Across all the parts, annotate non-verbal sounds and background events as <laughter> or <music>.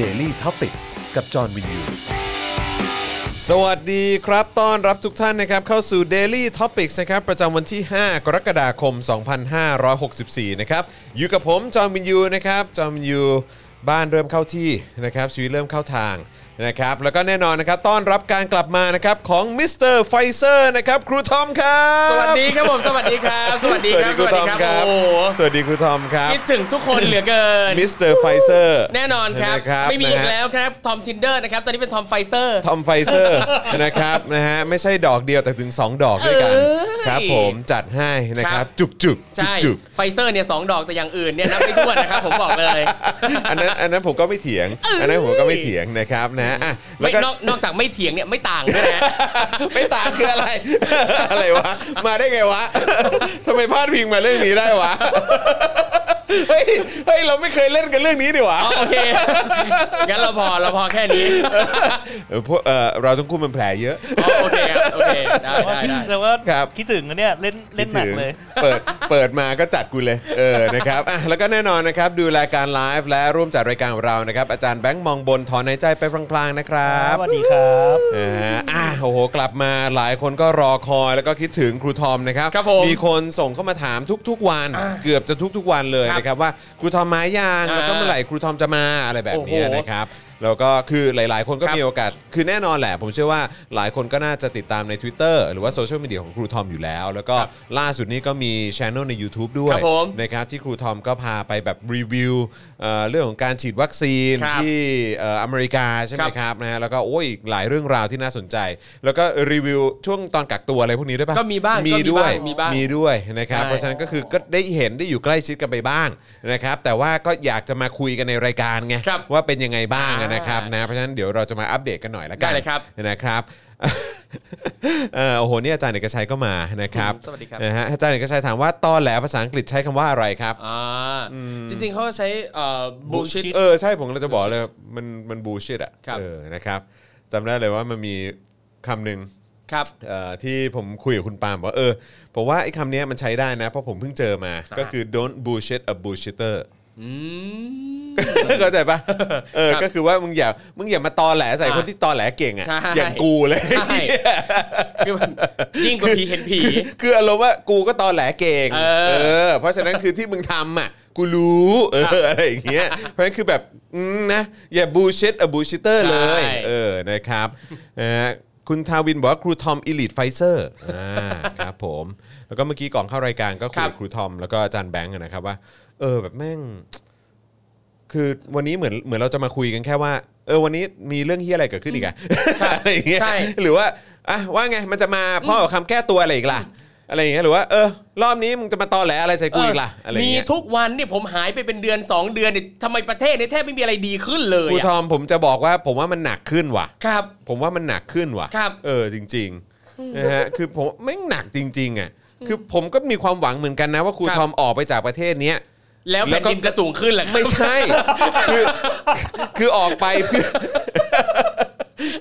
Daily t o p i c กกับจอห์นวินยู สวัสดีครับ ต้อนรับทุกท่านนะครับเข้าสู่ Daily Topics นะครับประจำวันที่ 5 กรกฎาคม 2564 นะครับ อยู่กับผมจอมบินยูนะครับจอมบินยูบ้านเริ่มเข้าที่นะครับชีวิตเริ่มเข้าทางนะครับแล้วก็แน่นอนนะครับต้อนรับการกลับมานะครับของมิสเตอร์ไฟเซอร์นะครับครูทอมครับ สวัสดีครับผมสวัสดีครับ สวัสดี สวัส คดีรับ ครูทอมครับ โอ้โห สวัสดีครูทอมครับ คิดถึงทุกคนเหลือเกิน มิสเตอร์ไฟเซอร์ แน่นอนครับ นะครับ ไม่มีอี นะ ก ฮะ แล้วครับทอมทินเดอร์นะครับ ตอนนี้เป็นทอมไฟเซอร์ ทอมไฟเซอร์ นะครับนะฮะไม่ใช่ดอกเดียวแต่ถึง 2 ดอกด้วยกัน เอ้ย ครับผมจัดให้นะค ค รั รับ บ จุบจุบจุบ ใช่ จุบ ไฟเซอร์เนี่ยสองดอกแต่อย่างอื่นเนี่ยนับไม่ถ้วนนะครับ <laughs> ผมบอกเลย อันนั้นอันนั้นผมก็ไม่เถียง อันนั้นผมก็ไม่เถียงนะครับนะอ่ะแล้ว ไม่ ก็ นอกนอกจากไม่เถียงเนี่ยไม่ต่างด้วยนะ <laughs> ไม่ต่ <laughs> างคืออะไร อะไรวะ มาได้ไงวะ <laughs> ทำไมพลาดพิงมาเรื่องนี้ได้วะ <laughs> เฮ้ยเฮ้ยเราไม่เคยเล่นกันเรื่องนี้ดิวะ อ๋อ <laughs> โอเค งั้นเราพอเราพอแค่นี้ เออพวกเออเราต้องคู่มันแผลเยอะ อ๋อโอเคครับโอเคได้ได้ได้ แต่ว่า ครับ คิดถึงนะเนี่ยเล่นเล่นหนักเลย เปิด <laughs> เปิดมาก็จัดกูเลยเออนะครับอ่ะแล้วก็แน่นอนนะครับดูรายการไลฟ์และร่วมจัดรายการของเรานะครับอาจารย์แบงค์มองบนถอนหายใจไปพลางๆนะครับ สวัสดีครับ อ่าอ่ะโอ้โหกลับมาหลายคนก็รอคอยแล้วก็คิดถึงครูทอมนะครับ ครับผม มีคนส่งเข้ามาถามทุกๆวัน เกือบจะทุกๆวันเลย ครับ นะครับว่าครูทอมมายัง อ่า แล้วก็เมื่อไหร่ครูทอมจะมาอะไรแบบเนี้ย โอ้โห นะครับแล้วก็คือหลาย ๆ คนก็ ครับ มีโอกาสคือแน่นอนแหละ ผมเชื่อว่าหลายคนก็น่าจะติดตามใน Twitter หรือว่าโซเชียลมีเดียของครูทอมอยู่แล้ว แล้วก็ล่าสุดนี้ก็มีช anel ใน YouTube ด้วย ครับผม นะครับที่ครูทอมก็พาไปแบบรีวิวเอ่อเรื่องของการฉีดวัคซีน ครับ ที่เอ่ออเมริกาใช่ไหม ครับ ครับนะฮะแล้วก็โอ้ยอีกหลายเรื่องราวที่น่าสนใจ แล้วก็รีวิวช่วงตอนกักตัวอะไรพวกนี้ด้วยปะ ก็มีบ้าง มี ก็มี ด้วย บ้างมีบ้าง มีด้วยนะครับ ใช่ เพราะฉะนั้นก็คือก็ได้เห็นได้อยู่ใกล้ชิดกันไปบ้างนะครับแต่ว่าก็อยากจะมาคุยกันในรายการไง ครับ ว่าเป็นยังไงบ้างอะนะครับ อ่าน นะเพราะฉะนั้นเดี๋ยวเราจะมาอัปเดตกันหน่อยละกัน ได้เลยครับ นะครับ <laughs> เอ่อโอ้โหนี่อาจารย์เอกชัยก็มานะครับ สวัสดีครับ นะฮะอาจารย์เอกชัยถามว่าตอนแหลภาษาอังกฤษใช้คำว่าอะไรครับ อ่าจริงๆเขาใช้เอ่อ bullshit เออใช่ผมเราจะบอกเลยมันมันบูชิดอ่ะ ครับ เออนะครับจำได้เลยว่ามันมีคำหนึ่ง ครับ เอ่อที่ผมคุยกับคุณปาล์มบอกว่าเออผมว่าไอ้คำเนี้ยมันใช้ได้นะ เพราะผมเพิ่งเจอมาก็คือ don't bullshit a bullshitter <laughs> อืม เข้าใจปะเออ ครับ ก็คือว่ามึงอย่ามึงอย่ามาตอแหลใส่ อ่า คนที่ตอแหลเก่งอ่ะ ใช่ อย่างกูเลย ใช่คือมันยิ่งกว่าผีเห็นผี คืออารมณ์ว่ากูก็ตอแหลเก่ง เออ เออ เพราะฉะนั้นคือที่มึงทำอ่ะ กูรู้เอออะไรอย่างเงี้ย เพราะฉะนั้นคือแบบอืมนะ อย่าบูชิตอะบูชิเตอร์เลย ใช่ เออ นะครับนะฮะคุณทาวินบอกว่าครูทอมอ l ลิทไฟเซอร์อ่าครับผม แล้วก็เมื่อกี้ก่อนเข้ารายการก็คุยกับครูทอม แล้วก็อาจารย์แบงค์อะนะครับว่า เออแบบแม่ง คือวันนี้เหมือนเหมือนเราจะมาคุยกันแค่ว่า เออวันนี้มีเรื่องเฮี้ยอะไรเกิดขึ้นอีกอะ อะไรอย่างเงี้ย ใช่ หรือว่าอ่ะว่าไงมันจะมาพ่อกับคำแก้ตัวอะไรอีกล่ะ อะไรอย่างเงี้ยหรือว่าเออ รอบนี้มึงจะมาตอแหลอะไรใส่กูอีกล่ะอะไรอย่าง มี เงี้ย ทุกวันเนี่ยผมหายไปเป็นเดือน 2 เดือนเนี่ยทำไมประเทศเนี่ยแทบไม่มีอะไรดีขึ้นเลย ครูทออะมผมจะบอกว่าผมว่ามันหนักขึ้นว่ะ ครับ ผมว่ามันหนักขึ้นว่ะ ครับ เออจริงๆนะฮะคือผมไม่งหนักจริงๆอ่ะคือผมก็มีความหวังเหมือนกันนะว่าครูทอมออกไปจากประเทศเนี้ย แล้ว แล้วนแผ่ก็ ดินจะสูงขึ้นเหรอครับ ไม่ใช่ คือ คือออกไปเพื่อ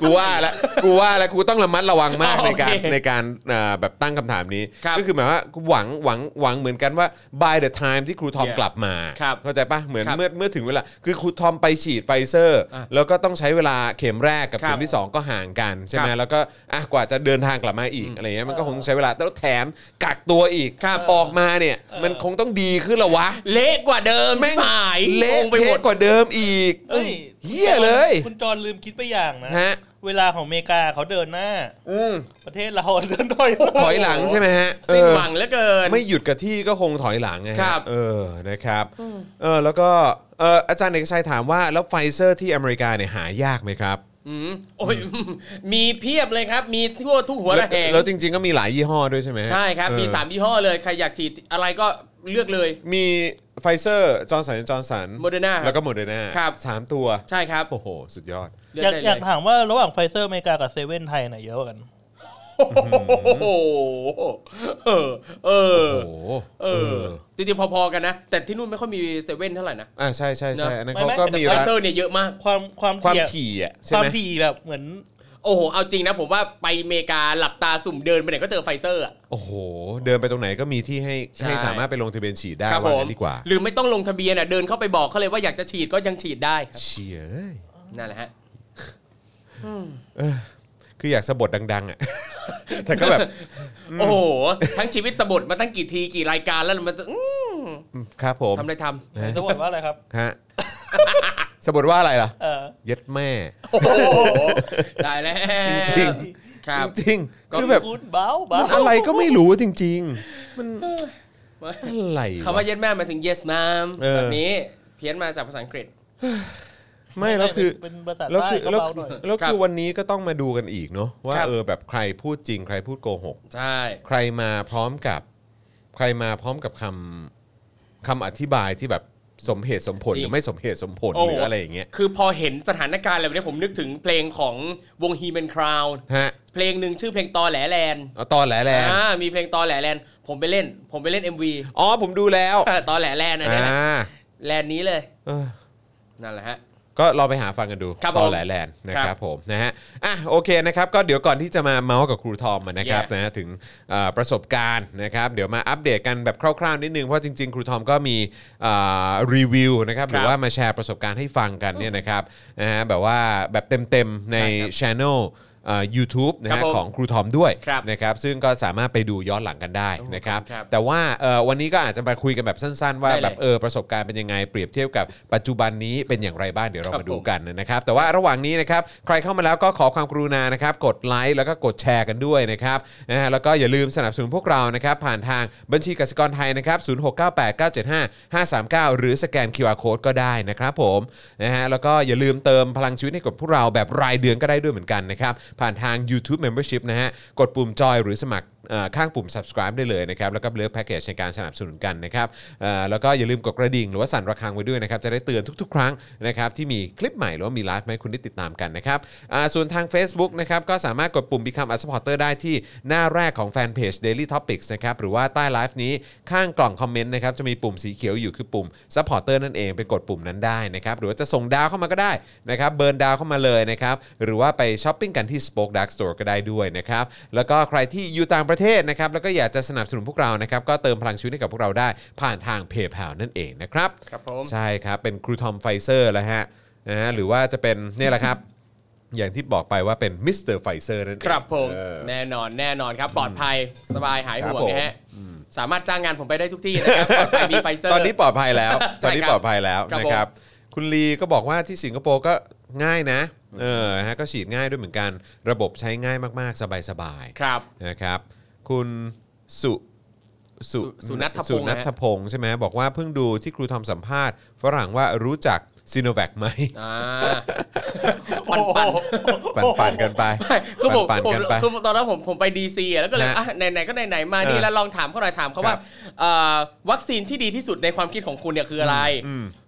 กูว่าละกูว่าละกูต้องระมัดระวังมาก อ๋อ ใน โอเค การในการอ่าแบบตั้งคำถามนี้ ครับ ก็คือหมายว่าหวังหวังหวังเหมือนกันว่า by the time ที่ครูทอม Yeah กลับมา ครับ เข้าใจปะเหมือน ครับ เมื่อเมื่อถึงเวลา คือครูทอมไปฉีดไฟเซอร์ อ่ะ แล้วก็ต้องใช้เวลาเข็มแรกกับ ครับ เข็มที่สองก็ห่างกันใช่ไหม ครับ แล้วก็อ่ะกว่าจะเดินทางกลับมาอีกอะไรเงี้ยมันก็คงใช้เวลาแล้วแถมกักตัวอีก ครับ ออกมาเนี่ย มันคงต้องดีขึ้นละวะ เละกว่าเดิม แม่ง หาย เละ งงไปหม เทะ ด กว่าเดิมอีก เอ้ย เฮียเลย คุณจอนลืมคิดไปอย่างนะ ฮะ เวลาของอเมริกาเขาเดินหน้า อืม ประเทศเราเดินถอย ถอยหลังใช่ไหมฮะ สิ้นหวัง เอ เหลือเกิ อน ไม่หยุดกับที่ก็คงถอยหลังไงฮะ ครับ เออนะครับเออแล้วก็เอออาจารย์เอกชัยถามว่าแล้วไฟเซอร์ที่อเมริกาเนี่ยหายากไหมครับ อืมโอ้ย <laughs> มีเพียบเลยครับ มีทั่วทุกหัว แล้ ระ ว แหง แล้วจริง ๆก็มีหลายยี่ห้อด้วยใช่ไหมฮะ ใช่ครับ เออ มี 3 ยี่ห้อเลย ใครอยากฉีดอะไรก็เลือกเลย มีไฟเซอร์จอร์นสันจอร์นสัน Moderna แล้วก็โมเดอร์นา ครับ สามตัว ใช่ครับ โอ้โห สุดยอด เลือก อยาก ได้ อยาก เลย ถามว่าระหว่างไฟเซอร์อเมริกากับเซเว่นไทยไหนเยอะกว่ากัน โอ้โหเออเออ โอ้โห เออจริงๆพอๆกันนะ แต่ที่นู่นไม่ค่อยมีเซเว่นเท่าไหร่นะ อ่าใช่ใช่ใช่อันนั้น ไม่ เขา ไม่ ก็ แต่ มี ไฟ ร้าน เซอร์เนี่ยเยอะมาก ความความ ความ ถี่ถี่อะอ่ะใช่ ความ ไหม ถี่แบบเหมือน โอ้โห เอาจริงนะ ผมว่าไปอเมริกาหลับตาสุ่มเดินไปไหนก็เจอไฟเซอร์อะ โอ้โห เดินไปตรงไหนก็มีที่ให้ ใช่ ให้สามารถไปลงทะเบียนฉีดได้ ครับ ว่า ผม งั้นดีกว่า หรือไม่ต้องลงทะเบียนอ่ะ เดินเข้าไปบอกเขาเลยว่าอยากจะฉีดก็ยังฉีดได้ครับ เชียเอ้ย เ นั่นแหละฮะ คืออยากสะบดดังๆอ่ะ <laughs> แต่ก็แบบ โอ้โห ทั้งชีวิตสะบดมาตั้งกี่ทีกี่รายการแล้วมันจะอื้อ ครับผม ทำอะไรท สมมติว่าอะไรครับ ฮะ สะบดว่าอะไรล่ะ เออ เย็ดแม่ ำโอ้โหได้แล้ว จริง ครับ จริง ก็ ๆคือแบบ คุณเบาเบา อะไรก็ไม่รู้จริง ๆ มันอะไระ คำว่าเย็ดแม่หมายถึง yes ma'am เออ แบบนี้เพี้ยนมาจากภาษาอังกฤษ ไม่แล้วคือ เป็นภาษา แล้ว ใต้ คือ ก็ แล้ว เบา คือหน่อย แล้ว ครับ คือวันนี้ก็ต้องมาดูกันอีกเนาะว่า ครับ เออแบบใครพูดจริง ใครพูดโกหก ใช่ ใครมาพร้อมกับ ใครมาพร้อมกับคำคำอธิบายที่แบบสมเหตุสมผลหรือไม่สมเหตุสมผลหรืออะไรอย่างเงี้ย คือพอเห็นสถานการณ์อะไรแบบนี้ผมนึกถึงเพลงของวง He Man Crown ฮะ เพลงหนึ่งชื่อเพลงตอแหลแลน เอาตอนแหลแลน อ่ามีเพลงตอแหลแลนผมไปเล่น ผมไปเล่น MV อ๋อผมดูแล้ว เออตอแหลแลนอันเนี้ยแหละ อ่า แลนนี้เลย เออ นั่นแหละฮะ ก็ลองไปหาฟังกันดู ครับ ต ผม อนแหลแลนด์นะค ครั รับบ ผมนะฮะอ่ะโอเคนะครับก็เดี๋ยวก่อนที่จะมาเมาส์กับครูทอมนะครับ Yeah นะฮะถึงเอ่อประสบการณ์นะครับเดี๋ยวมาอัปเดตกันแบบคร่าวๆนิดนึงเพราะจริงๆ ครูทอมก็มีเอ่อรีวิวนะครับ ครับ หรือว่ามาแชร์ประสบการณ์ให้ฟังกันเนี่ยนะครับนะฮะแบบว่าแบบเต็มๆใน ใช่ครับ ช anel ยูทูบนะ ครั ฮะ บผม ของครูทอมด้วย ครับ นะครับซึ่งก็สามารถไปดูย้อนหลังกันได้นะครับ ขอบคุณครับ แต่ว่าเอ่อวันนี้ก็อาจจะมาคุยกันแบบสั้นๆ ว่า ได้เลย แบบเออประสบการณ์เป็นยังไงเปรียบเทียบกับปัจจุบันนี้เป็นอย่างไรบ้างเดี๋ยวเรา ครับ มาดู ผม กัน กันนะครับแต่ว่าระหว่างนี้นะครับใครเข้ามาแล้วก็ขอความกรุณานะครับกดไลค์แล้วก็กดแชร์กันด้วยนะครับนะฮะแล้วก็อย่าลืมสนับสนุนพวกเรานะครับผ่านทางบัญชีกสิกรไทยนะครับศูนย์หกเก้าแปดเก้าเจ็ดห้าห้าสามเก้าหรือสแกน QR Code ก็ได้นะครับผมนะฮะแล้วก็อย่าลืมเติมพลังชีวิตให้กับพวกเราแบบรายเดือนก็ได้ด้วยเหมือนกันนะครับผ่านทาง YouTube Membership นะฮะกดปุ่มจอยหรือสมัคร เอ่อข้างปุ่ม subscribe ได้เลยนะครับ แล้วก็เลือกแพ็กเกจในการสนับสนุนกันนะครับเอ่อแล้วก็อย่าลืมกดกระดิ่งหรือว่าสั่นระฆังไว้ด้วยนะครับ จะได้เตือนทุกๆ ครั้งนะครับที่มีคลิปใหม่หรือว่ามีไลฟ์ให้คุณได้ติดตามกันนะครับอ่าส่วนทาง Facebook นะครับก็สามารถกดปุ่ม Become a supporter ได้ที่หน้าแรกของแฟนเพจ Daily Topics นะครับ หรือว่าใต้ไลฟ์นี้ข้างกล่องคอมเมนต์นะครับจะมีปุ่มสีเขียวอยู่คือปุ่ม supporter นั่นเองไปกดปุ่มนั้นได้นะครับหรือว่าจะส่งดาวเข้ามาก็ได้นะครับเบิร์นดาวเข้ามาเลยนะครับหรือว่าไปช้อปปิ้งกันที่ Spoke Dark Store ก็ได้ด้วยนะครับ แล้วก็ใครที่อยู่ต่างประเทศนะครับ แล้วก็อยากจะสนับสนุนพวกเรานะครับ ก็เติมพลังชีวิตให้กับพวกเราได้ผ่านทางเพย์ a l นั่นเองนะครับ ครับผม ใช่ครับ เป็นครูทอมไฟเซอร์แล้วฮะนะฮะหรือว่าจะเป็นเนี่ยแหละครับ อย่างที่บอกไปว่าเป็นมิสเตอร์ไฟเซอร์นั่นเอง ครับผม เออ แน่นอนแน่นอนครับ ปลอดภัยสบายหายห่วคงรับผม นะฮะสามารถจ้างงานผมไปได้ทุกที่นะครับปลอดภัยมีไฟเซอร์ ตอนนี้ปลอดภัย <laughs> แล้ว ต ใช่ อนนี้ ครับ ปลอดภัยแล้ว ครับ นะครับ คุณลีก็บอกว่าที่สิงคโปร์ก็ง่ายนะ เออฮะก็ฉีดง่ายด้วยเหมือนกัน ระบบใช้ง่ายมากๆ สบายๆ ครับ นะครับ คุณสุสุ สุนัทพงษ์ สุนัทพงษ์ใช่ไหมบอกว่าเพิ่งดูที่ครูทอมสัมภาษณ์ ฝรั่งว่ารู้จักซีโนแวคไหม าปั่นปั่น ปั่นๆกันไป ๆคือผม ปั่น ผ ๆ ม กันไป คือตอนนั้นผมผมไปดีซีแล้วก็เลย ฮะ อ่ะไหนๆก็ไหนๆมานี่ เออ แล้วลองถามเขาหน่อยถามเขา ค ว่า รับ เอ่อวัคซีนที่ดีที่สุดในความคิดของคุณเนี่ยคืออะไร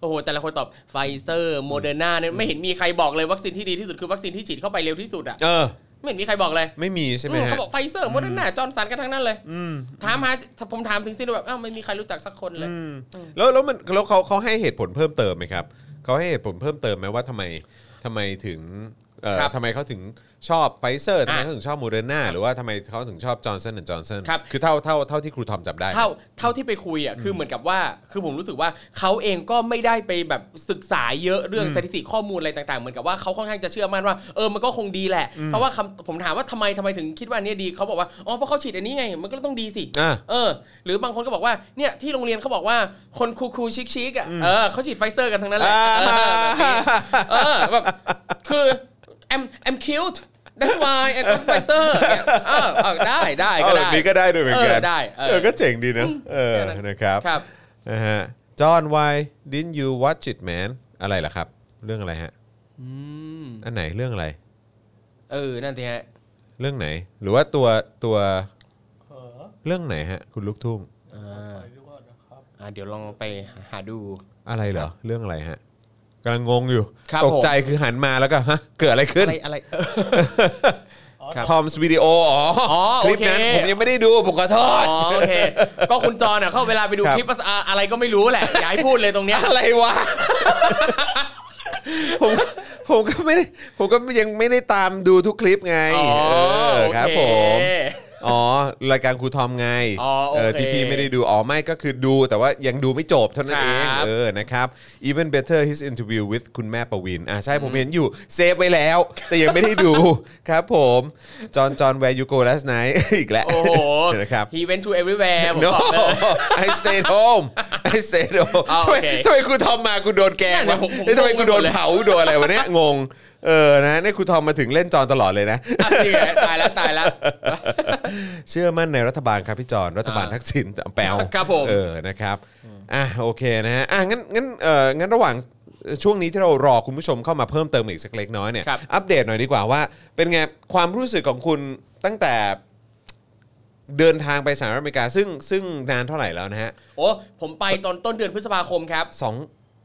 โอ้โหแต่ละคนตอบไฟเซอร์โมเดอร์นาเนี่ยไม่เห็นมีใครบอกเลยวัคซีนที่ดีที่สุดคือวัคซีนที่ฉีดเข้าไปเร็วที่สุดอ่ะ เออ ไม่เห็นมีใครบอกเลย ไม่มีใช่ไหม อืม ฮะ เขาบอกไฟเซอร์โมเดอร์นาจอร์นสันกันทั้งนั้นเลยถามหาถ้าผมถามถึงซิโนแวคอ้าวไม่มีใครรู้จักสักคนเลย แล้วแล้วมันแล้วเขาเขาให้เหตุผลเพิ่มเติมไหมครับเขาให้เหตุผลเพิ่มเติมไหมว่าทำไมทำไมถึงเอ่อ ครับ ทำไมเขาถึงชอบไฟเซอร์ทำไม อ่ะ เขาถึงชอบโมเดอร์นาหรือว่าทำไมเขาถึงชอบจอร์นสันและจอร์นสัน ครับ คือเท่าเท่าเท่าที่ครูทอมจับได้ เท่าเท่าที่ไปคุยอ่ะคือเหมือนกับว่าคือผมรู้สึกว่าเขาเองก็ไม่ได้ไปแบบศึกษาเยอะเรื่องสถิติข้อมูลอะไรต่างๆ เหมือนกับว่าเขาค่อนข้างจะเชื่อมั่นว่าเออมันก็คงดีแหละ เพราะว่าคำผมถามว่าทำไมทำไมถึงคิดว่าอันเนี้ยดีเขาบอกว่าอ๋อเพราะเขาฉีดอันนี้ไงมันก็ต้องดีสิ อ่ะ เออ หรือบางคนก็บอกว่าเนี่ยที่โรงเรียนเขาบอกว่าคนคูคูชิคชิคๆอ่ะเออเขาฉีดไฟเซอร์กันทั้งนั้นแหละเออแบบนี้ เออแบบคือ I'm I'm cute that's why I'm a fighter เนี่ยเออเออได้ได้ เอา ก็ แบ ได้ บนี้ก็ได้ด้วยเหมือนกั เอน อได้เออ เออก็เจ๋งดีนะเออนะครับ ครับ นะฮะจอห์นวายดินยูวัตจิตแมนอะไรล่ะครับ เรื่องอะไรฮะอันไหนเรื่องอะไร เออ นั่นสิฮะ เรื่องไหน หรือว่าตัวตัว เออ เรื่องไหนฮะ คุณลูกทุ่ง อ่า ไปดูก่อนนะครับ อ่าเดี๋ยวลองไปหาดู อะไรเหรอเรื่องอะไรฮะกำลังงงอยู่ ครับ ตกใจ ผม คือหันมาแล้วก็ฮะเกิดอะไรขึ้น อะไรอะไรเออ ครับ ทอมสวิดีโออ๋ออ อ ค โอเค ลิปนั้นผมยังไม่ได้ดูผมขอโทษ อ๋อโอเค ก็คุณจอน่ะเข้าเวลาไปดู ครับ คลิปอะอะไรก็ไม่รู้แหละ อย่าให้พูดเลยตรงเนี้ย อะไร <laughs> วะ ผมผมก็ไม่ได้ ผมก็ยังไม่ได้ตามดูทุกคลิปไง อ๋อ เออครับ โอเค ผม อ๋อรายการครูทอมไง อ๋อโอเค เออที่พี่ไม่ได้ดูอ๋อไม่ก็คือดูแต่ว่ายังดูไม่จบเท่านั้นเอง ครับ เออนะครับ even better his interview with คุณแม่ประวินอ่าใช่ผมเห็นอยู่เซฟไว้แล้ว แต่ยังไม่ได้ดู ครับผมจอนจอนแวร์ยูโก last night อีกแล้ว โอ้โห นะครับ he went to everywhere ผมบ no อกเลย I stayed home I stayed home อ๋อ ทำไม โอเค ทำไมครูทอมมากูโดนแกล้งวะนั่นน่ะผมผม เอ้ยทำไมกูโดน งงไปหมดเลย เผาโดนอะไรวะเนี่ยงงเออนะนี่ครูทอมมาถึงเล่นจอนตลอดเลยนะ อ่ะจริงเหรอตายแล้วตายแล้ว เชื่อมั่นในรัฐบาลครับพี่จอนรัฐบาล อ่า ทักษิณแปลว ครับผม เออนะครับอ่ะโอเคนะฮะอ่ะงั้นงั้นเอองั้นระหว่างช่วงนี้ที่เรารอคุณผู้ชมเข้ามาเพิ่มเติมอีกสักเล็กน้อยเนี่ย ครับ อัปเดตหน่อยดีกว่าว่าเป็นไงความรู้สึกของคุณตั้งแต่เดินทางไปสหรัฐอเมริกา ซึ่งซึ่งนานเท่าไหร่แล้วนะฮะ โอ้ผมไปตอนต้นเดือนพฤษภาคมครับ สอง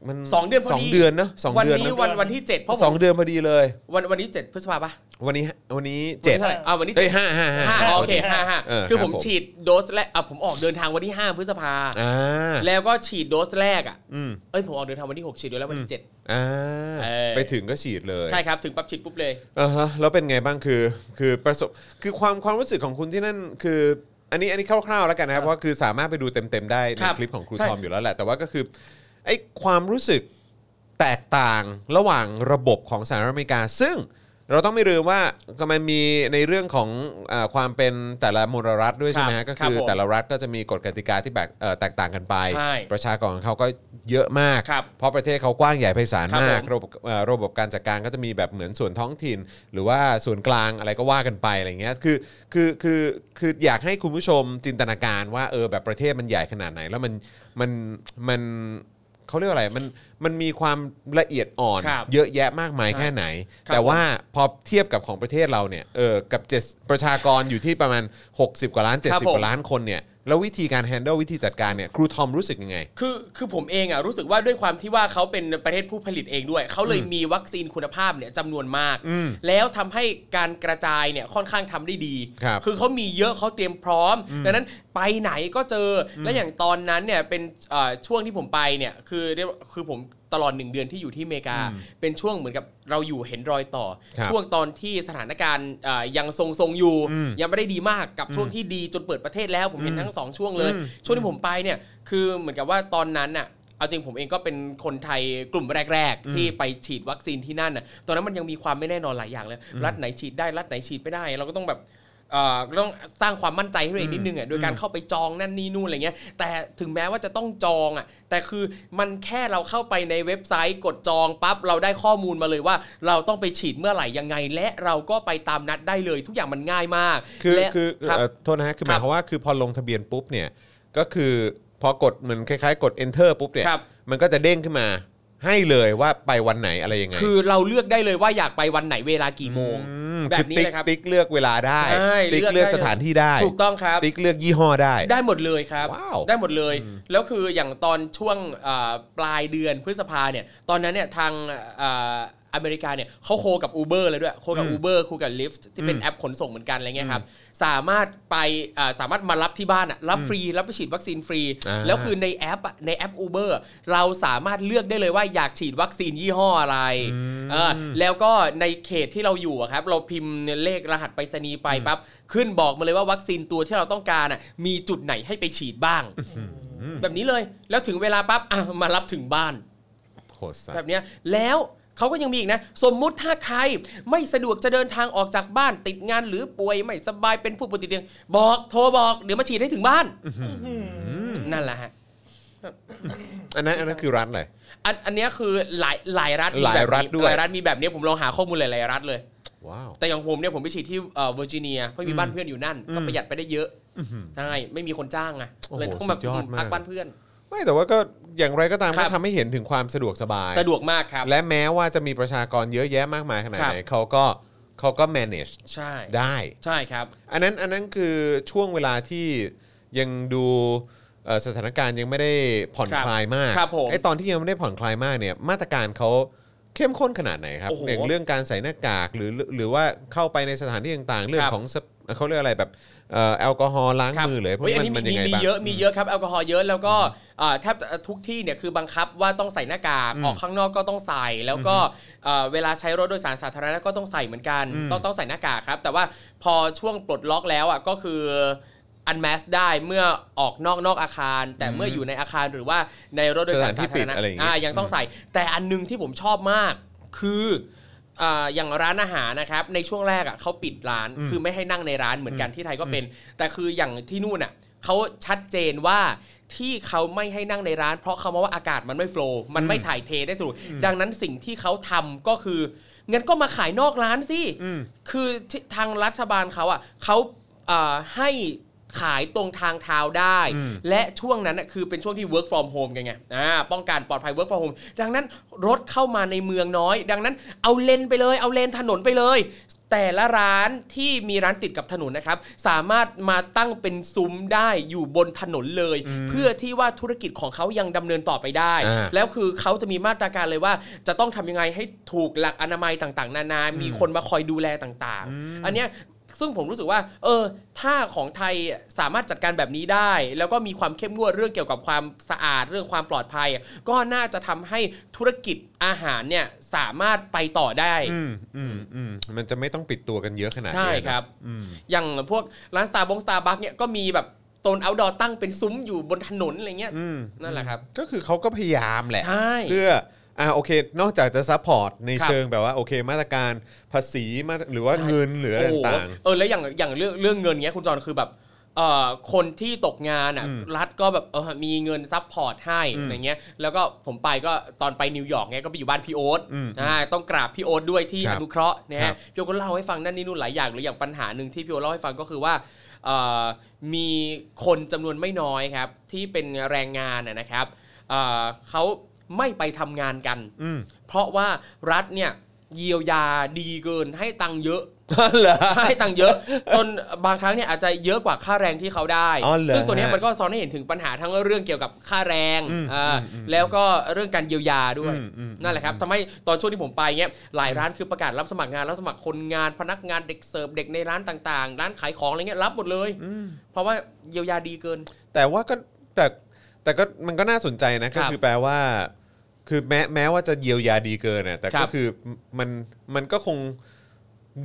มัน สองเดือนพอดี สองเดือนเนอะสอง วัน เดือน นี้ เนอะ วันวันที่เจ็ดเพราะผม สองเดือนพอดีเลย วันวันที่เจ็ดพฤษภาปะ วันนี้วันนี้เจ็ด วันที่เท่าไหร่อ่าวันที่ เอ้ เจ็ ย ด ห้าห้าห้า ห้าโอเคห้าห้า เออ คือ ครับ ผม ผม ฉีดโดสแรกอ่ะผมออกเดินทางวันที่ห้าพฤษภา อ่า แล้วก็ฉีดโดสแรกอ่ะ อืม เอ้ยผมออกเดินทางวันที่หกฉีดโดสแล้ววันที่เจ็ด อ่า เออ ไปถึงก็ฉีดเลย ใช่ครับถึงปั๊บฉีดปุ๊บเลย อ่าฮะแล้วเป็นไงบ้างคือ คือประสบคือความความรู้สึกของคุณที่นั่นคือ อันนี้อันนี้คร่าวๆแล้วกันนะครับเพราะว่าคือสามารถไปดูเต็มๆได้ใน ครับ คลิปของครู ใช่ ทอมอยู่แล้วแหละ แต่ว่าก็คือไอ้ความรู้สึกแตกต่างระหว่างระบบของสหรัฐอเมริกา ซึ่งเราต้องไม่ลืมว่าก็มันมีในเรื่องของอาความเป็นแต่ละมลรัฐด้วยใช่ไหมฮะ ครั ก็ บ คือ ครับผม แต่ละรัฐก็จะมีกฎกติกาที่แบบเอ่อแตกต่างกันไป ใช่ ประชากรของเขาก็เยอะมาก ครับ เพราะประเทศเขากว้างใหญ่ไพศาล ครับ มา ผ กระบมบเอ่อระบบการจัดการก็จะมีแบบเหมือนส่วนท้องถิ่น หรือว่าส่วนกลางอะไรก็ว่ากันไปอะไรเงี้ยคือคือคือคืออยากให้คุณผู้ชมจินตนาการว่าเออแบบประเทศมันใหญ่ขนาดไหน แล้วมันมันมันเขาเรียกว่าอะไรมันมันมีความละเอียดอ่อน ครับ เยอะแยะมากมายแค่ไหน ครับ แต่ว่าพอเทียบกับของประเทศเราเนี่ยเออกับเจ็ดประชากรอยู่ที่ประมาณ 60 กว่าล้าน ครับ 70 ผม กว่าล้านคนเนี่ยแล้ววิธีการแฮนด์ลวิธีจัดการเนี่ยครูทอมรู้สึกยังไง คือคือผมเองอ่ะรู้สึกว่าด้วยความที่ว่าเขาเป็นประเทศผู้ผลิตเองด้วย เขาเลยมีวัคซีนคุณภาพเนี่ยจำนวนมาก อืม แล้วทำให้การกระจายเนี่ยค่อนข้างทำได้ดี ครับ อเขามีเยอะเขาเตรียมพร้อม ดังนั้นไปไหนก็เจออและอย่างตอนนั้นเนี่ยเป็นเอ่อช่วงที่ผมไปเนี่ยคือเรียกว่าคือผมตลอดหนึ่งเดือนที่อยู่ที่อเมริกา เป็นช่วงเหมือนกับเราอยู่เห็นรอยต่อ ครับ ช่วงตอนที่สถานการณ์เอ่อยังทรงๆอยู่ อืม ยังไม่ได้ดีมากกับช่วงที่ดีจนเปิดประเทศแล้วผมเห็นทั้งสองช่วงเลย อืม ช่วงที่ผมไปเนี่ยคือเหมือนกับว่าตอนนั้นน่ะเอาจริงผมเองก็เป็นคนไทยกลุ่มแรก ๆ ที่ไปฉีดวัคซีนที่นั่นน่ะตอนนั้นมันยังมีความไม่แน่นอนหลายอย่างเลยรัฐไหนฉีดได้รัฐไหนฉีดไม่ได้ เราก็ต้องแบบเอ่อต้องสร้างความมั่นใจให้ตัวเองนิดนึงอ่ะโดยการเข้าไปจองนั่นนี่นู่นอะไรเงี้ยแต่ถึงแม้ว่าจะต้องจองอ่ะแต่คือมันแค่เราเข้าไปในเว็บไซต์กดจองปั๊บเราได้ข้อมูลมาเลยว่า เราต้องไปฉีดเมื่อไหร่ยังไง และเราก็ไปตามนัดได้เลย ทุกอย่างมันง่ายมาก คือ และ คือ รับ เอ่อโทษนะฮะคือห ครั มาย บ ความว่าคือพอลงทะเบียนปุ๊บเนี่ยก็คือพอกดเหมือนคล้ายๆ กด enter ปุ๊บเนี่ย ครับ มันก็จะเด้งขึ้นมาให้เลยว่าไปวันไหนอะไรยังไง คือเราเลือกได้เลยว่าอยากไปวันไหนเวลากี่โมง ม แบ คื บ อ นี้ ติ๊ก เลยครับ ติ๊กเลือกเวลาได้ ใช่ ติ๊ก เลือก เลือก ได้ สถานที่ได้ ถูกต้องครับ ติ๊กเลือกยี่ห้อได้ ได้หมดเลยครับ ว้าว ได้หมดเลย แล้วคืออย่างตอนช่วงเอ่อปลายเดือนพฤษภาเนี่ยตอนนั้นเนี่ยทางเอ่ออเมริกาเนี่ยเขาโคกับ Uber เลยด้วยโคกับ Uber โคกับ Lyft ที่เป็นแอปขนส่งเหมือนกันอะไรเงี้ยครับสามารถไปเอ่อสามารถมารับที่บ้านอะรับฟรีรับไปฉีดวัคซีนฟรี อ่า แล้วคือในแอปอะในแอป Uber อะเราสามารถเลือกได้เลยว่าอยากฉีดวัคซีนยี่ห้ออะไรเออแล้วก็ในเขตที่เราอยู่อะครับเราพิมพ์เลขรหัสไปรษณีย์ไปปั๊บขึ้นบอกมาเลยว่าวัคซีนตัวที่เราต้องการอะมีจุดไหนให้ไปฉีดบ้าง แบบนี้เลยแล้วถึงเวลาปั๊บอ่ะมารับถึงบ้าน โหดสัต แบ ว์ บเนี้ยแล้วเขาก็ยังมีอีกนะ สมมุติถ้าใครไม่สะดวกจะเดินทางออกจากบ้านติดงานหรือป่วยไม่สบายเป็นผู้ป่วยติดเตียงบอกโทรบอก เดี๋ยวมาฉีดให้ถึงบ้าน นั่นแหละฮะ อันนั้นอันนั้นคือร้านอะไร อันอันเนี้ยคือหลายหลายรัฐมี หลาย แบบนี้ รัฐด้วย หลายรัฐมีแบบเนี้ยผมลองหาข้อมูลหลายๆรัฐเลย ว้าว แต่อย่างผมเนี่ยผมไปฉีดที่เอ่อเวอร์จิเนียเพราะมีบ้านเพื่อนอยู่นั่น ก็ประหยัดไปได้เยอะใช่ไม่มีคนจ้างไงเลยต้องแบบพักบ้านเพื่อน ไม่แต่ว่าก็อย่างไรก็ตาม ครั ก็ บ ทำให้เห็นถึงความสะดวกสบาย สะดวกมากครับ และแม้ว่าจะมีประชากรเยอะแยะมากมายขนาด ครับ ไหนเขาก็เขาก็ manage ใช่ ได้ ใช่ครับ อันนั้นอันนั้นคือช่วงเวลาที่ยังดูเอ่อสถานการณ์ยังไม่ได้ผ่อน ครับ คลายมาก ครับผม ไอ้ตอนที่ยังไม่ได้ผ่อนคลายมากเนี่ยมาตรการเขา เข้มข้นขนาดไหนครับ โอ้โห อย่างเรื่องการใส่หน้ากากหรือหรือว่าเข้าไปในสถานที่ต่างๆ เรื่อง ครับ ของสเปเขาเรียกอะไรแบบเอ่อแอลกอฮอล์ล้าง ครับ มือเลยพวก เฮ้ย นี้ อัน มัน นี้ มันยังมีไง มี บ้าง เยอะมีเยอะครับแอลกอฮอล์เยอะแล้วก็อ่าแทบจะทุกที่เนี่ยคือบังคับว่าต้องใส่หน้ากากออกข้างนอกก็ต้องใส่แล้วก็เอ่อเวลาใช้รถโดยสารสาธารณะก็ต้องใส่เหมือนกัน ต้องต้องใส่หน้ากากครับ แต่ว่าพอช่วงปลดล็อกแล้วอ่ะก็คืออันแมสได้เมื่อออกนอกนอกอาคาร แต่เมื่ออยู่ในอาคารหรือว่าในรถโดยสารสาสถานธารณะที่ปิดอะไรอย่างเงี้ย อ่ายังต้องใส่ แต่อันหนึงที่ผมชอบมากคืออ่าอย่างร้านอาหารนะครับในช่วงแรกอ่ะเขาปิดร้านคือไม่ให้นั่งในร้านเหมือนกันที่ไทยก็เป็น แต่คืออย่างที่นู่นอ่ะเขาชัดเจนว่าที่เขาไม่ให้นั่งในร้าน เพราะเขามาว่าอากาศมันไม่โฟลว์มันไม่ถ่ายเทได้สะดวกดังนั้นสิ่งที่เขาทำก็คืองั้นก็มาขายนอกร้านสิ คือที่ทางรัฐบาลเขาอ่ะเขาเอ่อให้ขายตรงทางเท้าได้ และช่วงนั้นน่ะคือเป็นช่วงที่ work from home กันไงอ่าป้องกันปลอดภัย work from home ดังนั้นรถเข้ามาในเมืองน้อย ดังนั้นเอาเลนไปเลย เอาเลนถนนไปเลย แต่ละร้านที่มีร้านติดกับถนนนะครับ สามารถมาตั้งเป็นซุ้มได้อยู่บนถนนเลย เพื่อที่ว่าธุรกิจของเขายังดำเนินต่อไปได้ อ่า แล้วคือเขาจะมีมาตรการเลยว่าจะต้องทำยังไงให้ถูกหลักอนามัยต่าง ๆ นานา มีคนมาคอยดูแลต่างๆ อันเนี้ยซึ่งผมรู้สึกว่า เออ ถ้าของไทยสามารถจัดการแบบนี้ได้ แล้วก็มีความเข้มงวดเรื่องเกี่ยวกับความสะอาดเรื่องความปลอดภัย ก็น่าจะทำให้ธุรกิจอาหารเนี่ยสามารถไปต่อได้ อืมอืมอืมมันจะไม่ต้องปิดตัวกันเยอะขนาดนี้ ใช่ นะ ครับ อืม อย่างพวกร้านสตาร์บงสตาร์บัคเนี่ยก็มีแบบโซนเอาดอตั้งเป็นซุ้มอยู่บนถนนอะไรเงี้ย อืม นั่นแหละครับ ก็คือเขาก็พยายามแหละ ใช่ เพื่ออ่าโอเค นอกจากจะซัพพอร์ตใน ครับ เชิงแบบว่าโอเค มาตรการภาษีมาหรือว่าเงินหรืออะไร โอ้โห ต่าง เออแล้วอย่างอย่างเรื่องเรื่องเงินเงี้ยคุณจอนคือแบบเอ่อคนที่ตกงานอ่ะรัฐก็แบบเออมีเงินซัพพอร์ตให้อะไรเงี้ยแล้วก็ผมไปก็ตอนไปนิวยอร์กเงี้ยก็ไปอยู่บ้านพี่โอ๊ต อืม อ่าต้องกราบพี่โอ๊ตด้วยที่ ครั อบ นุเคราะห์นะ ครั ฮะ บ พี่โอ๊ตก็เล่าให้ฟังนั่นนี่นู่นหลายอย่างหรืออย่างปัญหาหนึ่งที่พี่โอ๊ตเล่าให้ฟังก็คือว่าเอ่อมีคนจำนวนไม่น้อยครับที่เป็นแรงงานนะนะครับเอ่อเขาไม่ไปทำงานกัน ๆอืม เพราะว่ารัฐเนี่ยเยียวยาดีเกินให้ตังค์เยอะ เหรอ <laughs> ให้ตังค์เยอะจนบางครั้งเนี่ยอาจจะเยอะกว่าค่าแรงที่เขาได้ อ๋อเหรอ ซึ่งตัวเนี้ยมันก็ซ้อนให้เห็นถึงปัญหาทั้งเรื่องเกี่ยวกับค่าแรง อืม อ่า อืมอืม แล้วก็เรื่องการเยียวยาด้วย อืมอืม นั่นแหละครับทำให้ตอนช่วงที่ผมไปเงี้ยหลายร้านคือประกาศรับสมัครงานรับสมัครคนงานพนักงานเด็กเสิร์ฟเด็กในร้านต่างๆ ร้านขายของอะไรเงี้ยรับหมดเลย อืม เพราะว่าเยียวยาดีเกิน แต่ว่าก็แต่แต่ก็มันก็น่าสนใจนะ ครั ก็ บ คือแปลว่า คือแม้แม้ว่าจะเยียวยาดีเกินน่ะแต่ ครั ก็ บ คือมันมันก็คง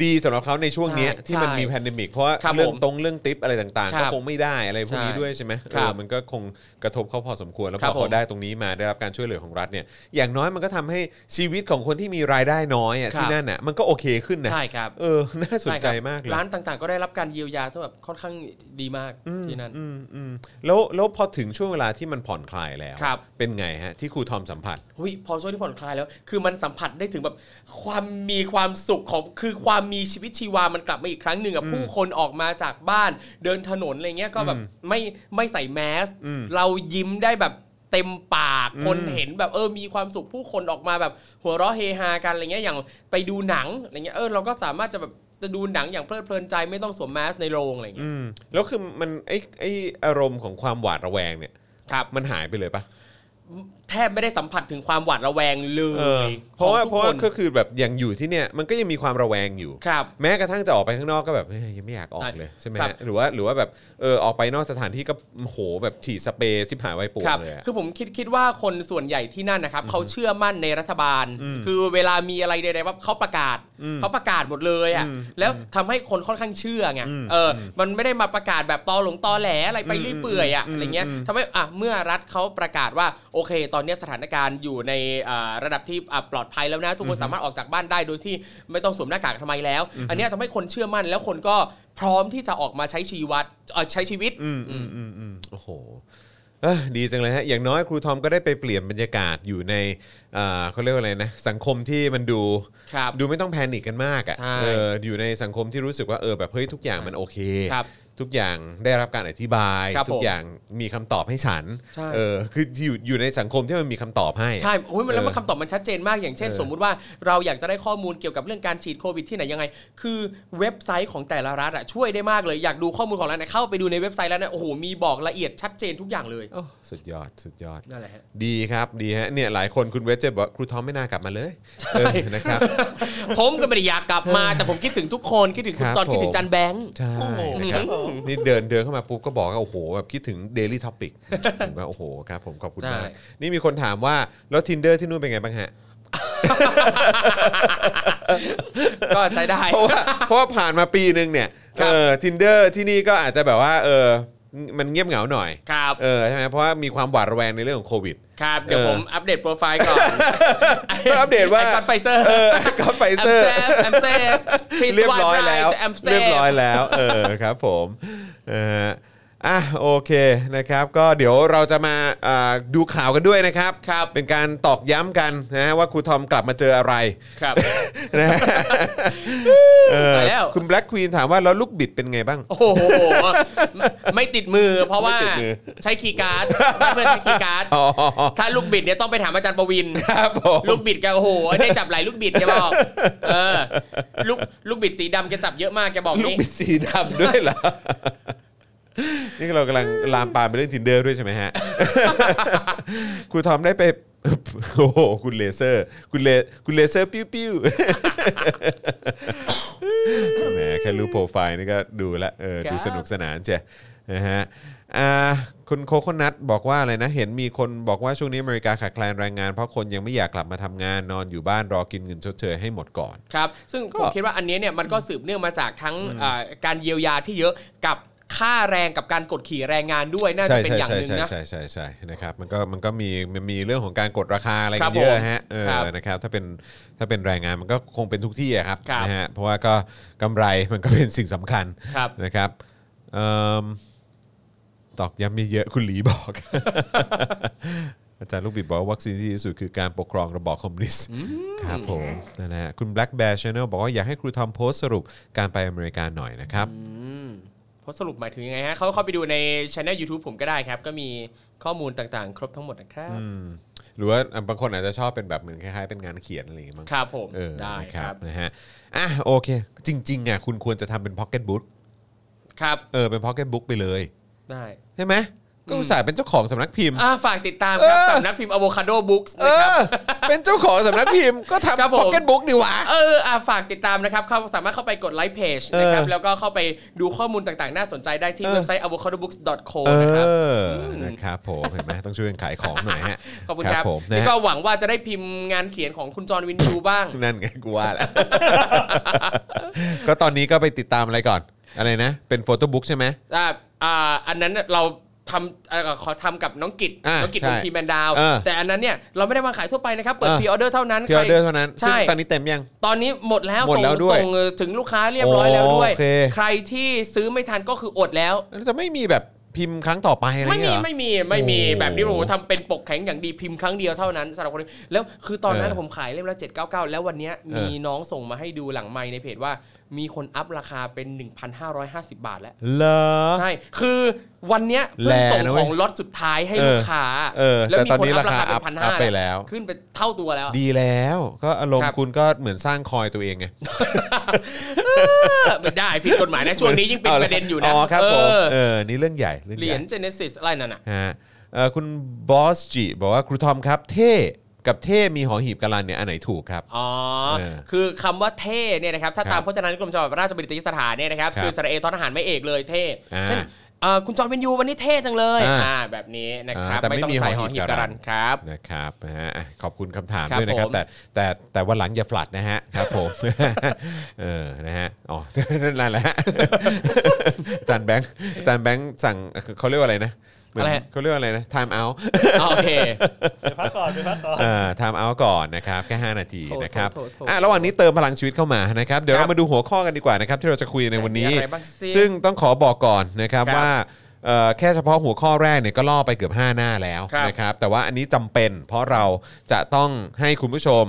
ดีสำหรับเขาในช่วงเนี้ย ใช่ ที่มันมี ใช่ แพนดมิกเพราะว่า ครับ เรื่อง ผม ตรงเรื่องติปอะไรต่าง คๆรัก็ บ คงไม่ได้อะไรพวกนี้ ใช่ ด้วยใช่ไหมเอ ครั อบ มันก็คงกระทบเขาพอสมควรแล้ว ครั พอบเขา ผม ได้ตรงนี้มาได้รับการช่วยเหลือของรัฐเนี่ย อย่างน้อยมันก็ทำให้ชีวิตของคนที่มีรายได้น้อยอ่ะ ครับ ที่นั่นน่ะมันก็โอเคขึ้นนะ ใช่ครับ เออน่าสนใจ ช่ครับ มากเลย ร้านต่างๆ ก็ได้รับการเยียวยาสำหรับค่อนข้างดีมากที่นั่น อืมอืมแล้วแล้วพอถึงช่วงเวลาที่มันผ่อนคลายแล้ว ครับ เป็นไงฮะ ที่ครูทอมสัมผัส หุยพอช่วงที่ผ่อนคลายแล้ว คือมันสัมผัสได้ถึงแบบความมีความสุขของคือความมีชีวิตชีวามันกลับมาอีกครั้งหนึ่งอะผู้คนออกมาจากบ้านเดินถนนอะไรเงี้ยก็แบบไม่ไม่ใส่แมส อืม เรายิ้มได้แบบเต็มปาก อืม คนเห็นแบบเออมีความสุขผู้คนออกมาแบบ หัวเราะเฮฮากันอะไรเงี้ยอย่างไปดูหนังอะไรเงี้ยเออเราก็สามารถจะแบบจะดูหนังอย่างเพลิดเพลินใจไม่ต้องสวมแมสในโรงอะไรเงี้ย อืมแล้วคือมันไอไออารมณ์ของความหวาดระแวงเนี่ย ครับ มันหายไปเลยปะ แทบไม่ได้สัมผัสถึงความหวาดระแวงเล เออย เพราะว่า ของเพราะทุกว่า คน ก็คือแบบอย่างอยู่ที่เนี่ยมันก็ยังมีความระแวงอยู่ ครับ แม้กระทั่งจะออกไปข้างนอกก็แบบเฮ้ยยังไม่อยากออกเลยใช่ไหม ครับ ฮะหรือว่าหรือว่าแบบเออออกไปนอกสถานที่ก็โหแบบฉีดสเปรย์ชิบหายไว้ปวด ครับ เลยอะ คือผมคิดคิดว่าคนส่วนใหญ่ที่นั่นนะครับเขาเชื่อมั่นในรัฐบาล คือเวลามีอะไรใดๆว่าเขาประกาศเขาประกาศหมดเลยอ่ะแล้วทำให้คนค่อนข้างเชื่อไงเอออมันไม่ได้มาประกาศแบบตอหลงตอแหลอะไรไปเรื่อยเปื่อยอ่ะอะไรเงี้ยทำให้อ่ะเมื่อรัฐเขาประกาศว่าโอเค ตอนเนี้ยสถานการณ์อยู่ในอ่าระดับที่อ่ะปลอดภัยแล้วนะทุกคนสามารถออกจากบ้านได้โดยที่ไม่ต้องสวมหน้ากากทำไมยแล้ว อันเนี้ยทำให้คนเชื่อมั่นแล้วคนก็พร้อมที่จะออกมาใช้ชีวิตเอ่อใช้ชีวิต อืมอืมอืมอืมโอ้โหเอ้อดีจังเลยฮะอย่างน้อยครูทอมก็ได้ไปเปลี่ยนบรรยากาศอยู่ในเอ่อเขาเรียกว่าอะไรนะสังคมที่มันดู ครับ ดูไม่ต้องแพนิคกันมาก ใช่ อะ่ะเอออยู่ในสังคมที่รู้สึกว่าเออแบบเฮ้ยทุกอย่างมันโอเค ครับ ทุกอย่างได้รับการอธิบาย ครับผม ทุกอย่างมีคำตอบให้ฉัน ใช่ เออคืออยู่อยู่ในสังคมที่มันมีคำตอบให้อะ ใช่โอ้ยมันแล้วมัน เออ คำตอบมันชัดเจนมากอย่างเช่น เออ สมมุติว่าเราอยากจะได้ข้อมูลเกี่ยวกับเรื่องการฉีดโควิดที่ไหนยังไง คือเว็บไซต์ของแต่ละรัฐอะช่วยได้มากเลยอยากดูข้อมูลของรัฐนะเข้าไปดูในเว็บไซต์แล้วนะโอ้โหมีบอกละเอียดชัดเจนทุกอย่างเลย โอ้สุดยอดสุดยอด นั่นแหละฮะ ดีครับดีฮะเนี่ยหลายคนคุณเวจเจบอกว่าครูทอมไม่น่ากลับมาเลยเออนะครับ ผมก็ไม่ได้อยากกลับมาแต่ผมคิดถึงทุกคนคิดถึงคุณ ครับ จอนคิดถึ ผ ง ม จันแบงค์ ใช่นะครับ โอ้โห นี่เดินเดินเข้ามาปุ๊บก็บอกว่าโอ้โหแบบคิดถึง Daily Topic ผมว่าโอ้โหครับผมขอบคุณมาก ใช่ นี่มีคนถามว่า แล้ว Tinder ที่นู่นเป็นไงบ้างฮะ ก็ใช้ได้ เพราะว่าเพราะว่าผ่านมาปีหนึ่งเนี่ย ครั เอบ อ Tinder ที่นี่ก็อาจจะแบบว่าเออมันเงียบเหงาหน่อย ครับ เออใช่ไหมเพราะว่ามีความหวาดระแวงในเรื่องของโควิด ครับเดี๋ยว เออ ผมอัปเดตโปรไฟล์ก่อน ก็อัปเดตว่า ไอ้ก็ไฟเซอร์ เอ <laughs> อก็ไฟเซอร์ แอมเซฟ <laughs> เรียบร้อยแล้ว แอมเซ เรีย ฟ บร้อยแล้ว เออครับผมเอออ่ะโอเคนะครับ ก็เดี๋ยวเราจะมาอ่าดูข่าวกันด้วยนะครับ ครับ เป็นการตอกย้ำกันนะฮะว่าครูทอมกลับมาเจออะไร ครับ นะฮะเออ ตายแล้ว คุณแบล็กควีนถามว่าแล้วลูกบิดเป็นไงบ้าง โอ้โหไม่ไม่ติดมือ เพราะว่า ไม่ติดมือ ใช้คีย์การ์ดบ้านเพื่อนใช้คีย์ <laughs> การ์ด อ๋อ ถ้าลูกบิดเนี่ยต้องไปถามอาจารย์ประวิน ครับผม ลูกบิดแกโอ้โหได้จับหลายลูกบิดแก <laughs> บอกเออลูกลูกบิดสีดำแกจับเยอะมากแกบอก ลูก นี่ บิดสีดำด้วยเหรอ นี่เรากำลังลามปามไปเรื่อง tinder ด้วยใช่ไหม <laughs> ฮะ ครูทอมได้ไป โอ้โห คุณเลเซอร์ คุณเลคุณเลเซอร์ปิ้ว <laughs> ปิ้วแหมแค่รูปโปรไฟล์นี่ก็ดูละเออ ครับ ดูสนุกสนานเจ้ะนะฮะอ่าคุณโคโคนัทบอกว่าอะไรนะ เห็นมีคนบอกว่าช่วงนี้อเมริกาขาดแคลนแรงงาน เพราะคนยังไม่อยากกลับมาทำงานนอนอยู่บ้านรอกินเงินชดเชยให้หมดก่อน ครับ ซึ่ง ก็ ผมคิดว่าอันเนี้ยเนี่ยมันก็สืบเนื่องมาจากทั้งอ่าการเยียวยาที่เยอะกับค่าแรงกับการกดขี่แรงงานด้วยน่าจะเป็นอย่างหนึ่งนะ ใช่ใช่ใช่ใช่ใช่นะครับมันก็มันก็มีมันมีเรื่องของการกดราคาอะไร ครั กัน บ เยอะฮะเอ ครั อบ นะครับถ้าเป็นถ้าเป็นแรงงานมันก็คงเป็นทุกที่อะครับ ครับ นะฮะเพราะว่าก็กำไร <laughs> มันก็เป็นสิ่งสำคัญ ครับ นะครับเอิ่มตอกย้ำเยอะๆคุณหลีบอก <laughs> อาจารย์ลูกบิดบอกว่าวัคซีนที่ดีที่สุดคือการปกครองระบอบคอมมิวนิสต์ครับผมนั่นแหละฮะคุณ Black Bear Channel บอกว่าอยากให้ครูทอมโพสต์สรุปการไปอเมริกาหน่อยนะครับ เพราะสรุปหมายถึงยังไงฮะเขาเข้าไปดูในช anel YouTube ผมก็ได้ครับ ก็มีข้อมูลต่างๆ ครบทั้งหมดนะครับ หรือว่าบางคนอาจจะชอบเป็นแบบเหมือนคล้ายๆเป็นงานเขียนอะไรอย่างเงี้ยมั้ง ครับผม เออ ได้ นะค ค รั รั บบ นะฮะอ่ะโอเค จริงๆอ่ะคุณควรจะทำเป็นพ็อกเก็ตบุ๊ก ครับ เออเป็นพ็อกเก็ตบุ๊กไปเลย ได้ ใช่ไหมก็อุตส่าห์เป็นเจ้าของสำนักพิมพ์ อ่าฝากติดตามครับ เออ สำนักพิมพ์ Avocado Books เอ นะครับ อ เป็นเจ้าของสำนักพิมพ์ก็ ครับ ทำ ผม พ็อกเก็ตบุ๊กดีวะ เอออ่าฝากติดตามนะครับเข้าสามารถเข้าไปกดไลค์เพจนะครับ เออ แล้วก็เข้าไปดูข้อมูลต่างๆ น่าสนใจได้ที่เว็บไซต์ avocadobooks.co เอ นะครับ อนะครับผมเห็นไหมต้องช่วยกันขายของหน่อยฮะ <laughs> ขอบคุณครับ ผมนะ นี่ ฮะ ก็หวังว่าจะได้พิมพ์งานเขียนของคุณจอห์นวินยูบ้าง <coughs> นั่นไงกูว่าแห <laughs> ละ ก็ตอนนี้ก็ไปติดตามอะไรก่อนอะไรนะ เป็นโฟโต้บุ๊กใช่ไหม อ่าอ่าอันนั้นน่ะเราทำอ่าขอทำกับน้องกิจ อ่า น้องกิจ ใช่ วงพีแมนดาว เออ แต่อันนั้นเนี่ยเราไม่ได้วางขายทั่วไปนะครับ เปิด เออ พรีออเดอร์เท่านั้น พิออเดอร์เท่านั้น ใช่ ซึ่งตอนนี้เต็มยัง ตอนนี้หมดแล้ว หมด ส่ง แล้วด้วย ส่งถึงลูกค้าเรียบร้อยแล้วด้วย โอเค ใครที่ซื้อไม่ทันก็คืออดแล้ว แล้วจะไม่มีแบบพิมพ์ครั้งต่อไปอะไร ไม่ เงี้ยเหรมีอ ไม่มีไม่มี โอ้ แบบนี้ผมทำเป็นปกแข็งอย่างดีพิมพ์ครั้งเดียวเท่านั้นสำหรับคนนี้แล้วคือตอนนั้น เออ ผมขายเล่มละ799 แล้ววันเนี้ย เออ มีน้องส่งมาให้ดูหลังไมค์ในเพจว่า มีคนอัพราคาเป็น 1,550 บาทแล้ว เหรอ ใช่ คือวันเนี้ยเพิ่งส่ง แลนะเว้ ข ย องล็อตสุดท้ายให้ เออ ลูกค้า เออ แล้ว แต่ มี ตอนนี้คนอัพราคา ราคา เป็นพัน อั ห้า พไปแล้ว ขึ้นไปเท่าตัวแล้วอะ ดีแล้วก็อารม ครั ณ์ บ คุณก็เหมือนสร้างคอยตัวเองไง เออไม่ได้ผิดกฎหมายนะช่วงนี้ยิ่งเป็น อาล ประเด็นอยู่นะ อ๋อครับ เอ ผม อ เออนี่เรื่องใหญ่เรื่อง เห ให รีย ญ่ ญเจเนซิสอะไรนั่นน่ะ ฮะเอ่อคุณบอสจีบอกว่าครูทอมครับ เท่กับเท่มีหอหีบกาลันเนี่ยอันไหนถูกครับ อ๋อ เออ คือคำว่าเท่เนี่ยนะครับ ถ้า ครับ ตามพจนานุกรมฉบับราชบัณฑิตยสถานเนี่ยนะครับ ครับ คือสระเอตอนอาหารไม่เอกเลยเท่ อ่า เช่นเอ่อคุณจอห์นวินยูวันนี้เท่จังเลย อ่า อ่าแบบนี้นะครับ อ่าแต่ไม่ ไม่ต้อง มี ใส่ ห ห อ อ หี หี บบกากาัรรั น นครับ นะครับนะฮะอ่ะขอบคุณคำถาม ครับ ด้วยนะครับ ผม แต่แต่แต่วันหลังอย่าฝลัดนะฮะครับผม <laughs> เออนะฮะอ๋อ นั่นแหละฮะอาจารย์แบงค์อาจารย์แบงค์สั่งเขาเรียกว่าอะไรนะเหมืน อะไรฮะ เขาเรียกว่าอะไรนะ time out อ๋อโอเค ไปพักก่อนไปพักก่อน เอ่อไทม์เอาท์ก่อนนะครับแค่ 5 นาที โถ นะครับ โถโถโถ อ่ะระหว่างนี้เติมพลังชีวิตเข้ามานะครับเดี๋ยว ครั เรา บ มาดูหัวข้อกันดีกว่านะครับที่เราจะคุยในวันนี้ มีอะไรบ้างสิ ซึ่งต้องขอบอกก่อนนะครับ ครับ ว่าเอ่อแค่เฉพาะหัวข้อแรกเนี่ยก็ล่อไปเกือบ 5 หน้าแล้ว ครับ นะครับแต่ว่าอันนี้จำเป็นเพราะเราจะต้องให้คุณผู้ชม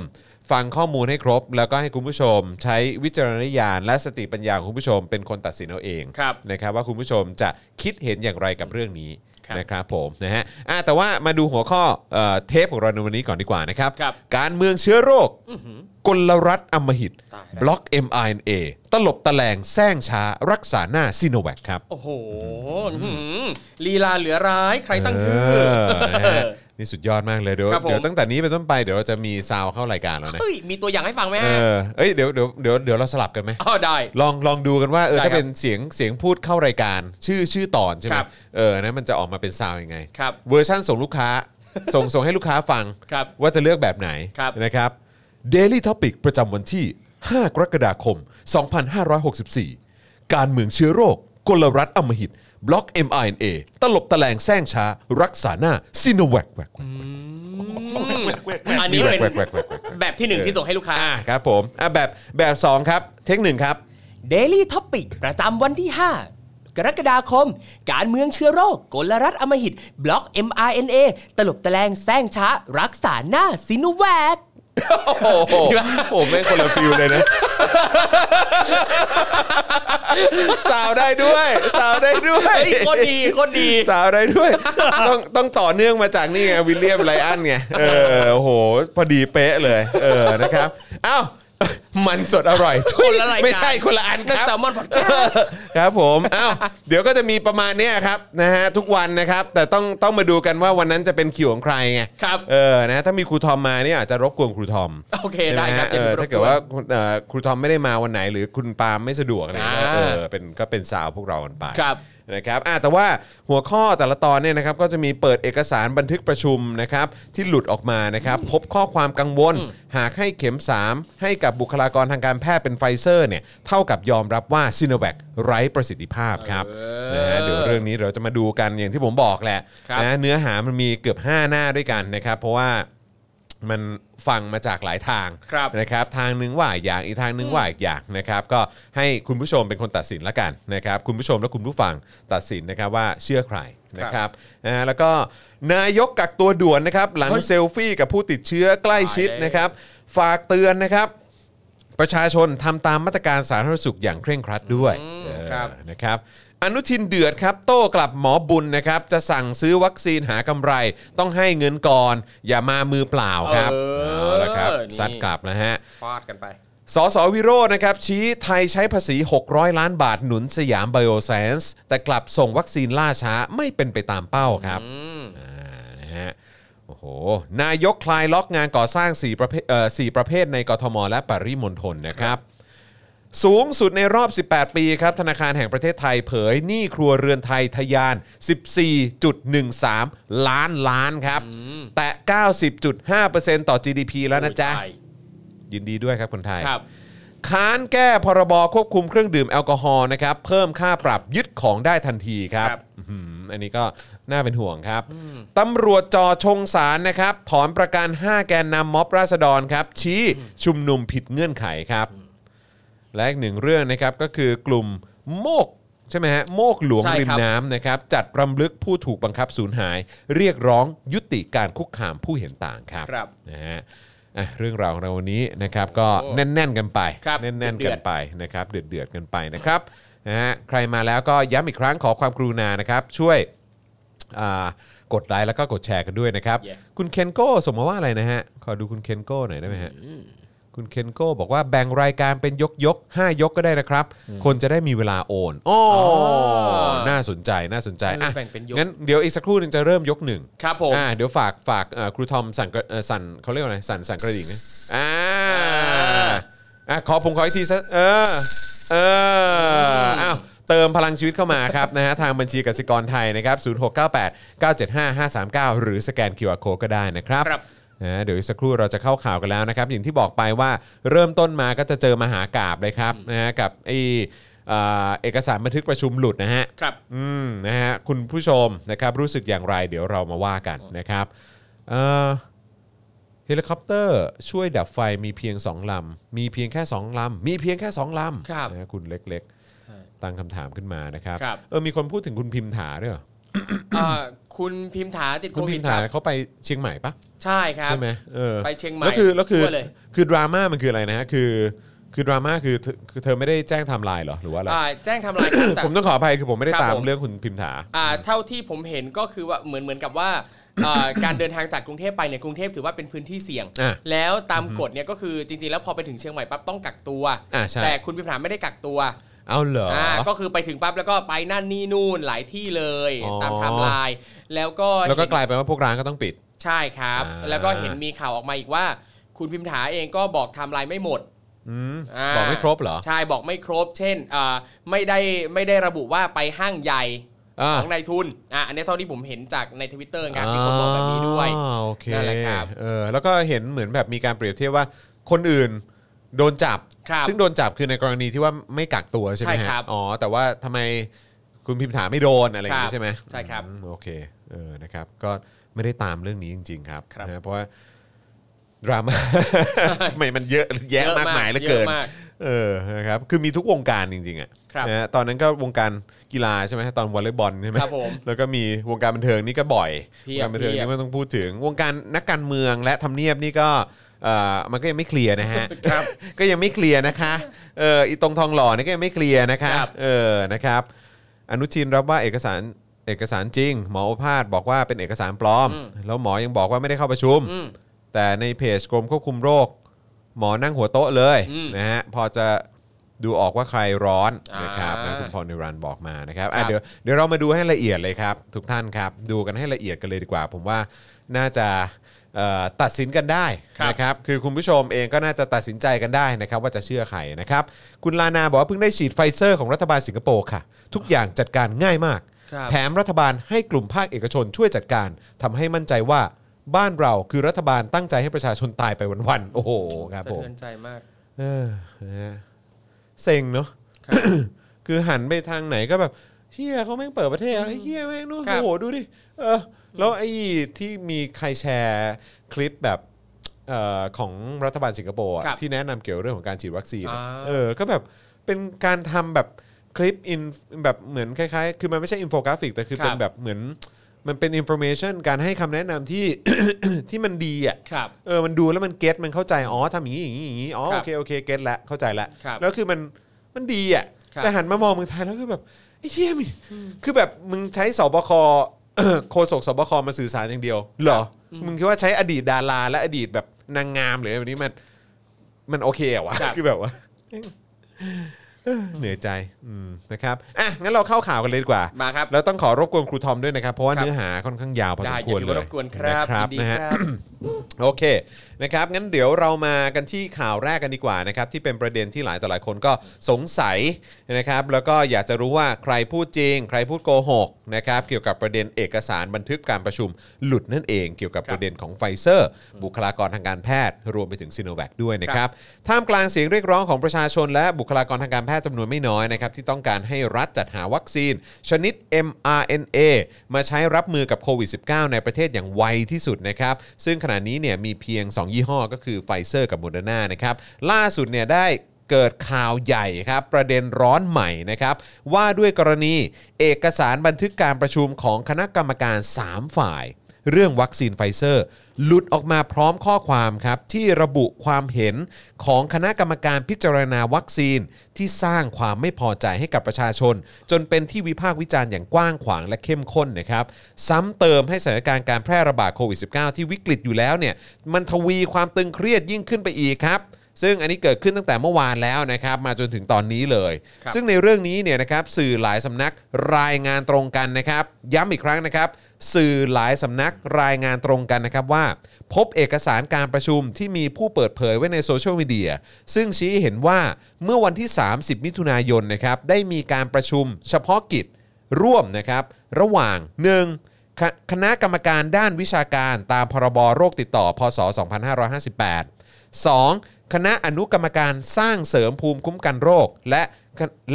ฟังข้อมูลให้ครบ แล้วก็ให้คุณผู้ชม ใช้วิจารณญาณและสติปัญญาของคุณผู้ชมเป็นคนตัดสินเอาเอง ครับ นะครับว่าคุณผู้ชมจะคิดเห็นอย่างไรกับเรื่องนี้ ครับ นะครับผมนะฮะอ่ะแต่ว่ามาดูหัวข้อเอ่อเทปของเราในวันนี้ก่อนดีกว่านะครับ ครับ การเมืองเชื้อโรคกลรัฐอำมหิต ตายแล้ว บล็อก mRNA ตลบตะแลงแซงช้า รักษาหน้าซีโนแวคครับ โอ้โหหืมลีลาเหลือร้ายใครตั้งชื่อ เนะฮะนี่สุดยอดมากเลยเดี๋ยว ครับผม เดี๋ยวตั้งแต่นี้เป็นต้นไปเดี๋ยวเราจะมีซาวเข้ารายการแล้วนะ เฮ้ยมีตัวอย่างให้ฟังไหม เอ ฮอะเอ้ยเดี๋ยวเดี๋ยวเดี๋ยวเดี๋ยวเราสลับกันไหม อ๋อได้ ลองลองดูกันว่าเออ ได้ ถ้า ครับ เป็นเสียงเสียงพูดเข้ารายการ ชื่อชื่อตอนใช่ไหม ครับ เออนะมันจะออกมาเป็นซาวยังไง ครับ เวอร์ชั่นส่งลูกค้า ส่งส่งให้ลูกค้าฟัง ครับ ว่าจะเลือกแบบไหน ครับ นะครับ Daily Topic ประจำวันที่ 5 กรกฎาคม 2564 การเมืองเชื้อโรค กลรัฐอำมหิต บล็อก mRNA ตลบตะแลงแซงช้า รักษาหน้าซีโนแวคแวคแวค อันนี้เป็น แวคแวคแวคแวค แบบที่หนึ่งที่ส่งให้ลูกค้า อ่ะครับผมอ่ะแบบแบบสองครับ เทคหนึ่งครับ Daily Topic ประจำวันที่ 5 กรกฎาคม การเมืองเชื้อโรค กลรัฐอำมหิต บล็อก mRNA ตลบตะแลงแซงช้า รักษาหน้าซินูแวก โอ้โหผมไม่งคนละฟิลเลยนะ สาวได้ด้วย สาวได้ด้วย เฮ้ยโคนดีโคนดี สาวได้ด้วย ต้องต้องต่อเนื่องมาจากนี่ไงวิลเลียมไรอันไงเออโอ้โห พอดีเป๊ะเลย เออนะครับอ้าวมันสดอร่อยทุย คนละรายการ ไม่ใช่คนละอันค นั่ รับ น Salmon Podcast <laughs> ครับผมอ้าวเดี๋ยวก็จะมีประมาณเนี้ยครับนะฮะทุกวันนะครับ แต่ต้องต้องมาดูกันว่าวันนั้นจะเป็นคิวของใครไง ครับ เออนะถ้ามีครูทอมมาเนี่ยอาจจะรบกวนครูทอม โอเค ใช่หม ได้ครับ เออ เดี๋ยวรบกวน ถ้าเกิดว่าเอ่อครูทอมไม่ได้มาวันไหน หรือคุณปาล์มไม่สะดวกอะไรเงี้ย อ่า เออเป็นก็เป็นสาวพวกเรากันไป ครับ นะครับอ่ะแต่ว่าหัวข้อแต่ละตอนเนี่ยนะครับก็จะมีเปิดเอกสารบันทึกประชุมนะครับที่หลุดออกมานะครับพบข้อความกังวล หากให้เข็ม 3 ให้กับบุคลากรทางการแพทย์เป็นไฟเซอร์เนี่ยเท่ากับยอมรับว่าซิโนแวคไร้ประสิทธิภาพครับ เออ นะฮะเดี๋ยวเรื่องนี้เราจะมาดูกันอย่างที่ผมบอกแหละ ครับ นะเนื้อหามันมีเกือบ 5 หน้าด้วยกันนะครับเพราะว่ามันฟังมาจากหลายทาง ครับ นะครับทางหนึงว่าอย่างอีกทางหนึงว่าอีกอย่างนะครับก็ให้คุณผู้ชมเป็นคนตัดสินละกันนะครับคุณผู้ชมและคุณผู้ฟังตัดสินนะครับว่าเชื่อใครนะครับนะฮะแล้วก็นายกกักตัวด่วนนะครับหลัง เฮ้ย เซลฟี่กับผู้ติดเชื้อใกล้ชิด ตายแล้ว นะครับฝากเตือนนะครับ ประชาชนทำตามมาตรการสาธารณสุขอย่างเคร่งครัดด้วยเออ ครับ นะครับ อนุทินเดือดครับ โต้กลับหมอบุญนะครับ จะสั่งซื้อวัคซีนหากำไร ต้องให้เงินก่อน อย่ามามือเปล่าครับ เออ เอาละครับ นี่ ซัดกลับนะฮะ ฟาดกันไป สสวิโรจน์นะครับ ชี้ไทยใช้ภาษี 600 ล้านบาทหนุนสยามไบโอไซเอนซ์แต่กลับส่งวัคซีนล่าช้าไม่เป็นไปตามเป้าครับอ่านะฮะโอ้โห นายกคลายล็อกงานก่อสร้าง4ประเภทเอ่อ4ประเภทในกทม และปริมณฑลนะครับ สูงสุดในรอบ 18 ปีครับ ธนาคารแห่งประเทศไทยเผยหนี้ครัวเรือนไทยทะยาน 14.13 ล้านล้านครับ แตะ 90.5%ต่อ GDP แล้วนะจ๊ะ ยินดีด้วยครับคนไทย ครับ ค้านแก้พรบควบคุมเครื่องดื่มแอลกอฮอล์นะครับ เพิ่มค่าปรับยึดของได้ทันทีครับ ครับ อื้อหืออันนี้ก็น่าเป็นห่วงครับตำรวจจ่อชงสารนะครับ ถอนประกัน 5 แกนนำม็อบราษฎรครับ ชี้ชุมนุมผิดเงื่อนไขครับ และอีกหนึ่งเรื่องนะครับก็คือกลุ่มโมกใช่ไหมฮะโมกหลวง ใช่ครับ ริมน้ำนะครับ จัดรำลึกผู้ถูกบังคับสูญหาย เรียกร้องยุติการคุกคามผู้เห็นต่างครับ ครับ นะฮะอ่ะเรื่องราวของเราวันนี้นะครับก็แน่นๆกันไป ครับ แน่นๆ เดื กั อด น ๆ ไปนะครับเดือดๆกันไปนะครับนะฮะใครมาแล้วก็ย้ำอีกครั้งขอความกรุณานะครับช่วยอ่ากดไลค์แล้วก็กดแชร์กันด้วยนะครับ Yeah คุณเคนโก้ส่งมาว่าอะไรนะฮะ ขอดูคุณเคนโก้หน่อยได้ไหมฮะคุณเคนโก้บอกว่าแบ่งรายการเป็นยกยกๆห้ายกก็ได้นะครับ คนจะได้มีเวลาโอนโอ้น่าสนใจน่าสนใจอ่ะ แบ่งเป็นยก งั้นเดี๋ยวอีกสักครู่หนึงจะเริ่มยกหนึ่ง ครับผม อ่าเดี๋ยวฝากฝากเอ่อครูทอมสั่นกระเอ่อสั่นเขาเรียกว่าอะไรสั่นสั่นกระดิ่งนะอ่าอ่ะขอผมขออีกทีซะเออเอออ้าวเติมพลังชีวิตเข้ามาครับ นะฮ <laughs> ะทางบัญชีกสิกรไทยนะครับ 0698 975 539 หรือสแกน QR Code ก็ได้นะครับ ครับ นะฮะเดี๋ยวอีกสักครู่เราจะเข้าข่าวกันแล้วนะครับ อย่างที่บอกไปว่าเริ่มต้นมาก็จะเจอมหากาบเลยครับนะฮะกับไอเอ่อเอกสารบันทึกประชุมหลุดนะฮะ ครับ อืมนะฮะคุณผู้ชมนะครับรู้สึกอย่างไรเดี๋ยวเรามาว่ากันนะครับเอ่อเฮลิคอปเตอร์ช่วยดับไฟมีเพียง 2 ลำ มีเพียงแค่ 2 ลำ มีเพียงแค่ 2 ลำ ครับ นะฮะคุณเล็กๆ ตั้งคำถามขึ้นมานะครับ ครับ เออมีคนพูดถึงคุณพิมถาด้วยเหรอ อ่าคุ คุณพิมถาติด คุ โค ณ วิ พิ ด ม ค ถา รับ เขาไปเชียงใหม่ปะ ใช่ครับ ใช่ไหมเออ ไปเชียงใหม่ แล้วคือแล้วคือ ทั่วเลย คือดราม่ามันคืออะไรนะฮะคือคือดราม่าคือเธอคือเธอไม่ได้แจ้งไทม์ไลน์เหรอหรือว่าอะไร อ่าแจ้งทำลายครับแต่ ผมต้องขออภัยคือผมไม่ได้ ครับ ตาม ผม เรื่องคุณพิมถา อ่าเท่าที่ผมเห็นก็คือว่าเหมือนเหมือนกับว่า <coughs> อ่า การเดินทางจากกรุงเทพไปเนี่ยกรุงเทพถือว่าเป็นพื้นที่เสี่ยง อ่ะ แล้วตามกฎเนี่ยก็คือจริงๆ แล้วพอไปถึงเชียงใหม่ปั๊บต้องกักตัว อ่ะใช่ แต่คุณพิมถาไม่ได้กักตัว เอาเหรอ ่าก็คือไปถึงปั๊บแล้วก็ไปนั่นนี่นู่นหลายที่เลย อ๋อ ตามไทม์ไลน์แล้วก็ แล้วก็ เห็น กลายเป็นว่าพวกร้านก็ต้องปิด ใช่ครับ อ่า แล้วก็เห็นมีข่าวออกมาอีกว่า คุณพิมถาเองก็บอกไทม์ไลน์ไม่หมด อืม า บอกไม่ครบเหรอ ใช่บอกไม่ครบ เช่นอ่าไม่ได้ไม่ได้ระบุว่าไปห้างใหญ่ อ่า ของนายทุนอ่ะอันนี้เท่าที่ผมเห็นจากในทวิตเตอร์ครับที่คนบอกแบบนี้ด้วย อ่าโอเค นั่นแหละครับ เออแล้วก็เห็นเหมือนแบบมีการเปรียบเทียบว่าคนอื่นโดนจับ ครับ ซึ่งโดนจับคือในกรณีที่ว่าไม่กักตัวใช่ไหม ใช่ ฮะ ครับ อ๋อแต่ว่าทำไมคุณพิมถาไม่โดนอะไรอย่าง ครั นี้ บ ใช่ไหม ใช่ครับ อืมโอเคเออนะครับก็ไม่ได้ตามเรื่องนี้จริง ๆ ครับ ครับ นะเพราะว่าดรา <laughs> ม่า ทำไมมันเยอะแยะมากมายเหลือเกิน ยะมาก เออ นะครับ คือมีทุกวงการจริงๆอ่ะ ครับ นะฮะตอนนั้นก็วงการกีฬาใช่ไหมตอนวอลเลย์บอลใช่ไหม ครับผม <laughs> แล้วก็มีวงการบันเทิงนี่ก็บ่อย เพี วย ง บ การบันเทิง เพียบ นี่ไม่ต้องพูดถึง วงการนักการเมืองและทำเนียบนี่ก็ เอ่อ มันก็ยังไม่เคลียร์นะฮะ ครับ <laughs> ก็ยังไม่เคลียร์นะคะ เอออีตรงทองหล่อนี่ก็ยังไม่เคลียร์นะคะ ครับ เออ นะครับ อนุชินรับว่าเอกสาร เอกสารจริง หมอโอภาสบอกว่าเป็นเอกสารปลอม แล้วหมอยังบอกว่าไม่ได้เข้าประชุม อืม แต่ในเพจกรมควบคุมโรค หมอนั่งหัวโต๊ะเลย อืม นะฮะพอจะดูออกว่าใครร้อน อ่าน นะครับนะคุณพรนิรันดร์บอกมานะครับอ่ะ ครับ เดี๋ยวเดี๋ยวเรามาดูให้ละเอียดเลยครับ ทุกท่านครับ ดูกันให้ละเอียดกันเลยดีกว่า ผมว่าน่าจะเอ่อตัดสินกันได้ ครับ นะครับคือคุณผู้ชมเองก็น่าจะตัดสินใจกันได้นะครับ ว่าจะเชื่อใครนะครับ คุณลานาบอกว่าเพิ่งได้ฉีดไฟเซอร์ของรัฐบาลสิงคโปร์ค่ะ ทุกอย่างจัดการง่ายมาก ครับ แถมรัฐบาลให้กลุ่มภาคเอกชนช่วยจัดการทำให้มั่นใจว่าบ้านเราคือรัฐบาลตั้งใจให้ประชาชนตายไปวันๆโอ้โหครับ สะ ผม เทือนใจมาก เออนะฮะเซ็งเนาะ ครับ <coughs> คือหันไปทางไหนก็แบบเชี่ยเขาแม่งเปิดประเทศแล้วไอ้เชี่ยแม่งนู่น ครั โอ้ บ โหดูดิเออแล้วไอ้ที่มีใครแชร์คลิปแบบเอ่อของรัฐบาลสิงคโปร์อะ ครับ ที่แนะนำเกี่ยวเรื่องของการฉีดวัคซีนอะ อ่า เออก็แบบเป็นการทำแบบคลิปอินแบบเหมือนคล้ายๆ คือมันไม่ใช่อินโฟกราฟิก แต่คือ ครับ เป็นแบบเหมือนมันเป็นอินโฟเมชันการให้คำแนะนำที่ <coughs> ที่มันดีอ่ะ ครับ เออ มันดูแล้วมันเก็ต มันเข้าใจ อ๋อทำอย่างนี้อย่างนี้อย่างนี้ อ๋อ ครั โอบ เค โอเค เก็ตละ เข้าใจละ ครับ แล้วคือมัน มันดีอ่ะ ครับ แต่หันมามองเมืองไทยแล้วคือแบบไอ้เหี้ยมีคือแบบมึงใช้สบค <coughs> โฆษกสบค มาสื่อสารอย่างเดียว เหรอ มึงคิดว่าใช้อดีตดารา และอดีตแบบนางงามหรือแบบนี้มัน มันโอเคเหรอวะ ครับ คือแบบว่า เหนื่อยใจ อืม นะครับ อ่ะ งั้นเราเข้าข่าวกันเลยดีกว่า มาครับ แล้วต้องขอรบกวนครูทอมด้วยนะครับ เพราะว่า ครับ เนื้อหาค่อนข้างยาวพอส ได้ ม อ ค ย่าว ร ถือ เล ว่ายรบกวนครับ นะครับ ยินดี นะฮะ ครับ โอเคนะครับงั้นเดี๋ยวเรามากันที่ข่าวแรกกันดีกว่านะครับที่เป็นประเด็นที่หลายต่อหลายคนก็สงสัยนะครับแล้วก็อยากจะรู้ว่าใครพูดจริง ใครพูดโกหกนะครับเกี่ยวกับประเด็นเอกสารบันทึกการประชุมหลุดนั่นเองเกี่ยวกับ ครับ ประเด็นของไฟเซอร์ บุคลากรทางการแพทย์ รวมไปถึงซีโนแวคด้วยนะครับท่ามกลางเสียงเรียกร้องของประชาชน และบุคลากรทางการแพทย์จำนวนไม่น้อยนะครับที่ต้องการให้รัฐจัดหาวัคซีน ชนิด mRNA มาใช้รับมือกับโควิด -19 ในประเทศอย่างไวที่สุดนะครับ ซึ่งขณะนี้เนี่ยมีเพียง 2 ยี่ห้อก็คือไฟเซอร์กับโมเดอร์นานะครับ ล่าสุดเนี่ยได้เกิดข่าวใหญ่ครับ ประเด็นร้อนใหม่นะครับ ว่าด้วยกรณีเอกสารบันทึกการประชุมของคณะกรรมการ 3 ฝ่าย เรื่องวัคซีนไฟเซอร์ หลุดออกมาพร้อมข้อความครับ ที่ระบุความเห็นของคณะกรรมการพิจารณาวัคซีน ที่สร้างความไม่พอใจให้กับประชาชน จนเป็นที่วิพากษ์วิจารณ์อย่างกว้างขวางและเข้มข้นนะครับซ้ำเติมให้สถานการณ์การแพร่ระบาดโควิด -19 ที่วิกฤตอยู่แล้วเนี่ยมันทวีความตึงเครียดยิ่งขึ้นไปอีกครับ ซึ่งอันนี้เกิดขึ้นตั้งแต่เมื่อวานแล้วนะครับ มาจนถึงตอนนี้เลย ครับ ซึ่งในเรื่องนี้เนี่ยนะครับสื่อหลายสำนักรายงานตรงกันนะครับ ย้ำอีกครั้งนะครับ สื่อหลายสำนักรายงานตรงกันนะครับว่า พบเอกสารการประชุมที่มีผู้เปิดเผยไว้ในโซเชียลมีเดียซึ่งชี้ให้เห็นว่าเมื่อวันที่ 30 มิถุนายนนะครับ ได้มีการประชุมเฉพาะกิจ ร่วมนะครับระหว่าง 1. คคณะกรรมการด้านวิชาการตามพรบโรคติดต่อ พศ 2558 2. คณะอนุกรรมการสร้างเสริมภูมิคุ้มกันโรค และ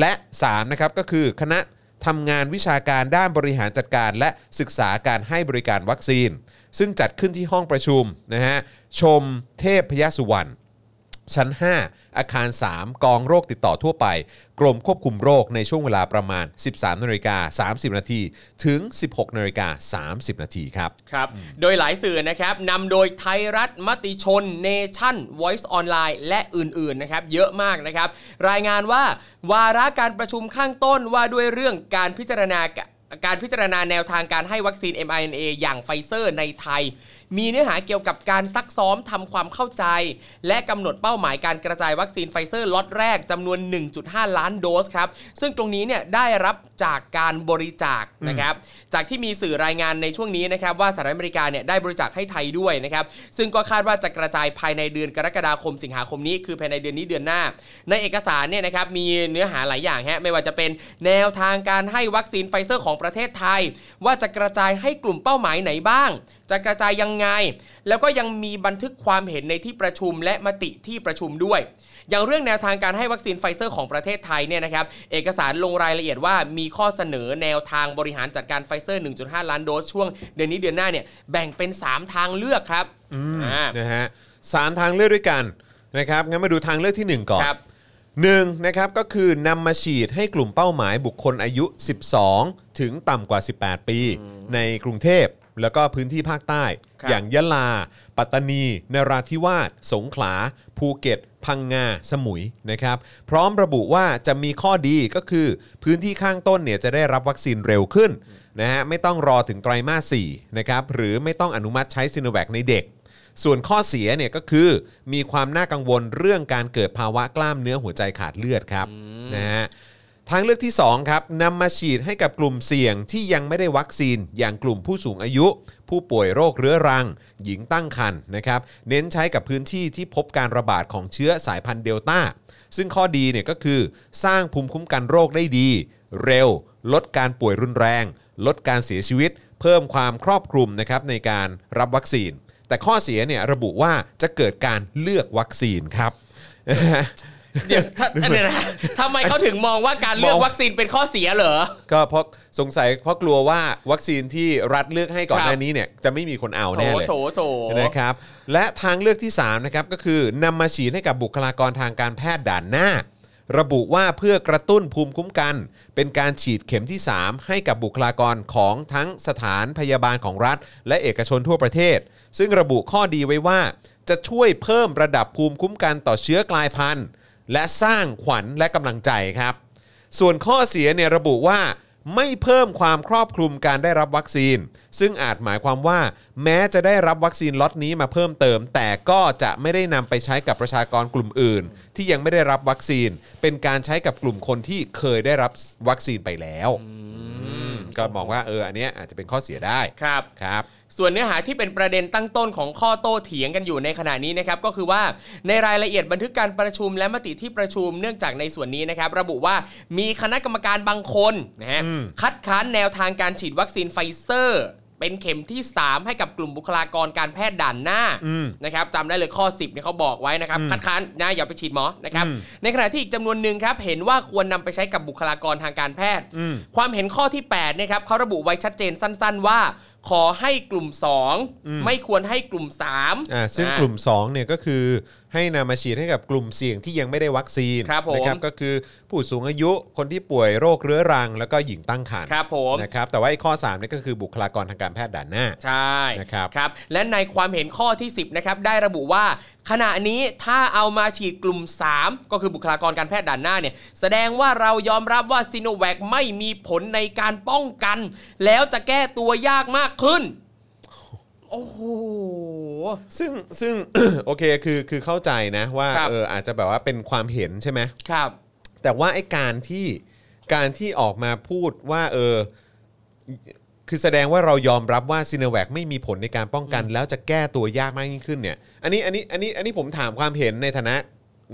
และ3นะครับก็คือคณะทำงานวิชาการด้านบริหารจัดการ และศึกษาการให้บริการวัคซีน ซึ่งจัดขึ้นที่ห้องประชุมนะฮะชมเทพพยสุวรรณ ชั้น 5 อาคาร 3 กองโรคติดต่อทั่วไป กรมควบคุมโรคในช่วงเวลาประมาณ 13นาฬิกา30 นาทีถึง 16นาฬิกา30 นาทีครับ ครับ โดยหลายสื่อนะครับนำโดยไทยรัฐ มติชน เนชั่น Voice Online และอื่นๆนะครับ เยอะมากนะครับ รายงานว่าวาระการประชุมข้างต้นว่าด้วยเรื่องการพิจารณาการพิจารณาแนวทางการให้วัคซีน mRNA อย่างไฟเซอร์ในไทย มีเนื้อหาเกี่ยวกับการซักซ้อมทำความเข้าใจ และกำหนดเป้าหมายการกระจายวัคซีนไฟเซอร์ล็อตแรกจำนวน 1.5 ล้านโดสครับ ซึ่งตรงนี้เนี่ยได้รับจากการบริจาคนะครับ จากที่มีสื่อรายงานในช่วงนี้นะครับ ว่าสหรัฐอเมริกาเนี่ยได้บริจาคให้ไทยด้วยนะครับ ซึ่งก็คาดว่าจะกระจายภายในเดือนกรกฎาคมสิงหาคมนี้คือภายในเดือนนี้เดือนหน้า ในเอกสารเนี่ยนะครับมีเนื้อหาหลายอย่างฮะไม่ว่าจะเป็นแนวทางการให้วัคซีนไฟเซอร์ของประเทศไทย ว่าจะกระจายให้กลุ่มเป้าหมายไหนบ้าง จะกระจายยังไง แล้วก็ยังมีบันทึกความเห็นในที่ประชุมและมติที่ประชุมด้วย อย่างเรื่องแนวทางการให้วัคซีนไฟเซอร์ของประเทศไทยเนี่ยนะครับ เอกสารลงรายละเอียดว่ามีข้อเสนอแนวทางบริหารจัดการไฟเซอร์ 1.5 ล้านโดสช่วงเดือนนี้เดือนหน้าเนี่ยแบ่งเป็น 3 ทางเลือกครับอ่า นะฮะสามทางเลือกด้วยกันนะครับงั้นมาดูทางเลือกทีหนึ่1 ก่อน ครับ หนึ่งนะครับก็คือนำมาฉีดให้กลุ่มเป้าหมายบุคคลอายุ 12 ถึงต่ำกว่า 18 ปี ในกรุงเทพแล้วก็พื้นที่ภาคใต้ ครับ อย่างยะลา ปัตตานีนราธิวาสสงขลา ภูเก็ต พังงา สมุยนะครับพร้อมระบุว่าจะมีข้อดีก็คือพื้นที่ข้างต้นเนี่ยจะได้รับวัคซีนเร็วขึ้นนะฮะไม่ต้องรอถึงไตรมาส4นะครับหรือไม่ต้องอนุมัติใช้ซิโนแวคในเด็ก ส่วนข้อเสียเนี่ยก็คือมีความน่ากังวลเรื่องการเกิดภาวะกล้ามเนื้อหัวใจขาดเลือดครับนะฮะทางเลือกที่ 2 ครับนำมาฉีดให้กับกลุ่มเสี่ยงที่ยังไม่ได้วัคซีน อย่างกลุ่มผู้สูงอายุ ผู้ป่วยโรคเรื้อรัง หญิงตั้งครรภ์นะครับเน้นใช้กับพื้นที่ที่พบการระบาดของเชื้อสายพันธุ์เดลต้า ซึ่งข้อดีเนี่ยก็คือสร้างภูมิคุ้มกันโรคได้ดี เร็ว ลดการป่วยรุนแรง ลดการเสียชีวิต เพิ่มความครอบคลุมนะครับในการรับวัคซีน แต่ข้อเสียเนี่ยระบุว่าจะเกิดการเลือกวัคซีนครับ <laughs> เดี๋ยวถ้าเดี๋ยวนะทำไมเขาถึงมองว่าการเลือกวัคซีนเป็นข้อเสียเหรอ ก็เพราะสงสัยเพราะกลัวว่าวัคซีนที่รัฐเลือกให้ก่อน ครัหบน้านี้เนี่ยจะไม่มีคนเอา โถ แน่เลย โถโถ นะครับและทางเลือกที่ 3 นะครับ ก็คือนำมาฉีดให้กับบุคลากรทางการแพทย์ด่านหน้า ระบุว่าเพื่อกระตุ้นภูมิคุ้มกัน เป็นการฉีดเข็มที่ 3 ให้กับบุคลากรของทั้งสถานพยาบาลของรัฐ และเอกชนทั่วประเทศ ซึ่งระบุข้อดีไว้ว่า จะช่วยเพิ่มระดับภูมิคุ้มกันต่อเชื้อกลายพันธุ์ และสร้างขวัญและกำลังใจครับ ส่วนข้อเสียเนี่ยระบุว่าไม่เพิ่มความครอบคลุมการได้รับวัคซีน ซึ่งอาจหมายความว่า แม้จะได้รับวัคซีนล็อตนี้มาเพิ่มเติม แต่ก็จะไม่ได้นำไปใช้กับประชากรกลุ่มอื่น ที่ยังไม่ได้รับวัคซีน เป็นการใช้กับกลุ่มคนที่เคยได้รับวัคซีนไปแล้วอืมก็มองว่าเอออันเนี้ยอาจจะเป็นข้อเสียได้ ครับ ครับ ส่วนเนื้อหาที่เป็นประเด็นตั้งต้นของข้อโต้เถียงกันอยู่ในขณะนี้นะครับก็คือว่าในรายละเอียดบันทึกการประชุมและมติที่ประชุมเนื่องจากในส่วนนี้นะครับ ระบุว่ามีคณะกรรมการบางคนนะฮะคัดค้านแนวทางการฉีดวัคซีนไฟเซอร์ เป็นเข็มที่ 3 ให้กับกลุ่มบุคลากรการแพทย์ด่านหน้านะครับจำได้เลยข้อ 10เนี่ยเขาบอกไว้นะครับ คัดค้านนะอย่าไปฉีดหมอนะครับในขณะที่อีกจำนวนหนึ่งครับเห็นว่าควรนำไปใช้กับบุคลากรทางการแพทย์ ความเห็นข้อที่8นะครับเขาระบุไว้ชัดเจนสั้น ๆ ว่า ขอให้กลุ่ม 2 ไม่ควรให้กลุ่ม3 อ่าซึ่งกลุ่ม2เนี่ยก็คือให้นำมาฉีดให้กับกลุ่มเสี่ยงที่ยังไม่ได้วัคซีน ครับผม นะครับก็คือผู้สูงอายุคนที่ป่วยโรคเรื้อรัง แล้วก็หญิงตั้งครรภ์ ครับผม นะครับแต่ว่าไอ้ข้อ3เนี่ยก็คือบุคลากรทางการแพทย์ด่านหน้า ใช่ นะครับ ครับ และในความเห็นข้อที่ 10นะครับได้ระบุว่า ขณะนี้ถ้าเอามาฉีดกลุ่ม 3 ก็คือบุคลากรการแพทย์ด่านหน้าเนี่ยแสดงว่าเรายอมรับว่าซีโนแวคไม่มีผลในการป้องกัน แล้วจะแก้ตัวยากมากขึ้น โอ้โห ซึ่งซึ่ง <coughs> โอเคคือคือเข้าใจนะว่า ครับ เอออาจจะแบบว่าเป็นความเห็นใช่ไหม ครับ แต่ว่าไอ้การที่การที่ออกมาพูดว่าเออคือแสดงว่าเรายอมรับว่าซี n นแว c ไม่มีผลในการป้องกัน แล้วจะแก้ตัวยากมากยิ่งขึ้นเนี่ยอันนี้อันนี้อันนี้อันนี้ผมถามความเห็นในฐานะ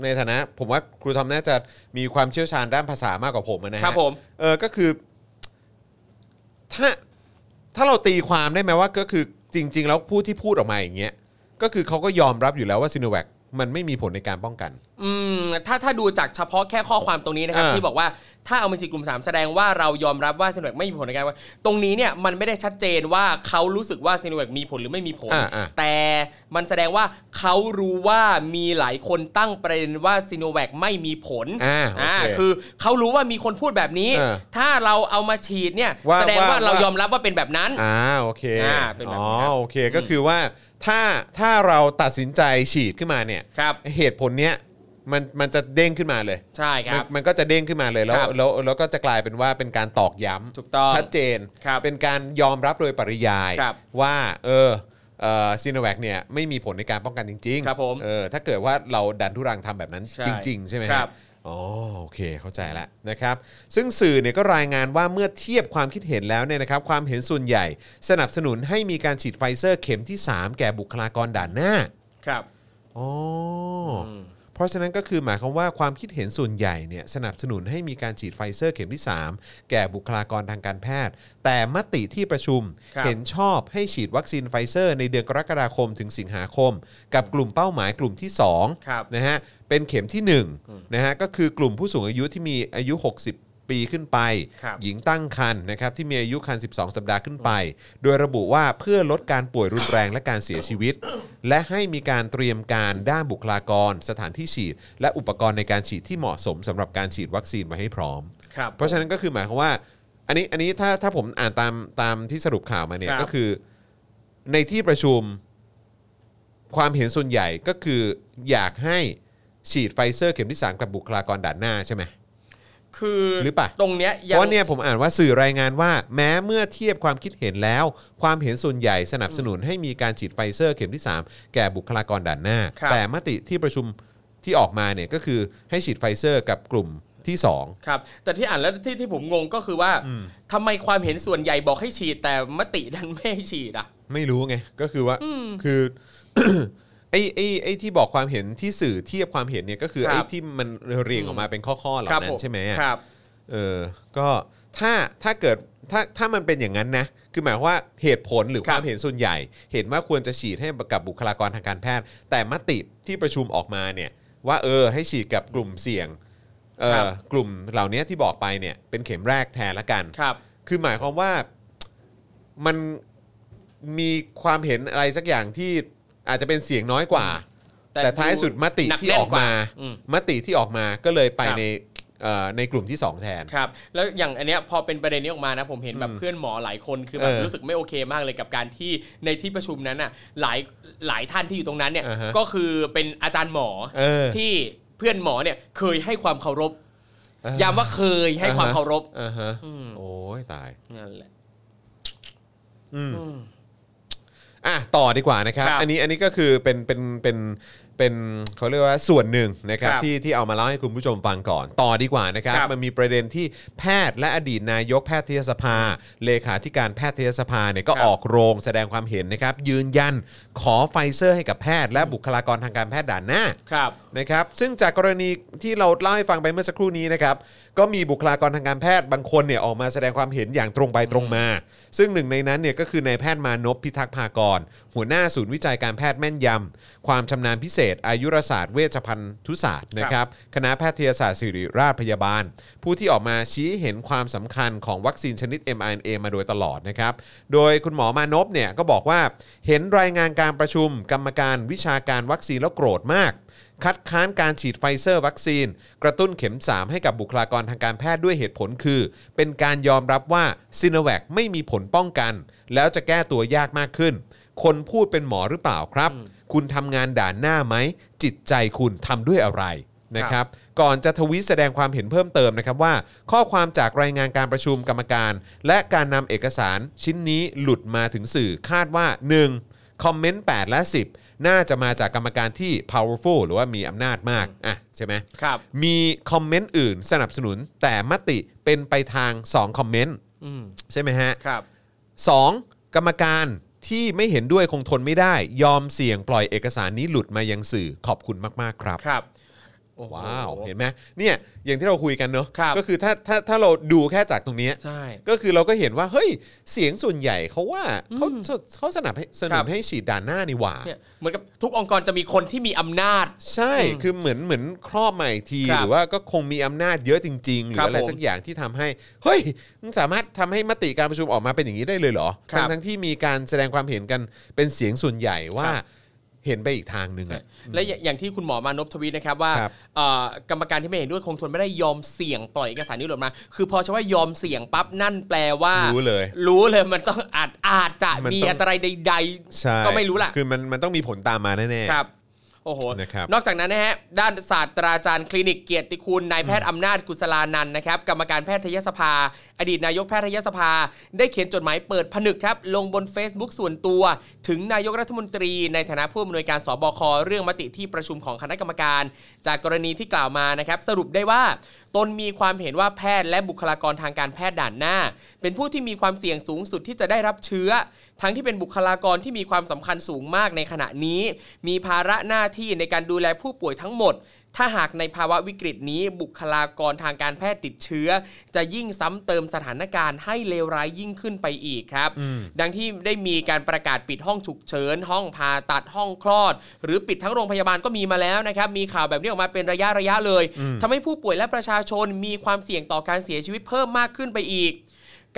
ในฐานะ ผมว่าครูทอมน่าจะมีความเชี่ยวชาญด้านภาษามากกว่าผมอะนะฮะ ครับผม เออก็คือ ถ้าถ้าเราตีความได้ไหมว่าก็คือจริง ๆ แล้วผู้ที่พูดออกมาอย่างเงี้ยก็คือเขาก็ยอมรับอยู่แล้วว่าซี n นแว c มันไม่มีผลในการป้องกัน อืมถ้าถ้าดูจากเฉพาะแค่ข้อความตรงนี้นะครับ อ่า ที่บอกว่าถ้าเอามาสีกลุ่ม 3 แสดงว่าเรายอมรับว่าซีโนแวคไม่มีผลในการว่าตรงนี้เนี่ยมันไม่ได้ชัดเจนว่าเขารู้สึกว่าซีโนแวคมีผลหรือไม่มีผล อ่าอ่า แต่มันแสดงว่าเขารู้ว่ามีหลายคนตั้งประเด็นว่าซีโนแวคไม่มีผล อ่าโอเค คือเขารู้ว่ามีคนพูดแบบนี้ อ่า ถ้าเราเอามาฉีดเนี่ย ว่า แสดงว่า ว่า เรา ว่า ยอมรับว่าเป็นแบบนั้น อ่าโอเค อ่าเป็นแบบนี้ อ๋อ ครับ โอเคก็คือว่าถ้าถ้าเราตัดสินใจฉีดขึ้นมาเนี่ย ครับ เหตุผลเนี้ยมันมันจะเด้งขึ้นมาเลย ใช่ค มั รั น บ มันก็จะเด้งขึ้นมาเลยแล้ว ครับ แล้วแล้วก็จะกลายเป็นว่าเป็นการตอกย้ำ ถูกต้อง ชัดเจน ครับ เป็นการยอมรับโดยปริยาย ครับ ว่าเออเออซีโนแวคเนี่ยไม่มีผลในการป้องกันจริง ครับผม เออถ้าเกิดว่าเราดันทุรังทำแบบนั้น ใช่ จริง ๆ ใช่ไหมฮะ ครับ อ๋อโอเคเข้าใจแล้วนะครับ ซึ่งสื่อเนี่ยก็รายงานว่าเมื่อเทียบความคิดเห็นแล้วเนี่ยนะครับความเห็นส่วนใหญ่ สนับสนุนให้มีการฉีดไฟเซอร์เข็มที่สามแก่บุคลากรด่านหน้า ครับ อ๋ออเพราะฉะนั้นก็คือหมายความว่าความคิดเห็นส่วนใหญ่เนี่ยสนับสนุนให้มีการฉีดไฟเซอร์เข็มที่ 3 แก่บุคลากรทางการแพทย์ แต่มติที่ประชุม ครับ เห็นชอบให้ฉีดวัคซีนไฟเซอร์ในเดือนกรกฎาคมถึงสิงหาคม กับกลุ่มเป้าหมายกลุ่มที่ 2 ครับ นะฮะเป็นเข็มที่หนึ่งนะฮะก็คือกลุ่มผู้สูงอายุที่มีอายุ 60 ปีขึ้นไป ครับ หญิงตั้งครรภ์นะครับที่มีอายุครรภ์12 สัปดาห์ขึ้นไป โดยระบุว่าเพื่อลดการป่วยรุนแรงและการเสียชีวิต <coughs> และให้มีการเตรียมการด้านบุคลากร สถานที่ฉีด และอุปกรณ์ในการฉีดที่เหมาะสมสำหรับการฉีดวัคซีนไว้ให้พร้อม ครับ เพราะฉะนั้นก็คือหมายความว่า อันนี้อันนี้ถ้าถ้าผมอ่านตามตามที่สรุปข่าวมาเนี่ย ครับ ก็คือ ในที่ประชุมความเห็นส่วนใหญ่ก็คืออยากให้ฉีดไฟเซอร์เข็มที่ 3 กับบุคลากรด่านหน้าใช่ไหม คือ หรือเปล่า ตรงเนี้ย เพ ยัง ราะเนี่ยผมอ่านว่าสื่อรายงานว่า แม้เมื่อเทียบความคิดเห็นแล้ว ความเห็นส่วนใหญ่สนับสนุนให้มีการฉีดไฟเซอร์เข็มที่ 3 แก่บุคลากรด่านหน้า ครับ แต่มติที่ประชุมที่ออกมาเนี่ยก็คือให้ฉีดไฟเซอร์กับกลุ่มที่ 2 ครับแต่ที่อ่านแล้วที่ที่ผมงงก็คือว่าทำไมความเห็นส่วนใหญ่บอกให้ฉีดแต่มติดันไม่ให้ฉีดอ่ะ ไม่รู้ไงก็คือว่าคือ <coughs> ไอ้ไอ้ไอ้ที่บอกความเห็นที่สื่อเทียบความเห็นเนี่ยก็คือ ครับ ไอ้ที่มันเรียงออกมาเป็นข้อๆเหล่า ครับ นั้ ผ น ม ใช่ไหมอะ ครับ เออก็ถ้าถ้าเกิดถ้าถ้ามันเป็นอย่างนั้นนะคือหมายความว่าเหตุผลหรือ ค ครับ วามเห็นส่วนใหญ่ เห็นว่าควรจะฉีดให้กับบุคลากรทางการแพทย์ แต่มติที่ประชุมออกมาเนี่ย ว่าเออให้ฉีดกับกลุ่มเสี่ยงเอ ครั อบ กลุ่มเหล่านี้ที่บอกไปเนี่ยเป็นเข็มแรกแทนละกัน ครับ คือหมายความว่ามันมีความเห็นอะไรสักอย่างที่อาจจะเป็นเสียงน้อยกว่า แต่ แต่ท้ายสุดมติ หนัก ที่ แน่น ออกว่ามกาม มติที่ออกมาก็เลยไป ครับ ในเอ่อในกลุ่มที่ 2 แทน ครับ แล้วอย่างอันเนี้ยพอเป็นประเด็นนี้ออกมานะผมเห็นแบบเพื่อนหมอหลายคนคือแบบ เออ รู้สึกไม่โอเคมากเลยกับการที่ในที่ประชุมนั้นอ่ะหลายหลายท่านที่อยู่ตรงนั้นเนี่ย อ่าฮะ ก็คือเป็นอาจารย์หมอ เออ ที่เพื่อนหมอเนี่ยเคยให้ความเคารพย้ำว่าเคยให้ความเคารพ อ่าฮะ อืม โอ้ยตาย นั่นแหละ อ่ะต่อดีกว่านะครับ ครับ อันนี้อันนี้ก็คือเป็นเป็นเป็นเป็นเขาเรียกว่าส่วนหนึ่งนะครับ ครับ ที่ที่เอามาเล่าให้คุณผู้ชมฟังก่อน ต่อดีกว่านะครับ ครับ มันมีประเด็นที่แพทย์และอดีตนายกแพทยสภา เลขาธิการแพทยสภาเนี่ยก็ ครับ ออกโรงแสดงความเห็นนะครับ ยืนยันขอไฟเซอร์ให้กับแพทย์และบุคลากรทางการแพทย์ด่านหน้า ครับ นะครับซึ่งจากกรณีที่เราเล่าให้ฟังไปเมื่อสักครู่นี้นะครับก็มีบุคลากรทางการแพทย์บางคนเนี่ยออกมาแสดงความเห็นอย่างตรงไปตรงมา ซึ่งหนึ่งในนั้นเนี่ยก็คือนายแพทย์มานพพิทักษ์ภากร หัวหน้าศูนย์วิจัยการแพทย์แม่นยำ ความชำนาญพิเศษ อายุรศาสตร์เวชพันธุศาสตร์นะครับคณะแพทยศาสตร์ศิริราชพยาบาล ผู้ที่ออกมาชี้เห็นความสำคัญของวัคซีนชนิด mRNA มาโดยตลอดนะครับ โดยคุณหมอมานพเนี่ยก็บอกว่าเห็นรายงานการประชุม กรรมการวิชาการวัคซีนแล้วโกรธมาก คัดค้านการฉีดไฟเซอร์วัคซีน กระตุ้นเข็ม 3 ให้กับบุคลากรทางการแพทย์ด้วยเหตุผลคือ เป็นการยอมรับว่าซินแวคไม่มีผลป้องกัน แล้วจะแก้ตัวยากมากขึ้น คนพูดเป็นหมอหรือเปล่าครับ คุณทำงานด่านหน้าไหม จิตใจคุณทำด้วยอะไรนะครับ ก่อนจะทวีตแสดงความเห็นเพิ่มเติมนะครับว่า ข้อความจากรายงานการประชุมกรรมการ และการนำเอกสารชิ้นนี้หลุดมาถึงสื่อคาดว่า 1. คอมเมนต์ 8 และ 10 น่าจะมาจากกรรมการที่ powerful หรือว่ามีอำนาจมากอ่ะใช่ไหม ครับ มีคอมเมนต์อื่นสนับสนุน แต่มติเป็นไปทาง 2 คอมเมนต์ อืม ใช่ไหมฮะ ครับ 2. กรรมการที่ไม่เห็นด้วยคงทนไม่ได้ ยอมเสี่ยงปล่อยเอกสารนี้หลุดมายังสื่อขอบคุณมาก ๆ ครับ ครับ โอ้โห ว้าวเห็นไหมเนี่ยอย่างที่เราคุยกันเนอะ ครับ ก็คือถ้าถ้าถ้าเราดูแค่จากตรงเนี้ย ใช่ ก็คือเราก็เห็นว่าเฮ้ยเสียงส่วนใหญ่เขาว่าเขาเขาสนับให้สนั ครับ บ ให้ฉีดด่านหน้านี่หว่า เนี่ยเหมือนกับทุกองค์กรจะมีคนที่มีอำนาจ ใช่ คือเหมือนเหมือนครอบใหม่ที ครับ หรือว่าก็คงมีอำนาจเยอะจริง ๆ หรื ครั อบ อะไรสักอย่างที่ทำให้เฮ้ยมึงสามารถทำให้มติการประชุมออกมาเป็นอย่างนี้ได้เลยเหรอ ครับ ทั้งทั้งที่มีการแสดงความเห็นกันเป็นเสียงส่วนใหญ่ว่า ครับ เห็นไปอีกทางหนึ่งอะ และอย่าอย่างที่คุณหมอมานพทวีตนะครับว่า ครับ เอ่อกรรมการที่ไม่เห็นด้วยคงทนไม่ได้ยอมเสี่ยงปล่อยเอกสารนี้หลุดมา คือพอใช่ว่ายอมเสี่ยงปั๊บนั่นแปลว่า รู้ รู้ เลย รู้เลยมันต้องอาจอาจจะ มัน มี ต้อง อันตรายใด ใช่ ๆ ก็ไม่รู้ล่ะ คือมันมันต้องมีผลตามมาแน่ ครับ โอ้โห นะครับ นอกจากนั้นนะฮะ ด้านศาสตราจารย์คลินิกเกียรติคุณนายแพทย์อำนาจกุศลานันท์นะครับ กรรมการแพทยสภา อดีตนายกแพทยสภา ได้เขียนจดหมายเปิดผนึกครับ ลงบน Facebook ส่วนตัว ถึงนายกรัฐมนตรี ในฐานะผู้อำนวยการสบคเรื่องมติที่ประชุมของคณะกรรมการ จากกรณีที่กล่าวมานะครับ สรุปได้ว่า ตนมีความเห็นว่าแพทย์และบุคลากรทางการแพทย์ด่านหน้า เป็นผู้ที่มีความเสี่ยงสูงสุดที่จะได้รับเชื้อ ทั้งที่เป็นบุคลากรที่มีความสำคัญสูงมากในขณะนี้ มีภาระหน้าที่ในการดูแลผู้ป่วยทั้งหมด ถ้าหากในภาวะวิกฤตนี้ บุคลากรทางการแพทย์ติดเชื้อ จะยิ่งซ้ำเติมสถานการณ์ให้เลวร้ายยิ่งขึ้นไปอีกครับ ดังที่ได้มีการประกาศปิดห้องฉุกเฉิน ห้องผ่าตัดห้องคลอด หรือปิดทั้งโรงพยาบาลก็มีมาแล้วนะครับ มีข่าวแบบนี้ออกมาเป็นระยะระยะเลยทำให้ผู้ป่วยและประชาชนมีความเสี่ยงต่อการเสียชีวิตเพิ่มมากขึ้นไปอีก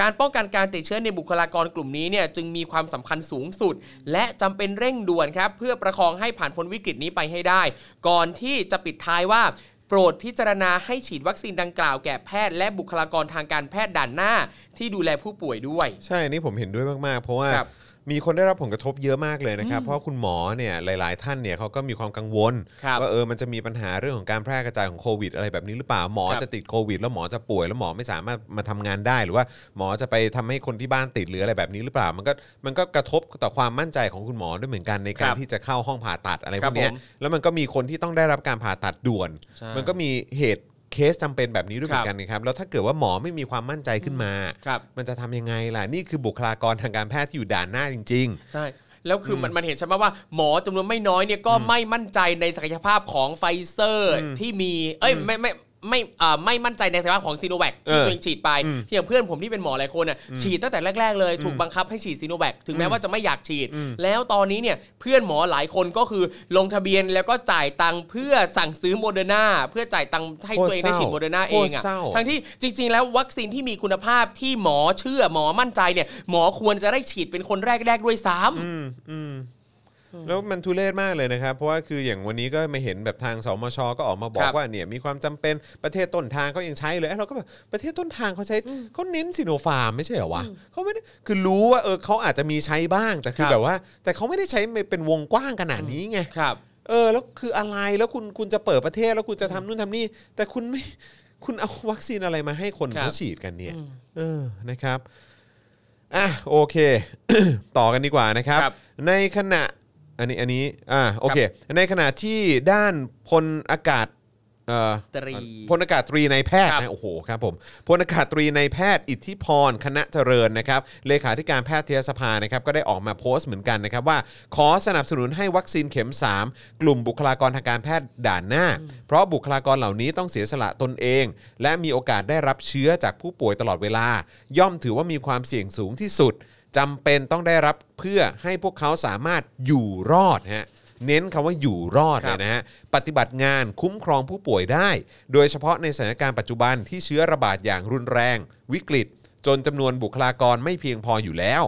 การป้องกันการติดเชื้อในบุคลากรกลุ่มนี้เนี่ยจึงมีความสำคัญสูงสุด และจำเป็นเร่งด่วนครับ เพื่อประคองให้ผ่านพ้นวิกฤตนี้ไปให้ได้ ก่อนที่จะปิดท้ายว่า โปรดพิจารณาให้ฉีดวัคซีนดังกล่าวแก่แพทย์และบุคลากรทางการแพทย์ด่านหน้า ที่ดูแลผู้ป่วยด้วย ใช่อันนี่ผมเห็นด้วยมาก ๆ เพราะว่า ครับ มีคนได้รับผลกระทบเยอะมากเลยนะครับ เพราะคุณหมอเนี่ยหลาย ๆ ท่านเนี่ยเขาก็มีความกังวล ครับ ว่าเออมันจะมีปัญหาเรื่องของการแพร่กระจายของโควิดอะไรแบบนี้หรือเปล่าหมอ ครับ จะติดโควิด แล้วหมอจะป่วยแล้วหมอไม่สามารถมาทำงานได้ หรือว่าหมอจะไปทำให้คนที่บ้านติดหรืออะไรแบบนี้หรือเปล่า มันก็มันก็กระทบต่อความมั่นใจของคุณหมอด้วยเหมือนกันในการ ครับ ที่จะเข้าห้องผ่าตัดอะไรพ ครั วกบเนี้ย ผม แล้วมันก็มีคนที่ต้องได้รับการผ่าตัดด่วน ใช่ มันก็มีเหตุเคสจำเป็นแบบนี้ด้วยเหมือนกันนะครับแล้วถ้าเกิดว่าหมอไม่มีความมั่นใจขึ้นมา ครับ มันจะทำยังไงล่ะ นี่คือบุคลากรทางการแพทย์ที่อยู่ด่านหน้าจริง ใช่ แล้วคือมันมันเห็นใช่ไหมว่าหมอจำนวนไม่น้อยเนี่ยก็ไม่มั่นใจในศักยภาพของไฟเซอร์ที่มี เอ้ยไม่ไม่ไม่เอ่อไม่มั่นใจในศักยภาพของซีโนแวค เออที่ตัวเองฉีดไป อืม อย่างเพื่อนผมที่เป็นหมอหลายคนน่ะฉีดตั้งแต่แรก ๆ เลยถูกบังคับให้ฉีดซีโนแวคถึงแม้ว่าจะไม่อยากฉีด แล้วตอนนี้เนี่ยเพื่อนหมอหลายคนก็คือลงทะเบียนแล้วก็จ่ายตังค์เพื่อสั่งซื้อโมเดอร์นาเพื่อจ่ายตังค์ให้ตัวเองได้ฉีดโมเดอร์นาเอง โคต อ่ะ รเศร้า ทั้งที่จริง ๆ แล้ววัคซีนที่มีคุณภาพที่หมอเชื่อหมอมั่นใจเนี่ยหมอควรจะได้ฉีดเป็นคนแรกๆด้วยซ้ำ ๆ แล้วมันทุเรศมากเลยนะครับ เพราะว่าคืออย่างวันนี้ก็มาเห็นแบบทางสมชก็ออกมาบอ ค ก รับ ว่าเนี่ยมีความจำเป็นประเทศต้นทางเขายังใช้เลยเอ้ยเราก็แบบประเทศต้นทางเขาใช้เขาเน้นซิโนฟาร์มไม่ใช่เหรอวะเขาไม่ได้คือรู้ว่าเออเขาอาจจะมีใช้บ้างแต่คือ ครับ แบบว่า แต่เขาไม่ได้ใช้เป็นวงกว้างขนาดนี้ไง ครับ เออแล้วคืออะไรแล้วคุณคุณจะเปิดประเทศแล้วคุณจะทำนู่นทำนี่ แต่คุณไม่คุณเอาวัคซีนอะไรมาให้คน ครับ เขาฉีดกันเนี่ยเออนะครับอ่ะโอเค <coughs> ต่อกันดีกว่านะครับ ครับ ในขณะอันนี้อันนี้อ่าโอเค ในขณะที่ด้านพลอากาศเอ่อ ตรี พลอากาศตรีในายแพทย์ ครับ นะโอ้โหครับผมพลอากาศตรีในายแพทย์อิทธิพรคณะเจริญนะครับเลขาธิการแพทยสภานะครับก็ได้ออกมาโพสต์เหมือนกันนะครับว่า ขอสนับสนุนให้วัคซีนเข็ม 3 กลุ่มบุคลากรทางการแพทย์ด่านหน้า เพราะบุคลากรเหล่านี้ต้องเสียสละตนเอง และมีโอกาสได้รับเชื้อจากผู้ป่วยตลอดเวลา ย่อมถือว่ามีความเสี่ยงสูงที่สุดจำเป็นต้องได้รับเพื่อให้พวกเขาสามารถอยู่รอดฮะเน้นคำว่าอยู่รอด ครั เล บ ยนะฮะปฏิบัติงานคุ้มครองผู้ป่วยได้ โดยเฉพาะในสถานการณ์ปัจจุบันที่เชื้อระบาดอย่างรุนแรง วิกฤต จนจำนวนบุคลากรไม่เพียงพออยู่แล้ว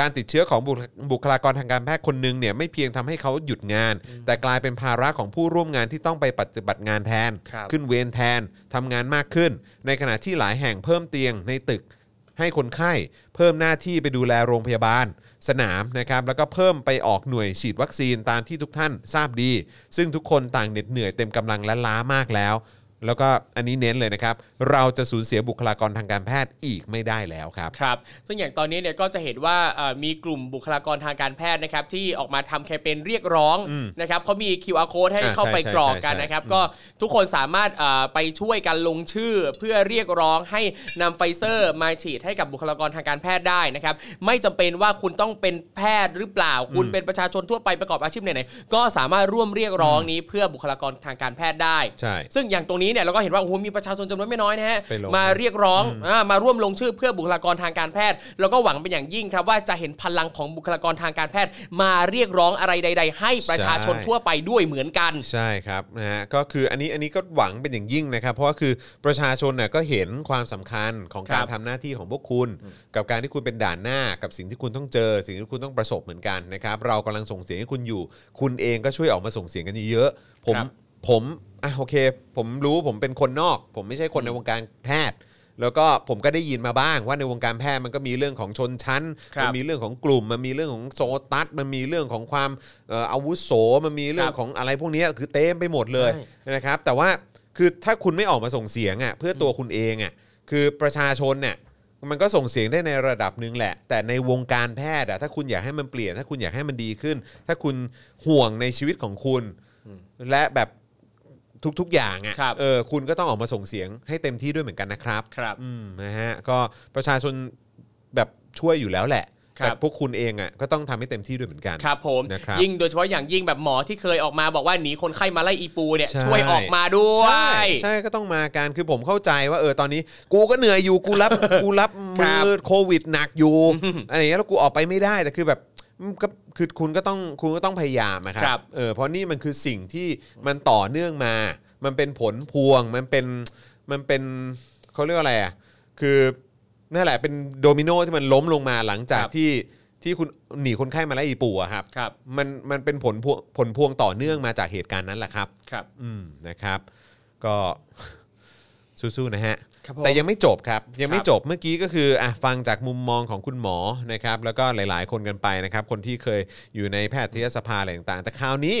การติดเชื้อของบุคบุคลากรทางการแพทย์คนหนึ่งเนี่ยไม่เพียงทำให้เขาหยุดงาน แต่กลายเป็นภาระของผู้ร่วมงานที่ต้องไปปฏิบัติงานแทน ครับ ขึ้นเวรแทนทำงานมากขึ้น ในขณะที่หลายแห่งเพิ่มเตียงในตึกให้คนไข้ เพิ่มหน้าที่ไปดูแลโรงพยาบาล สนามนะครับแล้วก็เพิ่มไปออกหน่วยฉีดวัคซีนตามที่ทุกท่านทราบดี ซึ่งทุกคนต่างเหน็ดเหนื่อยเต็มกำลังและล้ามากแล้ว แล้วก็อันนี้เน้นเลยนะครับ เราจะสูญเสียบุคลากรทางการแพทย์อีกไม่ได้แล้วครับ ครับ ซึ่งอย่างตอนนี้เนี่ยก็จะเห็นว่าเอ่อมีกลุ่มบุคลากรทางการแพทย์นะครับที่ออกมาทำแคมเปญเรียกร้องนะครับเขามี QR code ให้ อ่า เข้าไป ใช่ กรอก ใช่ กัน ใช่ นะครับ อืม ก็ทุกคนสามารถเอ่อไปช่วยกันลงชื่อ เพื่อเรียกร้องให้นำไฟเซอร์มาฉีดให้กับบุคลากรทางการแพทย์ได้นะครับ ไม่จำเป็นว่าคุณต้องเป็นแพทย์หรือเปล่า คุณเป็นประชาชนทั่วไปประกอบอาชีพไหนๆก็สามารถร่วมเรียกร้องนี้เพื่อบุคลากรทางการแพทย์ได้ ใช่ ซึ่งอย่างตรงนี้เนี่ยเราก็เห็นว่าโอ้โหมีประชาชนจำนวนไม่น้อยนะฮะ ไปลง มา เรียกร้องอ่ามาร่วมลงชื่อเพื่อบุคลากรทางการแพทย์ แล้วก็หวังเป็นอย่างยิ่งครับว่าจะเห็นพลังของบุคลากรทางการแพทย์ มาเรียกร้องอะไรใด ๆ ให้ประชาชนทั่วไปด้วยเหมือนกัน ใช่ครับนะฮะก็คืออันนี้อันนี้ก็หวังเป็นอย่างยิ่งนะครับ เพราะว่าคือประชาชนน่ะก็เห็นความสำคัญของการ ครับ ทำหน้าที่ของพวกคุณ กับการที่คุณเป็นด่านหน้ากับสิ่งที่คุณต้องเจอ สิ่งที่คุณต้องประสบเหมือนกันนะครับเรากำลังส่งเสียงให้คุณอยู่ คุณเองก็ช่วยออกมาส่งเสียงกันเยอะๆผม ครับ ผมอ่ะโอเค ผมรู้ผมเป็นคนนอก ผมไม่ใช่คนในวงการแพทย์ แล้วก็ผมก็ได้ยินมาบ้างว่าในวงการแพทย์มันก็มีเรื่องของชนชั้น ครั มั บ มี มีเรื่องของกลุ่มมันมีเรื่องของโซตัสมันมีเรื่องของความเอ่ออาวุโสมันมีเรื่องของอะไรพวกเนี้ยคือเต็มไปหมดเลย ใช่ นะครับ แต่ว่าคือถ้าคุณไม่ออกมาส่งเสียงอ่ะเพื่อตัวคุณเองอ่ะคือประชาชนเนี่ยมันก็ส่งเสียงได้ในระดับหนึ่งแหละ แต่ในวงการแพทย์อะถ้าคุณอยากให้มันเปลี่ยน ถ้าคุณอยากให้มันดีขึ้น ถ้าคุณห่วงในชีวิตของคุณ และแบบทุกๆอย่าง ครั อะ่ะ บ เออคุณก็ต้องออกมาส่งเสียงให้เต็มที่ด้วยเหมือนกันนะครับ ครับ อืมนะฮะก็ประชาชนแบบช่วยอยู่แล้วแหละ ครับ แต่พวกคุณเองอ่ะก็ต้องทำให้เต็มที่ด้วยเหมือนกัน ครับผม นะครับ ยิ่งโดยเฉพาะอย่างยิ่งแบบหมอที่เคยออกมาบอกว่าหนีคนไข้มาไล่อีปูเนี่ย ใช่ ช่วยออกมาด้วย ใช่ใช่ก็ต้องมาการคือผมเข้าใจว่าเออตอนนี้ กูก็เหนื่อยอยู่กูรับ <laughs> กูรับ ค มื รับ อโควิดหนักอยู่อะไรอย่างเงี้ยแล้วกูออกไปไม่ได้แต่คือแบบมันก็คือคุณก็ต้องคุณก็ต้องพยายามอะครั ครับ เออเพราะนี่มันคือสิ่งที่มันต่อเนื่องมา มันเป็นผลพวงมันเป็นมันเป็นเขาเรียกว่าอะไรอ่ะคือนั่นแหละเป็นโดมิโนที่มันล้มลงมาหลังจาก ครับ ที่ที่คุณหนีคนไข้มาไล่อีปู่อะครับ ครับ มันมันเป็นผลพวงผลพวงต่อเนื่องมาจากเหตุการณ์นั้นแหละครับ ครับ อืมนะครับ ก็ <laughs> สู้ๆนะฮะ ครับผม แต่ยังไม่จบครับ ยังไม่ ครับ จบเมื่อกี้ก็คืออ่ะฟังจากมุมมองของคุณหมอนะครับ แล้วก็หลายๆ คนกันไปนะครับ คนที่เคยอยู่ในแพทยสภาอะไรต่างๆ แต่คราวนี้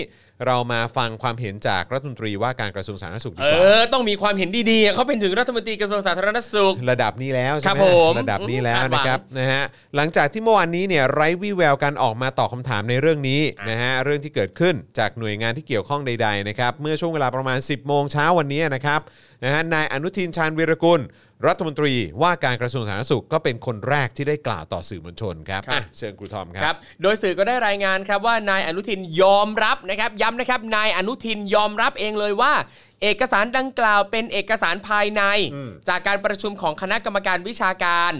เรามาฟังความเห็นจากรัฐมนตรีว่าการกระทรวงสาธารณสุขดี เอก ว่า อ ต้องมีความเห็นดีๆเขาเป็นถึงรัฐมนตรีกระทรวงสาธารณสุข ระดับนี้แล้วใช่ ครับ ไหม ผม ระดับนี้แล้ว อืม นะครับนะฮะหลังจากที่เมื่อวานนี้เนี่ยไร้วี่แววการออกมาตอบคำถามในเรื่องนี้ อ่ะ นะฮะเรื่องที่เกิดขึ้นจากหน่วยงานที่เกี่ยวข้องใดๆนะครับเมื่อช่วงเวลาประมาณ 10 โมงเช้าวันนี้นะครับนะฮะนายอนุทินชาญวีรกุล รัฐมนตรีว่าการกระทรวงสาธารณสุขก็เป็นคนแรกที่ได้กล่าวต่อสื่อมวลชนครับ ครับ อ่ะเชิญครูทอมค ครั รับ บ โดยสื่อก็ได้รายงานครับว่านายอนุทินยอมรับนะครับย้ำนะครับนายอนุทินยอมรับเองเลยว่า เอกสารดังกล่าวเป็นเอกสารภายใน จากการประชุมของคณะกรรมการวิชาการ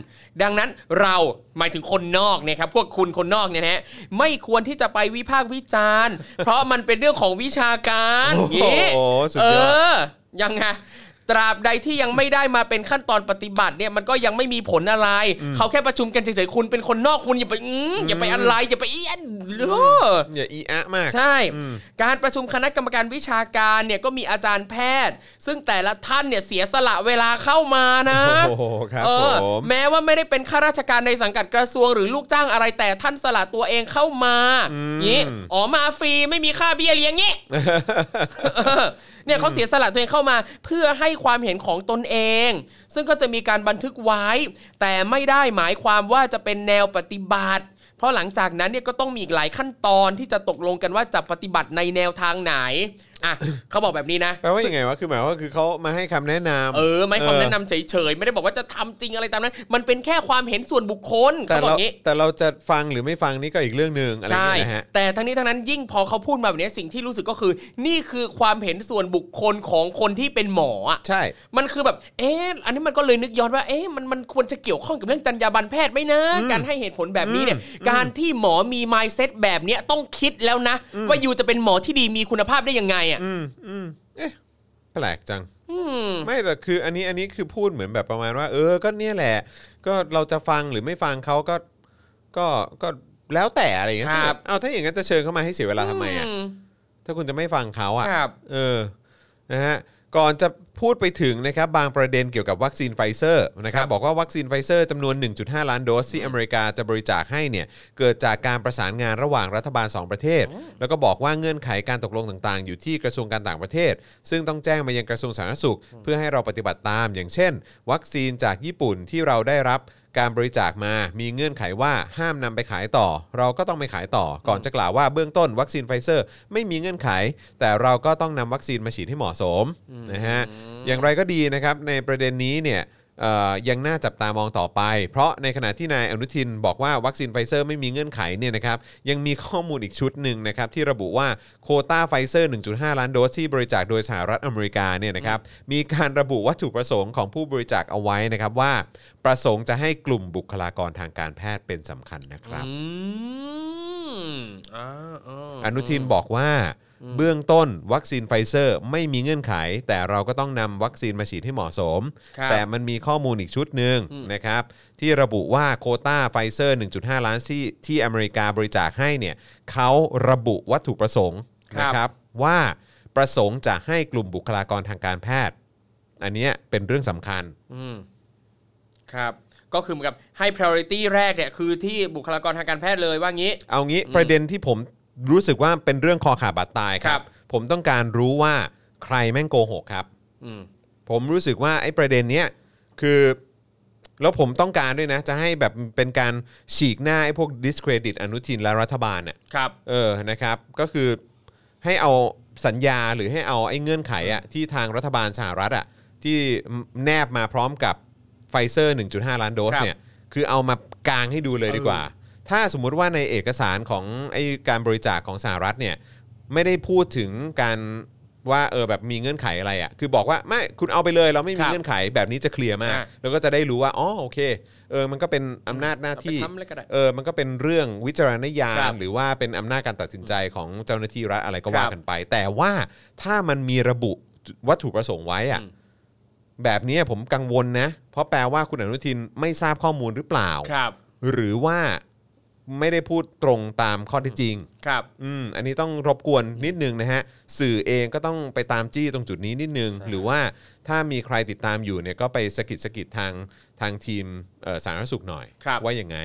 ดังนั้นเราหมายถึงคนนอกเนี่ยครับพวกคุณคนนอกเนี่ยนะฮะไม่ควรที่จะไปวิพากษ์วิจารณ์ เพราะมันเป็นเรื่องของวิชาการ โอ้โห งี้ สุด เอย อด อยังไงตราบใดที่ยังไม่ได้มาเป็นขั้นตอนปฏิบัติเนี่ยมันก็ยังไม่มีผลอะไร เขาแค่ประชุมกันเฉยๆคุณเป็นคนนอกคุณอย่าไปอืมอย่าไปอะไรอย่าไปเอี้ยนเอออ อย่าอีอะมาก ใช่ การประชุมคณะกรรมการวิชาการเนี่ยก็มีอาจารย์แพทย์ ซึ่งแต่ละท่านเนี่ยเสียสละเวลาเข้ามานะ โอ้โหครับ เออ ผม แม้ว่าไม่ได้เป็นข้าราชการในสังกัดกระทรวงหรือลูกจ้างอะไรแต่ท่านสละตัวเองเข้ามางี้อ๋อมาฟรีไม่มีค่าเบี้ยเลี้ยง <laughs> งี้ เออเนี่ยเขาเสียสละตัวเองเข้ามาเพื่อให้ความเห็นของตนเอง ซึ่งก็จะมีการบันทึกไว้ แต่ไม่ได้หมายความว่าจะเป็นแนวปฏิบัติ เพราะหลังจากนั้นเนี่ยก็ต้องมีอีกหลายขั้นตอนที่จะตกลงกันว่าจะปฏิบัติในแนวทางไหนอ่ะ เขาบอกแบบนี้นะ แปลว่ายังไงวะคือหมายว่าคือเขามาให้คำแนะนำ เออ ไม่ความแนะนำเฉยๆ ไม่ได้บอกว่าจะทำจริงอะไรตามนั้น มันเป็นแค่ความเห็นส่วนบุคคล แต่ เขาบอก เรา งี้ แต่เราจะฟังหรือไม่ฟังนี่ก็อีกเรื่องหนึ่งอะไรอย่าง ใช่ เงี้ยนะฮะ แต่ทั้งนี้ทั้งนั้นยิ่งพอเขาพูดมาแบบนี้สิ่งที่รู้สึกก็คือ นี่คือความเห็นส่วนบุคคลของคนที่เป็นหมออะ ใช่ มันคือแบบ เอ๊ะ อันนี้มันก็เลยนึกย้อนว่า เอ๊ะ มัน มันควรจะเกี่ยวข้องกับเรื่องจรรยาบรรณแพทย์ไหมนะ การให้เหตุผลแบบนี้เนี่ย การที่หมอมี mindset แบบเนี้ยต้องคิดแล้วนะ ว่ายูจะเป็นหมอที่ดีมีคุณภาพได้ยังไงอ่ะ แปลกจังไม่แต่คืออันนี้อันนี้คือพูดเหมือนแบบประมาณว่า เออก็เนี่ยแหละ ก็เราจะฟังหรือไม่ฟังเขาก็ก็ก็แล้วแต่อะไรอย่างเงี้ย ครับ ซึ่งเอาถ้าอย่างนั้นจะเชิญเข้ามาให้เสียเวลาทำไมอ่ะ อืม ถ้าคุณจะไม่ฟังเขาอ่ะ ครับ เออนะฮะ ก่อนจะพูดไปถึงนะครับบางประเด็นเกี่ยวกับวัคซีนไฟเซอร์นะครับบอกว่าวัคซีนไฟเซอร์จำนวน 1.5 ล้านโดสที่อเมริกาจะบริจาคให้เนี่ยเกิดจากการประสานงานระหว่างรัฐบาล 2 ประเทศ แล้วก็บอกว่าเงื่อนไขการตกลงต่างๆ อยู่ที่กระทรวงการต่างประเทศ ซึ่งต้องแจ้งมายังกระทรวงสาธารณสุข เพื่อให้เราปฏิบัติตาม อย่างเช่น วัคซีนจากญี่ปุ่นที่เราได้รับ การบริจาคมา มีเงื่อนไขว่าห้ามนำไปขายต่อ เราก็ต้องไปขายต่อ ก่อนจะกล่าวว่าเบื้องต้นวัคซีนไฟเซอร์ ไม่มีเงื่อนไข แต่เราก็ต้องนำวัคซีนมาฉีดให้เหมาะสมนะฮะ อย่างไรก็ดีนะครับ ในประเด็นนี้เนี่ยเอ่อยังน่าจับตามองต่อไป เพราะในขณะที่นายอนุทินบอกว่าวัคซีนไฟเซอร์ไม่มีเงื่อนไขเนี่ยนะครับ ยังมีข้อมูลอีกชุดหนึ่งนะครับที่ระบุว่าโควต้าไฟเซอร์ 1.5 ล้านโดสที่บริจาคโดยสหรัฐอเมริกาเนี่ยนะครับ มีการระบุวัตถุประสงค์ของผู้บริจาคเอาไว้นะครับว่า ประสงค์จะให้กลุ่มบุคลากรทางการแพทย์เป็นสำคัญนะครับ อืมอ่าอ่า อนุทินบอกว่า เบื้องต้นวัคซีนไฟเซอร์ไม่มีเงื่อนไข แต่เราก็ต้องนำวัคซีนมาฉีดให้เหมาะสม ครับ แต่มันมีข้อมูลอีกชุดหนึ่งนะครับที่ระบุว่าโควต้าไฟเซอร์ 1.5 ล้านที่ที่อเมริกาบริจาคให้เนี่ยเขาระบุวัตถุประสงค์ ครับ นะครับว่าประสงค์จะให้กลุ่มบุคลากรทางการแพทย์ อันเนี้ยเป็นเรื่องสำคัญ อืมครับ ก็คือเหมือนกับให้ priority แรกเนี่ยคือที่บุคลากรทางการแพทย์เลยว่างี้ เอางี้ประเด็นที่ผมรู้สึกว่าเป็นเรื่องคอขาดบาดตายค ค รั รับ บ ผมต้องการรู้ว่าใครแม่งโกหกครับ อืม ผมรู้สึกว่าไอ้ประเด็นเนี้ยคือ แล้วผมต้องการด้วยนะ จะให้แบบเป็นการฉีกหน้าไอ้พวก discredit อนุทินและรัฐบาลน่ะ ครับ เออนะครับ ก็คือให้เอาสัญญาหรือให้เอาไอ้เงื่อนไขอะที่ทางรัฐบาลสหรัฐอะที่แนบมาพร้อมกับไฟเซอร์ 1.5 ล้านโดส ครับ เนี่ยคือเอามากางให้ดูเลยดีกว่า ถ้าสมมุติว่าในเอกสารของไอ้การบริจาคของสหรัฐเนี่ย ไม่ได้พูดถึงการว่าเออแบบมีเงื่อนไขอะไรอะ่ะ คือบอกว่าไม่คุณเอาไปเลยเราไม่มี ครับ เงื่อนไขแบบนี้จะเคลียร์มาก อ่ะ แล้วก็จะได้รู้ว่าอ๋อโอเคเออมันก็เป็นอำนาจหน้าที่ เอาไปทำอะไรก็ได้ เออมันก็เป็นเรื่องวิจารณญา ครั ณ บ หรือว่าเป็นอำนาจการตัดสินใจของเจ้าหน้าที่รัฐอะไรก็ ครับ ว่ากันไป แต่ว่าถ้ามันมีระบุวัตถุประสงค์ไว้อะ อืม แบบนี้ผมกังวลนะ เพราะแปลว่าคุณอนุทินไม่ทราบข้อมูลหรือเปล่า ครับ หรือว่าไม่ได้พูดตรงตามข้อเท็จจริง ครับ อืมอันนี้ต้องรบกวนนิดนึงนะฮะ สื่อเองก็ต้องไปตามจี้ตรงจุดนี้นิดนึง หรือว่าถ้ามีใครติดตามอยู่เนี่ยก็ไปสะกิดสะกิดทางทางทีมเอ่อสาธารณสุขหน่อย ครับ ว่ายังไง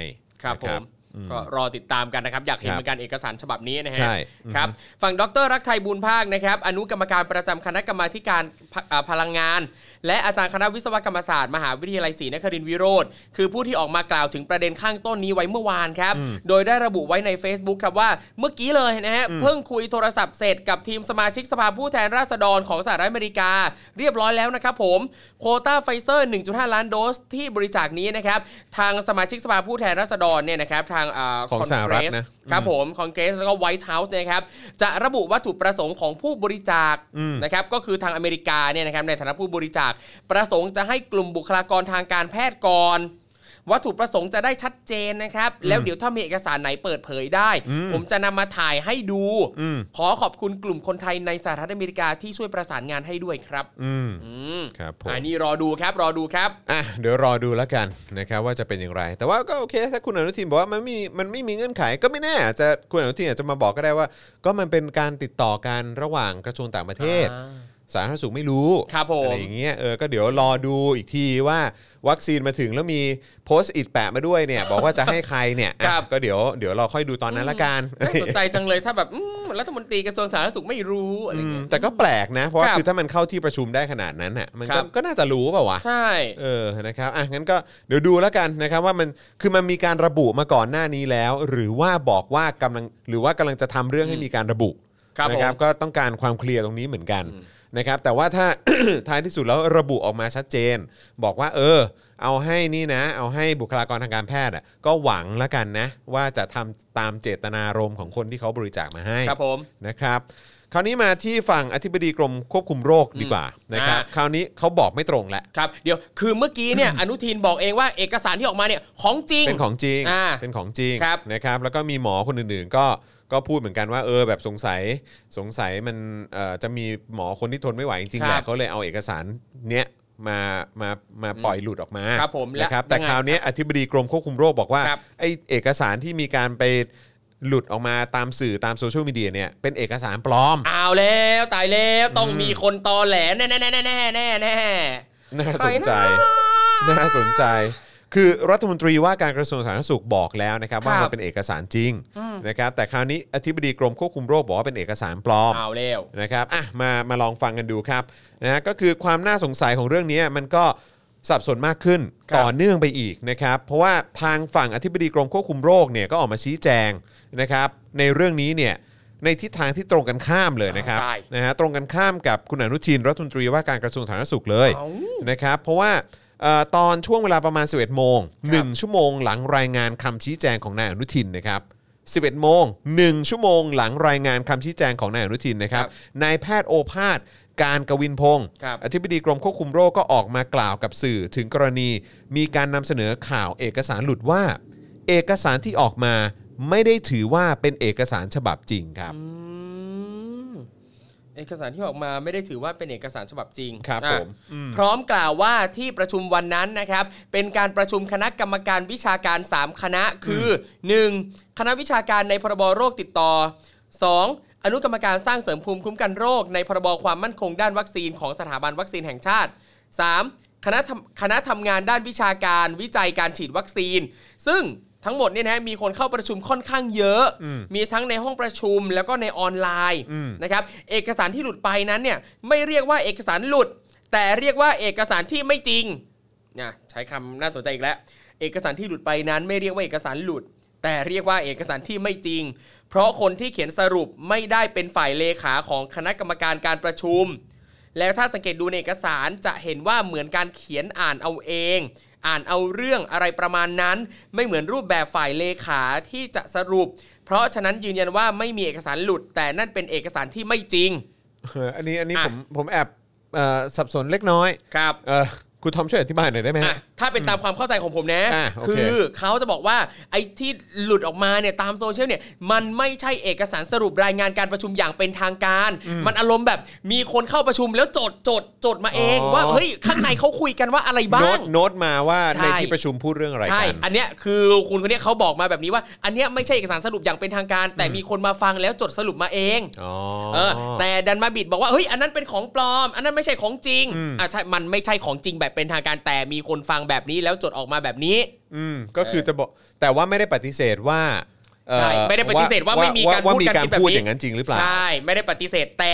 ครับผ นะ มก็รอติดตามกันนะครับ อยากเห็นเหมือนกันเอกสารฉบับนี้นะฮะ ใช่ ครับฝั่งดรรักไทยบุญภาคนะครับอนุกรรมการประจำคณะกรรมาธิการพะอ่าพลังงาน และอาจารย์คณะวิศวกรรมศาสตร์ มหาวิทยาลัยศรีนครินทร์วิโรธคือผู้ที่ออกมากล่าวถึงประเด็นข้างต้นนี้ไว้เมื่อวานครับ โดยได้ระบุไว้ใน Facebook ครับว่าเมื่อกี้เลยนะฮะเพิ่งคุยโทรศัพท์เสร็จกับทีมสมาชิกสภาผู้แทนราษฎรของสหรัฐอเมริกา เรียบร้อยแล้วนะครับผมโควต้าไฟเซอร์ 1.5 ล้านโดสที่บริจาคนี้นะครับทางสมาชิกสภาผู้แทนราษฎรเนี่ยนะครับทางา ของสหรัฐนะ Congress ครับผมคอนเกรสแล้วก็ไวท์เฮาส์นะครับจะระบุวัตถุประสงค์ของผู้บริจาคนะครับก็คือทางอเมริกาเนี่ยนะครับในฐานะผู้บริจาค ประสงค์จะให้กลุ่มบุคลากรทางการแพทย์ก่อน วัตถุประสงค์จะได้ชัดเจนนะครับ แล้วเดี๋ยวถ้ามีเอกสารไหนเปิดเผยได้ ผมจะนำมาถ่ายให้ดู ขอขอบคุณกลุ่มคนไทยในสหรัฐอเมริกาที่ช่วยประสานงานให้ด้วยครับ อืม อืม ครับผม อันนี้รอดูครับรอดูครับ อ่ะเดี๋ยวรอดูแล้วกันนะครับว่าจะเป็นอย่างไร แต่ว่าก็โอเค ถ้าคุณอนุทินบอกว่ามันไม่มีมันไม่มีเงื่อนไขก็ไม่แน่อาจจะคุณอนุทินอาจจะมาบอกก็ได้ว่า ก็มันเป็นการติดต่อกันระหว่างกระทรวงต่างประเทศ สาธารณสุขไม่รู้ ครับผม อะไรอย่างเงี้ยเออก็เดี๋ยวรอดูอีกทีว่าวัคซีนมาถึงแล้วมีโพสต์อิดแปะมาด้วยเนี่ย บอกว่าจะให้ใครเนี่ยอ่ะ ครับ ก็เดี๋ยวเดี๋ยวเราค่อยดูตอนนั้นละกัน น่าสนใจจังเลยถ้าแบบอืมรัฐมนตรีกระทรวงสาธารณสุขไม่รู้อะไร อืม เงี้ย แต่ก็แปลกนะ เพราะว่า ครับ คือถ้ามันเข้าที่ประชุมได้ขนาดนั้นน่ะมัน ค ก็ รับ ก็น่าจะรู้เปล่าวะ ใช่ เออนะครับอ่ะงั้นก็เดี๋ยวดูแล้วกันนะครับว่ามันคือมันมีการระบุมาก่อนหน้านี้แล้ว หรือว่าบอกว่ากำลังหรือว่ากำลังจะทำเรื่องให้มีการระบุ ครับ นะครับ ผม ก็ต้องการความเคลียร์ตรงนี้เหมือนกันนะครับแต่ว่าถ้ <coughs> า ท้ายที่สุดแล้วระบุออกมาชัดเจน บอกว่าเออ เอาให้นี่นะ เอาให้บุคลากรทางการแพทย์อ่ะก็หวังละกันนะ ว่าจะทำตามเจตนารมณ์ของคนที่เขาบริจาคมาให้ ครับผม นะครับ คราวนี้มาที่ฝั่งอธิบดีกรมควบคุมโรคดีกว่านะครับคราวนี้เขาบอกไม่ตรงแล้ว ครับเดี๋ยวคือเมื่อกี้เนี่ย อนุทินบอกเองว่าเอกสารที่ออกมาเนี่ยของจริง เป็นของจริง อ่า เป็นของจริง ครับ นะครับแล้วก็มีหมอคนอื่นๆ ก็ก็พูดเหมือนกันว่าเออแบบสงสัยสงสัยมันเอ่อจะมีหมอคนที่ทนไม่ไหวจริงๆแห ครั ละ บ เขาเลยเอาเอกสารเนี้ยมามามาปล่อยหลุดออกมา ครับผมและ นะครับแต่ ยังไง คราวเนี้ยอธิบดีกรมควบคุมโรคบอกว่า ครับ ไอเอกสารที่มีการไป หลุดออกมาตามสื่อตามโซเชียลมีเดียเนี่ยเป็นเอกสารปลอม เอาแล้วตายแล้วต้องมีคนตอแหลแน่แน่แน่แน่แน่แน่ น่าสนใจ น่าสนใจ คือรัฐมนตรีว่าการกระทรวงสาธารณสุขบอกแล้วนะครับ ว่า ครับ มันเป็นเอกสารจริงนะครับ แต่คราวนี้อธิบดีกรมควบคุมโรคบอกว่าเป็นเอกสารปลอม เอาแล้ว นะครับอ่ะมามาลองฟังกันดูครับนะฮะก็คือความน่าสงสัยของเรื่องนี้มันก็สับสนมากขึ้น ครับ ต่อเนื่องไปอีกนะครับ เพราะว่าทางฝั่งอธิบดีกรมควบคุมโรคเนี่ยก็ออกมาชี้แจงนะครับในเรื่องนี้เนี่ยในทิศทางที่ตรงกันข้ามเลยนะครับ ใช่ นะฮะตรงกันข้ามกับคุณอนุทินรัฐมนตรีว่าการกระทรวงสาธารณสุขเลย เอ้า นะครับเพราะว่าเอ่อตอนช่วงเวลาประมาณ 11 โมง 1 ชั่วโมงหลังรายงานคำชี้แจงของนายอนุทินนะครับ 11 โมง 1 ชั่วโมงหลังรายงานคำชี้แจงของนายอนุทินนะครับ ครับ นายแพทย์โอภาส การกวินพงศ์ ครับ อธิบดีกรมควบคุมโรคก็ออกมากล่าวกับสื่อถึงกรณี มีการนำเสนอข่าวเอกสารหลุดว่า เอกสารที่ออกมาไม่ได้ถือว่าเป็นเอกสารฉบับจริงครับ อืมเอกสารที่ออกมาไม่ได้ถือว่าเป็นเอกสารฉบับจริง ครับ อ่ะ ผม พร้อมกล่าวว่าที่ประชุมวันนั้นนะครับ เป็นการประชุมคณะกรรมการวิชาการ 3 คณะคือ 1. คณะวิชาการในพรบโรคติดต่อ 2. อนุกรรมการสร้างเสริมภูมิคุ้มกันโรค ในพรบความมั่นคงด้านวัคซีนของสถาบันวัคซีนแห่งชาติ 3. คณะทำคณะทำงานด้านวิชาการวิจัยการฉีดวัคซีน ซึ่งทั้งหมดเนี่ยนะมีคนเข้าประชุมค่อนข้างเยอะ อืม มีทั้งในห้องประชุมแล้วก็ในออนไลน์ อืม นะครับเอกสารที่หลุดไปนั้นเนี่ยไม่เรียกว่าเอกสารหลุด แต่เรียกว่าเอกสารที่ไม่จริงนะใช้คำน่าสนใจอีกแล้ว เอกสารที่หลุดไปนั้นไม่เรียกว่าเอกสารหลุด แต่เรียกว่าเอกสารที่ไม่จริง เพราะคนที่เขียนสรุปไม่ได้เป็นฝ่ายเลขาของคณะกรรมการการประชุม แล้วถ้าสังเกตดูในเอกสารจะเห็นว่าเหมือนการเขียนอ่านเอาเอง อ่านเอาเรื่องอะไรประมาณนั้น ไม่เหมือนรูปแบบฝ่ายเลขาที่จะสรุป เพราะฉะนั้นยืนยันว่าไม่มีเอกสารหลุด แต่นั่นเป็นเอกสารที่ไม่จริง เอออันนี้อันนี้ อ่ะ ผมผมแอบเอ่อสับสนเล็กน้อย ครับ เอ่อคุณทอมช่วยอธิบายหน่อยได้ไหม อ่ะ ฮะ ถ้าเป็นตามความเข้าใจของผมนะ อ่ะโอเค คือเขาจะบอกว่าไอ้ที่หลุดออกมาเนี่ยตามโซเชียลเนี่ยมันไม่ใช่เอกสารสรุปรายงานการประชุมอย่างเป็นทางการ มันอารมณ์แบบมีคนเข้าประชุมแล้วจดจดจดมาเอง ว่าเฮ้ยข้างในเขาคุยกันว่าอะไรบ้า โน้ ง ตโน้ตมาว่า ใช่ ในที่ประชุมพูดเรื่องอะไร ใช่ กัน อันเนี้ยคือคุณคนเนี้ยเขาบอกมาแบบนี้ว่า อันเนี้ยไม่ใช่เอกสารสรุปอย่างเป็นทางการ แต่มีคนมาฟังแล้วจดสรุปมาเอง อ๋อ เออแต่ดันมาบิดบอกว่าเฮ้ยอันนั้นเป็นของปลอม อันนั้นไม่ใช่ของจริง อืม อ่ะใช่มันไม่ใช่ของจริงแบบเป็นทางการแต่มีคนฟังแบบนี้แล้วจดออกมาแบบนี้ อืมก็คือจะบอกแต่ว่าไม่ได้ปฏิเสธว่าเอ่อ ใช่ไม่ได้ปฏิเสธว่าไม่มีการ ว่ พูด มี กัน การ คิดแบบ พูด นี้ อย่างนั้นจริงหรือเปล่า ใช่ ไม่ได้ปฏิเสธแต่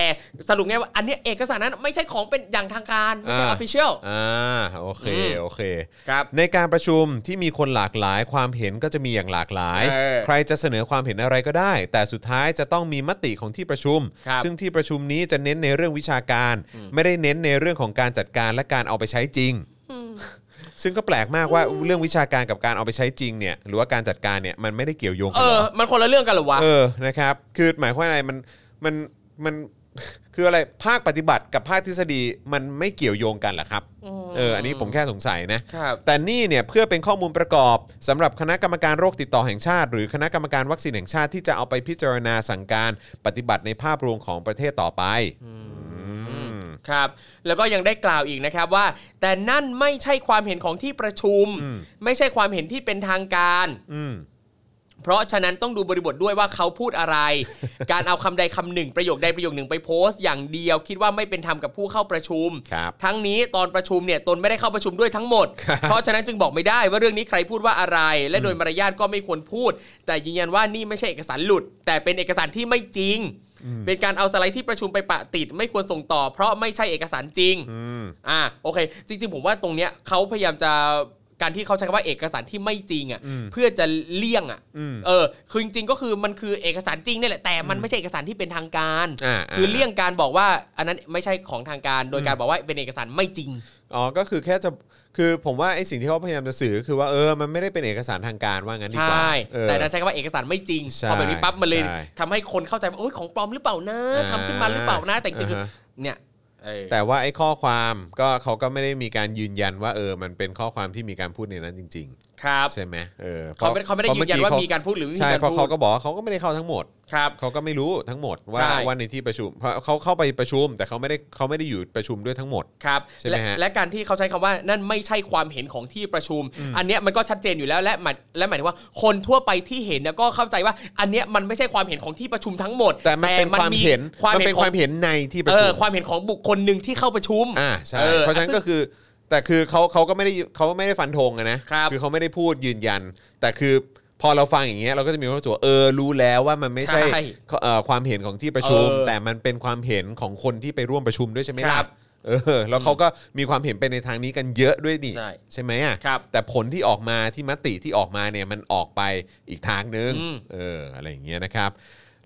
สรุปไงว่าอันเนี้ยเอกสารนั้นไม่ใช่ของเป็นอย่างทางการ ไม่ใช่อ อ่า อฟฟิเชียล อ่าโอเค อืม โอเค ครับ ในการประชุมที่มีคนหลากหลายความเห็นก็จะมีอย่างหลากหลาย เออ ใครจะเสนอความเห็นอะไรก็ได้ แต่สุดท้ายจะต้องมีมติของที่ประชุม ครับ ซึ่งที่ประชุมนี้จะเน้นในเรื่องวิชาการ ไม่ได้เน้นในเรื่องของการจัดการและการเอาไปใช้จริง ซึ่งก็แปลกมากว่าเรื่องวิชาการกับการเอาไปใช้จริงเนี่ยหรือว่าการจัดการเนี่ยมันไม่ได้เกี่ยวโยงกั เอน หร อ อ มันคนละเรื่องกันเหรอวะ เออ นะครับ คือหมายความว่าอะไร มัน มัน มัน คืออะไร ภาคปฏิบัติกับภาคทฤษฎีมันไม่เกี่ยวโยงกันเหรอครับ เออ อันนี้ผมแค่สงสัยนะ ครับ แต่นี่เนี่ยเพื่อเป็นข้อมูลประกอบสำหรับคณะกรรมการโรคติดต่อแห่งชาติ หรือคณะกรรมการวัคซีนแห่งชาติที่จะเอาไปพิจารณาสั่งการปฏิบัติในภาพรวมของประเทศต่อไป อืม ครับ แล้วก็ยังได้กล่าวอีกนะครับว่า แต่นั่นไม่ใช่ความเห็นของที่ประชุม อืม ไม่ใช่ความเห็นที่เป็นทางการ อืม เพราะฉะนั้นต้องดูบริบทด้วยว่าเขาพูดอะไร <laughs> การเอาคำใดคำหนึ่งประโยคใดประโยคหนึ่งไปโพสต์อย่างเดียว คิดว่าไม่เป็นธรรมกับผู้เข้าประชุม ครับ ทั้งนี้ตอนประชุมเนี่ยตนไม่ได้เข้าประชุมด้วยทั้งหมด เพราะฉะนั้นจึงบอกไม่ได้ว่าเรื่องนี้ใครพูดว่าอะไร และโดยมารยาทก็ไม่ควรพูด แต่ยืนยันว่านี่ไม่ใช่เอกสารหลุด แต่เป็นเอกสารที่ไม่จริง เป็นการเอาสไลด์ที่ประชุมไปปะติด ไม่ควรส่งต่อ เพราะไม่ใช่เอกสารจริง อืม อ่าโอเค จริงๆ ผมว่าตรงเนี้ยเขาพยายามจะการที่เขาใช้คำว่าเอกสารที่ไม่จริงอ่ะ อืม เพื่อจะเลี่ยงอ่ะ อืม เออคือจริงๆก็คือมันคือเอกสารจริงนี่แหละแต่มันไม่ใช่เอกสารที่เป็นทางการ อ่าๆ คือเลี่ยงการบอกว่าอันนั้นไม่ใช่ของทางการ โดยการบอกว่าเป็นเอกสารไม่จริง อ๋อ ก็คือแค่จะ คือผมว่าไอ้สิ่งที่เขาพยายามจะสื่อก็คือว่าเออ มันไม่ได้เป็นเอกสารทางการว่างั้นดีกว่า ใช่ เออ แต่นั้นใช้คำว่าเอกสารไม่จริง ใช่ พอแบบนี้ปั๊บมันเลย ใช่ ทำให้คนเข้าใจว่าโอ้ยของปลอมหรือเปล่านะ อ่า ทำขึ้นมาหรือเปล่านะแต่จริงๆคืออา ฮะ เนี่ยเออ แต่ว่าไอ้ข้อความก็เขาก็ไม่ได้มีการยืนยันว่าเออมันเป็นข้อความที่มีการพูดในนั้นจริง ครับ ใช่ไหมเออพระ เขาไม่เขาพไม่ได้ระ ยืนยันว่า เ มีการพูดหรือไม่ ใช่ มีการ เพราะ พู เขา ด ก็บอกว่าเขาก็ไม่ได้เข้าทั้งหมด ครับ เขาก็ไม่รู้ทั้งหมดว่า ใช่ ว่าในที่ประชุมเพราะเขาเข้าไปประชุม แต่เขาไม่ได้เขาไม่ได้อยู่ประชุมด้วยทั้งหมด ครับ ใช่ไหม และ ฮะ และการที่เขาใช้คำว่านั่นไม่ใช่ความเห็นของที่ประชุม อันเนี้ยมันก็ชัดเจนอยู่แล้วและหมายและหมายถึงว่าคนทั่วไปที่เห็นเนี่ยก็เข้าใจว่าอันเนี้ยมันไม่ใช่ความเห็นของที่ประชุมทั้งหมด แต่มันเป็นความเห็น ความ มัน เห็น เป็น ข ค อ วาง มเห็นในที่ประ เอ ชุ อ ม ความเห็นของบุคคลหนึ่งที่เข้าประชุม อ่าใช่ เออ เพราะฉะนั้น ซึ่ง ก็คือ แต่คือเขาเขาก็ไม่ได้เขาไม่ได้ฟันธงอะนะครับ อเขาไม่ได้พูดยืนยัน แต่คือพอเราฟังอย่างเงี้ยเราก็จะมีความรู้สึกว่าเออรู้แล้วว่ามันไม่ใช่ ใช่ เอ่อความเห็นของที่ประชุม เออ แต่มันเป็นความเห็นของคนที่ไปร่วมประชุมด้วยใช่ไหม ครั ล่ะ บ เออแล้วเขาก็มีความเห็นไปในทางนี้กันเยอะด้วยนี่ ใช่ ใช่ไหมอ่ะ ครับ แต่ผลที่ออกมาที่มติที่ออกมาเนี่ยมันออกไปอีกทางนึง อืม เอออะไรอย่างเงี้ยนะครับ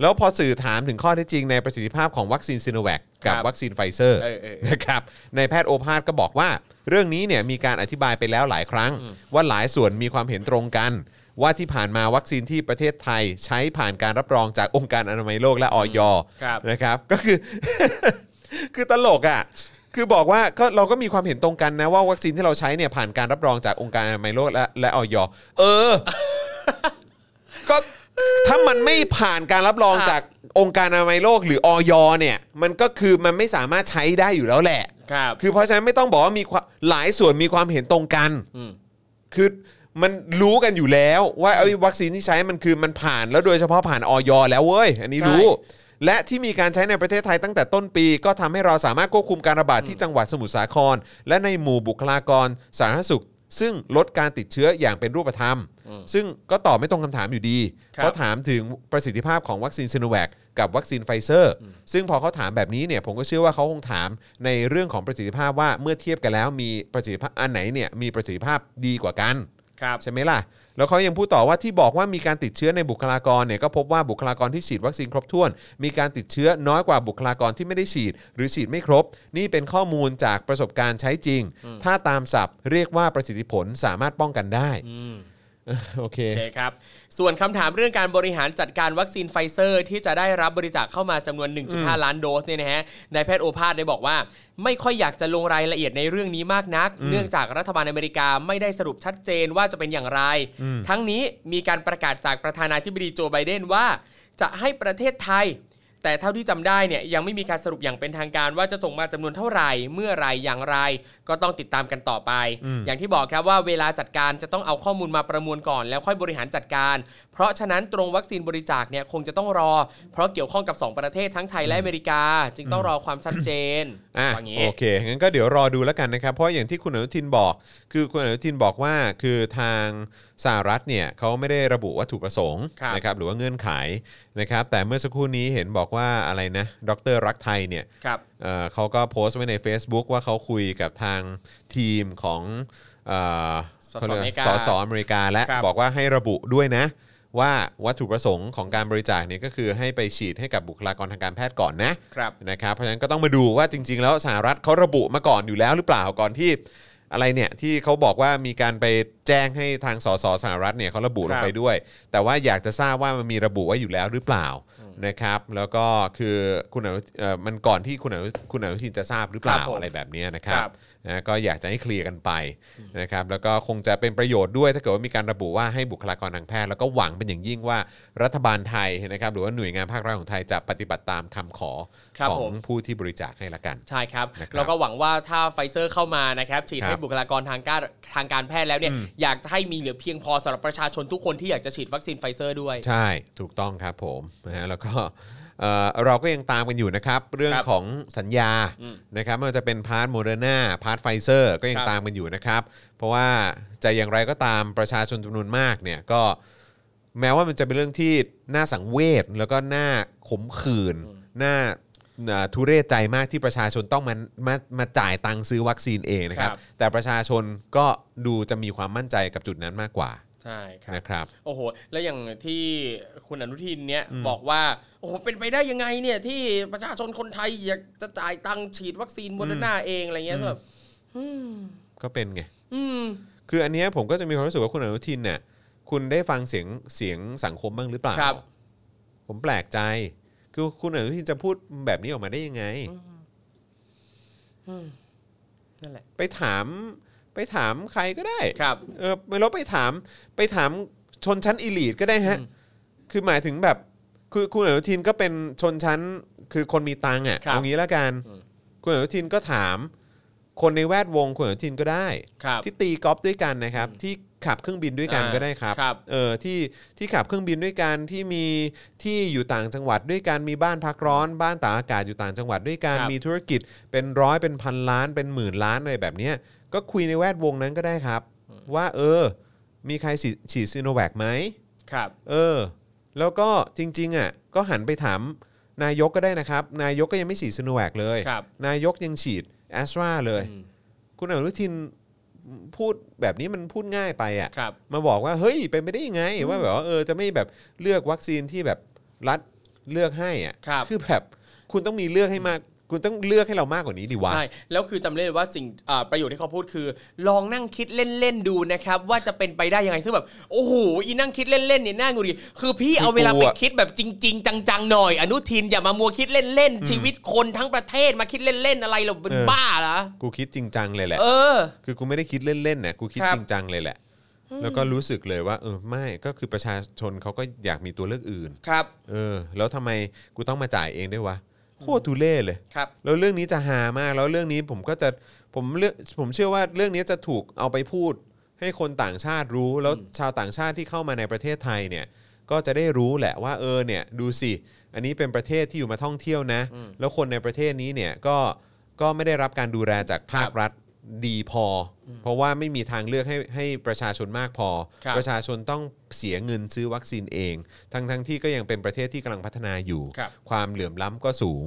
แล้วพอสื่อถามถึงข้อเท็จจริงในประสิทธิภาพของวัคซีนซีโนแวคกับ ครับ วัคซีนไฟเซอร์ เออเออ <laughs> นะครับในายแพทย์โอภาสก็บอกว่า เรื่องนี้เนี่ยมีการอธิบายไปแล้วหลายครั้ง ว่าหลายส่วนมีความเห็นตรงกัน ว่าที่ผ่านมาวัคซีนที่ประเทศไทยใช้ผ่านการรับรองจากองค์การอนามัยโลกและออย ครับ นะครับ <laughs> ก็คือ คือตลกอ่ะคือบอกว่าก็เราก็มีความเห็นตรงกันนะว่าวัคซีนที่เราใช้เนี่ยผ่านการรับรองจากองค์การอนามัยโลกและและออยเออ <laughs> ก็ถ้ามันไม่ผ่านการรับรอง อ่ะ จากองค์การอนามัยโลกหรือออยเนี่ย มันก็คือมันไม่สามารถใช้ได้อยู่แล้วแหละ ครับ คือเพราะฉะนั้นไม่ต้องบอกว่ามีความหลายส่วนมีความเห็นตรงกัน ม คือมันรู้กันอยู่แล้วว่าไอ้วัคซีนที่ใช้มันคือมันผ่านแล้วโดยเฉพาะผ่านออยแล้วเว้ย อันนี้รู้ ใช่ และที่มีการใช้ในประเทศไทยตั้งแต่ต้นปี ก็ทำให้เราสามารถควบคุมการระบาดที่จังหวัดสมุทรสาคร และในหมู่บุคลากรสาธารณสุข ซึ่งลดการติดเชื้ออย่างเป็นรูปธรรม ซึ่งก็ตอบไม่ตรงคำถามอยู่ดี ครับ เพราะถามถึงประสิทธิภาพของวัคซีนซิโนแวคกับวัคซีนไฟเซอร์ ซึ่งพอเขาถามแบบนี้เนี่ยผมก็เชื่อว่าเขาคงถามในเรื่องของประสิทธิภาพว่าเมื่อเทียบกันแล้วมีประสิทธิภาพอันไหนเนี่ยมีประสิทธิภาพดีกว่ากัน ครับ ใช่ไหมล่ะ แล้วเขายังพูดต่อว่าที่บอกว่ามีการติดเชื้อในบุคลากรเนี่ยก็พบว่าบุคลากรที่ฉีดวัคซีนครบถ้วน มีการติดเชื้อน้อยกว่าบุคลากรที่ไม่ได้ฉีด หรือฉีดไม่ครบ นี่เป็นข้อมูลจากประสบการณ์ใช้จริง ถ้าตามศัพท์เรียกว่าประสิทธิผลสามารถป้องกันได้โอเค โอเคครับ ส่วนคำถามเรื่องการบริหารจัดการวัคซีนไฟเซอร์ที่จะได้รับบริจาคเข้ามาจำนวน 1.5 ล้านโดสเนี่ยนะฮะ นายแพทย์โอภาสได้บอกว่า ไม่ค่อยอยากจะลงรายละเอียดในเรื่องนี้มากนัก เนื่องจากรัฐบาลอเมริกาไม่ได้สรุปชัดเจนว่าจะเป็นอย่างไร ทั้งนี้มีการประกาศจากประธานาธิบดีโจไบเดนว่า จะให้ประเทศไทย แต่เท่าที่จำได้เนี่ยยังไม่มีการสรุปอย่างเป็นทางการว่าจะส่งมาจำนวนเท่าไหร่ เมื่อไหรอย่างไร ก็ต้องติดตามกันต่อไป อย่างที่บอกครับว่าเวลาจัดการจะต้องเอาข้อมูลมาประมวลก่อน แล้วค่อยบริหารจัดการ เพราะฉะนั้นตรงวัคซีนบริจาคเนี่ยคงจะต้องรอ เพราะเกี่ยวข้องกับ 2 ประเทศทั้งไทยและอเมริกา จึงต้องรอความชัดเจน อ่ะ ว่าย่างงี้ โอเค งั้นก็เดี๋ยวรอดูแล้วกันนะครับ เพราะอย่างที่คุณอนุทินบอก คือคุณอนุทินบอกว่าคือทางสหรัฐเนี่ยเขาไม่ได้ระบุวัตถุประสงค์ ครับ นะครับหรือว่าเงื่อนไขนะครับ แต่เมื่อสักครู่นี้เห็นบอกว่าอะไรนะดรรักไทยเนี่ย ครับ เอ่อเขาก็โพสต์ไว้ใน Facebook ว่าเขาคุยกับทางทีมของเอ่อ สสอเมริกา สสอเมริกาและ ครับ บอกว่าให้ระบุด้วยนะ ว่าวัตถุประสงค์ของการบริจาคเนี่ยก็คือให้ไปฉีดให้กับบุคลากรทางการแพทย์ก่อนนะครับ นะครับเพราะฉะนั้นก็ต้องมาดูว่าจริง ๆ แล้วสหรัฐเขาระบุมาก่อนอยู่แล้วหรือเปล่าก่อนที่อะไรเนี่ยที่เขาบอกว่ามีการไปแจ้งให้ทางสสสหรัฐเนี่ยเขาระบุลงไปด้วย แต่ว่าอยากจะทราบว่ามันมีระบุไว้อยู่แล้วหรือเปล่านะครับ แล้วก็คือคุณอนุเอ่อมันก่อนที่คุณอนุคุณอนุทินจะทราบหรือเปล่า ครับผม อะไรแบบเนี้ยนะครับ ครับ นะก็อยากจะให้เคลียร์กันไปนะครับแล้วก็คงจะเป็นประโยชน์ด้วยถ้าเกิดว่ามีการระบุว่าให้บุคลากรทางแพทย์แล้วก็หวังเป็นอย่างยิ่งว่ารัฐบาลไทยนะครับหรือว่าหน่วยงานภาครัฐของไทยจะปฏิบัติตามคำขอ ครับ ของ ผม ผู้ที่บริจาคให้ละกัน ใช่ครับ นะครับ เราก็หวังว่าถ้าไฟเซอร์เข้ามานะครับฉีด ครับ ให้บุคลากรทางการทางการแพทย์แล้วเนี่ย อืม อยากจะให้มีเหลือเพียงพอสำหรับประชาชนทุกคนที่อยากจะฉีดวัคซีนไฟเซอร์ด้วย ใช่ ถูกต้องครับผมนะฮะแล้วก็เอ่อเราก็ยังตามกันอยู่นะครับ เรื่อง ครับ ของสัญญา อืม นะครับไม่ว่าจะเป็นพาร์ทโมเดอร์นาพาร์ทไฟเซอร์ก็ยัง ครับ ตามกันอยู่นะครับ เพราะว่าจะอย่างไรก็ตามประชาชนจำนวนมากเนี่ยก็แม้ว่ามันจะเป็นเรื่องที่น่าสังเวชแล้วก็น่าขมขื่นน่าอ่าทุเรศใจมากที่ประชาชนต้องมามามาจ่ายตังค์ซื้อวัคซีนเองนะครับ ครับ แต่ประชาชนก็ดูจะมีความมั่นใจกับจุดนั้นมากกว่า ใช่ครับ นะครับ โอ้โห แล้วอย่างที่คุณอนุทินเนี่ยบอกว่า โอ้โห เป็นไปได้ยังไงเนี่ยที่ประชาชนคนไทยอยากจะจ่ายตังค์ฉีดวัคซีนโมเดอร์นาเองอะไรเงี้ยแบบอืม ก็เป็นไง อืม คืออันเนี้ยผมก็จะมีความรู้สึกว่าคุณอนุทินเนี่ยคุณได้ฟังเสียงเสียงสังคมบ้างหรือเปล่า ครับ ผมแปลกใจ คือคุณอนุทินจะพูดแบบนี้ออกมาได้ยังไง นั่นแหละ ไปถาม ไปถามใครก็ได้ ครับ เออไม่รู้ไปถามไปถามชนชั้นอีลีทก็ได้ฮะ คือหมายถึงแบบ คือคุณอนุทินก็เป็นชนชั้นคือคนมีตังค์อ่ะ ครับ ตรงนี้ละกัน อืม คุณอนุทินก็ถาม คนในแวดวงคุณอนุทินก็ได้ ครับ ที่ตีกอล์ฟด้วยกันนะครับ ที่ขับเครื่องบินด้วยกัน อ่า ก็ได้ครับ ครับ เออที่ที่ขับเครื่องบินด้วยกันที่มีที่อยู่ต่างจังหวัดด้วยกันมีบ้านพักร้อน บ้านตากอากาศอยู่ต่างจังหวัดด้วยกัน ครับ มีธุรกิจเป็นร้อยเป็นพันล้านเป็นหมื่นล้านอะไรแบบเนี้ยก็คุยในแวดวงนั้นก็ได้ครับ ว่าเออ มีใครฉีดฉีดซีโนแวคไหม ครับ เออ แล้วก็จริงๆอ่ะก็หันไปถามนายกก็ได้นะครับ นายกก็ยังไม่ฉีดซีโนแวคเลย ครับ นายกยังฉีดแอสตราเลย อืม คุณอนุทินพูดแบบนี้มันพูดง่ายไปอ่ะ ครับ มาบอกว่าเฮ้ยเป็นไปได้ยังไง ว่าแบบว่าเออจะไม่แบบเลือกวัคซีนที่แบบรัฐเลือกให้อ่ะ ครับ อแบบคุณต้องมีเลือกให้มาก คุณต้องเลือกให้เรามากกว่านี้ดิวะ ใช่แล้วคือจำเลยว่าสิ่งอ่าประโยชน์ที่เขาพูดคือ ลองนั่งคิดเล่นๆดูนะครับ ว่าจะเป็นไปได้ยังไงซึ่งแบบโอ้โหอีนั่งคิดเล่นๆเนี่ยน่าหงุดหงิดคือพี่เอาเวลาไปคิดแบบจริง ๆ จังๆหน่อย อนุทินอย่ามามัวคิดเล่นๆชีวิตคนทั้งประเทศมาคิดเล่นๆอะไรหรอเป็น เออ บ้าเหรอ กูคิดจริงจังเลยแหละ เออ คือกูไม่ได้คิดเล่นๆนะกูคิด ครับ จริงจังเลยแหละ แล้วก็รู้สึกเลยว่าเออไม่ก็คือประชาชนเขาก็อยากมีตัวเลือกอื่น ครับ เออ แล้วทำไมกูต้องมาจ่ายเองด้วยวะโคตรทุเล่เลย ครับ แล้วเรื่องนี้จะหามากแล้วเรื่องนี้ผมก็จะผมเลือกผมเชื่อว่าเรื่องนี้จะถูกเอาไปพูด ให้คนต่างชาติรู้แล้วชาวต่างชาติที่เข้ามาในประเทศไทยเนี่ยก็จะได้รู้แหละว่าเออเนี่ยดูสิ อันนี้เป็นประเทศที่อยู่มาท่องเที่ยวนะ แล้วคนในประเทศนี้เนี่ยก็ก็ไม่ได้รับการดูแลจากภาครัฐดีพออเพราะว่าไม่มีทางเลือกให้ให้ประชาชนมากพอ ครับ ประชาชนต้องเสียเงินซื้อวัคซีนเอง ทั้งทั้งที่ก็ยังเป็นประเทศที่กำลังพัฒนาอยู่ ครับ ความเหลื่อมล้ำก็สูง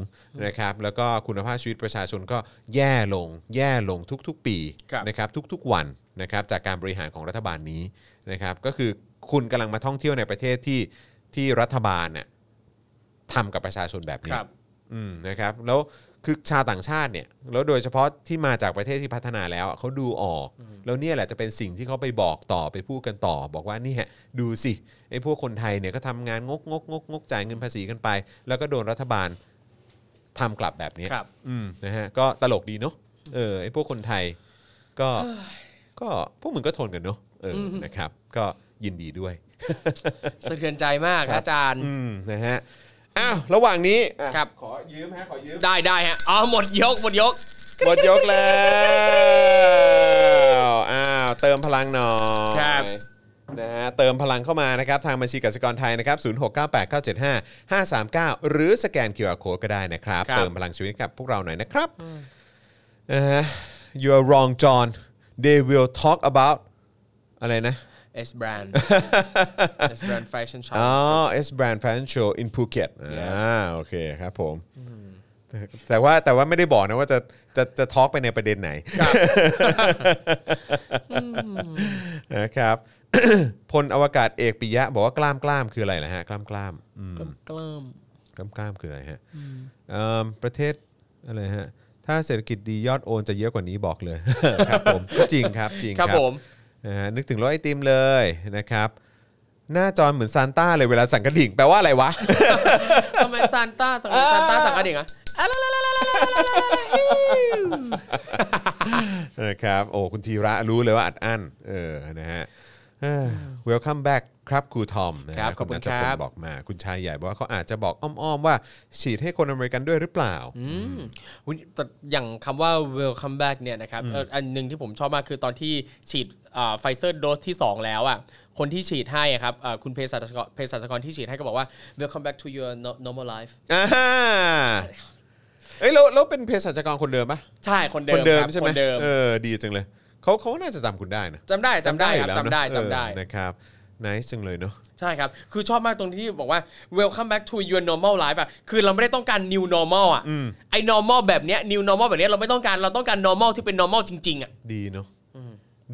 นะครับ แล้วก็คุณภาพชีวิตประชาชนก็แย่ลง แย่ลงทุกๆ ปี ครับ นะครับทุกๆวันนะครับจากการบริหารของรัฐบาลนี้นะครับ ก็คือคุณกำลังมาท่องเที่ยวในประเทศที่ที่รัฐบาลน่ะทำกับประชาชนแบบนี้ ครับ อืมนะครับแล้วคือชาวต่างชาติเนี่ยแล้วโดยเฉพาะที่มาจากประเทศที่พัฒนาแล้วอ่ะเขาดูออก แล้วเนี่ยแหละจะเป็นสิ่งที่เขาไปบอกต่อไปพูดกันต่อ บอกว่าเนี่ยดูสิไอ้พวกคนไทยเนี่ยก็ทำงานงกงกงกงกจ่ายเงินภาษีกันไป แล้วก็โดนรัฐบาลทำกลับแบบเนี้ย ครับ อืมนะฮะก็ตลกดีเนาะเออไอพวกคนไทยก็ก็พวกมึงก็ทนกันเนาะเอออ ม นะครับ ก็ยินดีด้วย สะเทือนใจมาก ครับ อาจารย์ อืมนะฮะอ้าวระหว่างนี้อ่ะ ครับ ขอยืมฮะขอยืม ได้ได้ฮะอ๋อหมดยกหมดยก หมดยกแล้ว <laughs> อ้าวเติมพลังหน่อย ครับ นะฮะเติมพลังเข้ามานะครับ ทางบัญชีกสิกรไทยนะครับ0698975539 หรือสแกน QR Code ก็ได้นะครับ ครับ เติมพลังชีวิตกับพวกเราหน่อยนะครับ นะฮะ you are wrong John they will talk about อะไรนะ S <laughs> brand S brand fashion shop อ๋อ S Brand Fashion Show in Phuket อ่า Yeah. โอเคครับผม แต่ว่าแต่ว่าไม่ได้บอกนะว่าจะจะจะทอล์กไปในประเด็นไหนนะครับ <coughs> พลอวกาศเอกปิยะ บอกว่ากล้ามกล้ามคืออะไรนะฮะ กล้ามกล้ามอืม กล้าม กล้ามกล้ามคืออะไรฮะเอิ่มประเทศอะไรฮะ ถ้าเศรษฐกิจดียอดโอนจะเยอะกว่านี้บอกเลย <laughs> ครับผมก็จริงครับจริง ค ค รั รั บบ ผม นะฮะนึกถึงรถไอติมเลยนะครับ หน้าจอเหมือนซานต้าเลยเวลาสั่งกระดิ่งแปลว่าอะไร <laughs> วะ ทำไมซานต้าสั่งซานต้าสั่งกันเองอะ นะครับโอ้คุณธีระรู้เลยว่าอัดอั้นเออนะฮะเอ้อ welcome back ครับครูทอมนะฮะ ครับขอบคุณ ณนัทพล ครับ บอกมาคุณชายใหญ่บอกว่าเขาอาจจะบอกอ้อมๆว่า ฉีดให้คนอเมริกันด้วยหรือเปล่า อืมอุ๊ยแต่อย่างคำว่า welcome back เนี่ยนะครับเอ่ออันหนึ่งที่ผมชอบมากคือตอนที่ฉีดไฟเซอร์โดสที่ 2 แล้วอ่ะคนที่ฉีดให้อะครับเอ่อคุณเภสัชกรเภสัชกรที่ฉีดให้ก็บอกว่า welcome back to your no- normal life อ่าเอ้ยแล้วแล้วเป็นเภสัชกรคนเดิมปะ ใช่คนเดิ ค ม นเดิม ครับ ใช่ไหม คนเดิม เออดีจังเลยเขาเขาน่าจะจำคุณได้นะ จำได้จำได้ อ ครั ยู่ บ แล้ว จำได้ เนอะ จำได้ เออนะครับนิสจังเลยเนาะ ใช่ครับ คือชอบมากตรงที่บอกว่า welcome back to your normal life อ่ะ คือเราไม่ได้ต้องการ new normal อ่ะ ไอ้ normal แบบเนี้ย new normal แบบเนี้ยเราไม่ต้องการ เราต้องการ normal ที่เป็น normal จริง ๆ อ่ะ ดีเนาะ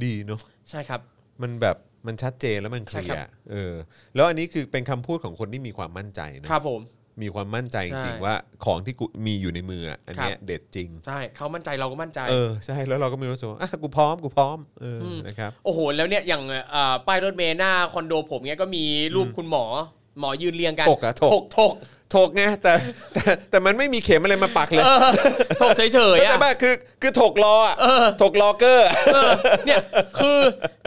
ดีเนาะ ใช่ครับ มันแบบมันชัดเจนแล้วมันเค ใช่ ลี ค ย รับ ร์เออแล้วอันนี้คือเป็นคำพูดของคนที่มีความมั่นใจนะครับ ผม มีความมั่นใจจ ใช่ ริงๆว่าของที่กูมีอยู่ในมืออ่ะอันเนี้ย ครับ เด็ดจริง ใช่เขามั่นใจเราก็มั่นใจ เออใช่แล้วเราก็มีรู้สึกว่าอ่ะกูพร้อมกูพร้อมเอออนะครับ โอ้โห แล้วเนี่ย อย่างเอ่อป้ายรถเมล์หน้าคอนโดผมเนี้ยก็มีรูปคุณหมอ หมอยืนเรียงกัน ถกอะถก ถก ถ ถกไงแต่แต่แต่มันไม่มีเข็มอะไรมาปักเลย เอ <laughs> อถกเฉยๆ เข้าใจ อ่ะ ป่ะคือคือถกล้ออะ เออ ถกล้อเกอร์อะ เออเนี่ยคือ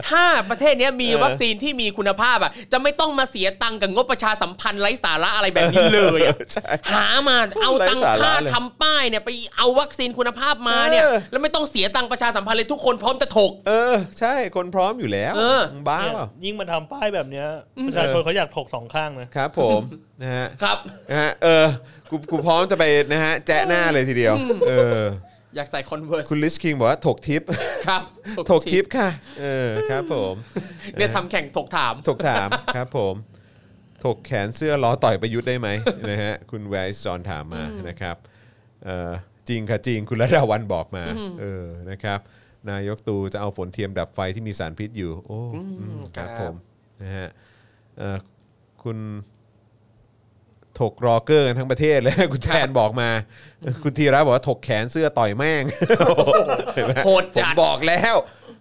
ถ้าประเทศเนี้ยมีวัคซีนที่มีคุณภาพอ่ะจะไม่ต้องมาเสียตังค์กับงบประชาสัมพันธ์ไร้สาระอะไรแบบนี้เลย <laughs> อะ ใช่ หามาเอาตัง ไร้สาระ ค่า เลย ทำป้ายเนี่ยไปเอาวัคซีนคุณภาพมาเนี่ย เออ แล้วไม่ต้องเสียตังค์ประชาสัมพันธ์เลยทุกคนพร้อมจะถก เออ ใช่คนพร้อมอยู่แล้ว เออ มึงบ้า เนี่ย เปล่า ยิ่งมันทำป้ายแบบเนี้ยประชาชนเขาอยากถกสองข้างนะครับ ผม <laughs> นะฮะ ครับ นะฮะเออกูกูพร้อมจะไปนะฮะแจ๊ะหน้าเลยทีเดียว เออ อยากใส่คอนเวิร์ส คุณลิสคิงบอกว่าถกทิป <laughs> ครับ ถกทิปค่ะ เออครับผม เนี่ยทำแข่งถกถาม ถกถาม ครับผม ถกแขนเสื้อล้อต่อยประยุทธ์ได้ไหม นะฮะคุณแวร์ซอนถามมานะครับเอ่อจริงค่ะจริงคุณระดาวันบอกมาเออนะครับ นายกตูจะเอาฝนเทียมดับไฟที่มีสารพิษอยู่ โอ้อืมครับ ครับ ผมนะฮะเอ่อคุณถกรอเกอร์กันทั้งประเทศเลย <laughs> คุณแทนบอกมา คุณธีระบอกว่าถกแขนเสื้อต่อยแม่ง <laughs> เห็นไหม โหดจัด ผมบอกแล้ว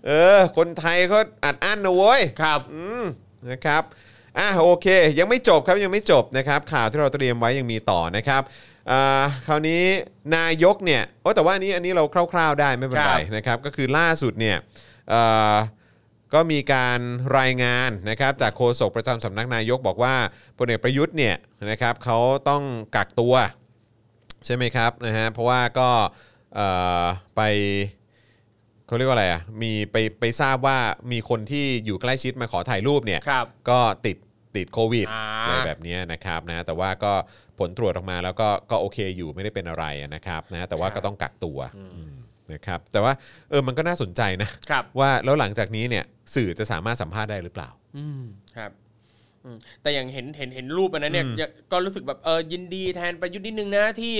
เออ คนไทยเขาอัดอั้นนะเว้ย ครับ อืมนะครับอ่ะโอเค ยังไม่จบครับยังไม่จบนะครับ ข่าวที่เราเตรียมไว้ยังมีต่อนะครับอ่าคราวนี้นายกเนี่ยโอ้แต่ว่าอันนี้อันนี้เราคร่าวๆได้ไม่เป็นไร ครับ นะครับก็คือล่าสุดเนี่ยเอ่อก็มีการรายงานนะครับจากโฆษกประจำสำนักนายกบอกว่าพลเอกประยุทธ์เนี่ยนะครับเขาต้องกักตัว ใช่ไหมครับนะฮะเพราะว่าก็เอ่อไปเขาเรียกว่าอะไรอ่ะมีไปไปทราบว่ามีคนที่อยู่ใกล้ชิดมาขอถ่ายรูปเนี่ย ครับ ก็ติดติดโควิด อ่า อะไรแบบเนี้ยนะครับนะแต่ว่าก็ผลตรวจออกมาแล้วก็ก็โอเคอยู่ไม่ได้เป็นอะไรอะนะครับนะแต่ว่าก็ต้องกักตัวอืมนะครับแต่ว่าเออมันก็น่าสนใจนะครับ ว่าแล้วหลังจากนี้เนี่ยสื่อจะสามารถสัมภาษณ์ได้หรือเปล่า อืมครับอืมแต่อย่างเห็นเห็นเห็นรูปอันนั้นเนี่ยยังก็รู้สึกแบบเออยินดีแทนประยุทธ์นิดนึงนะที่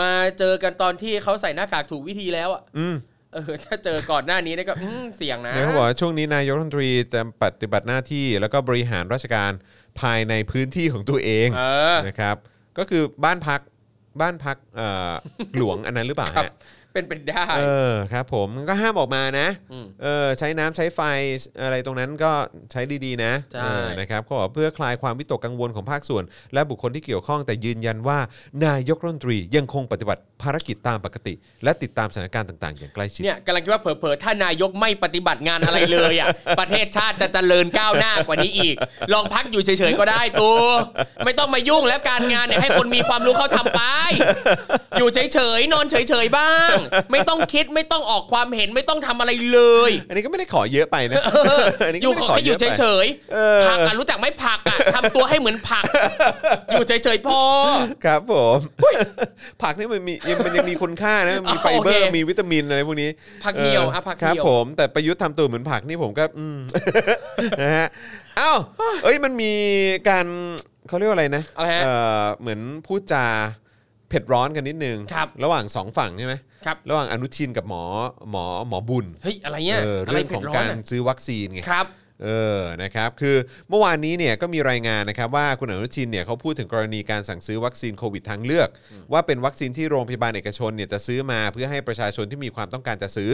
มาเจอกันตอนที่เขาใส่หน้ากากถูกวิธีแล้วอ่ะ อืม เออถ้าเจอก่อนหน้านี้เนี่ยก็อืมเสี่ยงนะ เนี่ยเขาบอกว่าช่วงนี้นายกรัฐมนตรีจะปฏิบัติหน้าที่แล้วก็บริหารราชการภายในพื้นที่ของตัวเอง เออ นะครับ ก็คือบ้านพักบ้านพักเอ่อ <laughs> หลวงอันนั้นหรือเปล่า ครับ ฮะ เป็นเป็นได้ เออครับผมก็ห้ามออกมานะ อืม เออใช้น้ำใช้ไฟอะไรตรงนั้นก็ใช้ดีๆนะ ใช่ เออนะครับก็บอกว่าเพื่อคลายความวิตกกังวลของภาคส่วน และบุคคลที่เกี่ยวข้องแต่ยืนยันว่า นายกรัฐมนตรียังคงปฏิบัติภารกิจตามปกติ และติดตามสถานการณ์ต่าง ๆ อย่างใกล้ชิด เนี่ยกำลังคิดว่าเผลอๆถ้านายกไม่ปฏิบัติงานอะไรเลยอ่ะ <laughs> ประเทศชาติจะเจริญก้าวหน้ากว่านี้อีก <laughs> ลองพักอยู่เฉยๆก็ได้ตู <laughs> ไม่ต้องมายุ่งแล้วการงานเนี่ยให้คนมีความรู้เขาทำไป <laughs> อยู่เฉยๆนอนเฉยๆบ้าง ไม่ต้องคิดไม่ต้องออกความเห็นไม่ต้องทำอะไรเลย อันนี้ก็ไม่ได้ขอเยอะไปนะ นนี้ อ ก็ ยู่ ไม่ ขอแค่อยู่ได้ะไป เฉย เออ ๆผักอ่ะรู้จักไหมผักอ่ะ <laughs> ทำตัวให้เหมือนผั <laughs> ก อยู่เฉยๆพอ ครับผม <laughs> ผักนี่มันมียังมันยังมีคุณค่านะมันมี อ๋อ ไฟเบอ โอ ร์ เค มีวิตามินอะไรพวกนี้ ผักเหี่ยว อ อ่ะผักเหี่ยควรับผมแต่ประยุทธ์ทำตัวเหมือนผักนี่ผมก็อืม <laughs> นะฮะเอ้าเอ้ยมันมีการเขาเรียกว่าอะไรนะ อะไรฮะ เอ่อเหมือนพูดจาเผ็ดร้อนกันนิดนึง ครับ หว่างสองฝั่งใช่ไหม ครับ ระหว่างอนุชินกับหมอหมอหมอบุญ เฮ้ยอะไรเนี่ย เออ อะไร เรื่อง เผ็ ขอดร้อกงาน ร อ่ะ ซื้อวัคซีนไง ครับ เออ นะครับ คือเมื่อวานนี้เนี่ยก็มีรายงานนะครับว่าคุณอนุชินเนี่ยเขาพูดถึงกรณีการสั่งซื้อวัคซีนโควิดทางเลือก ว่าเป็นวัคซีนที่โรงพยาบาลเอกชนเนี่ยจะซื้อมาเพื่อให้ประชาชนที่มีความต้องการจะซื้อ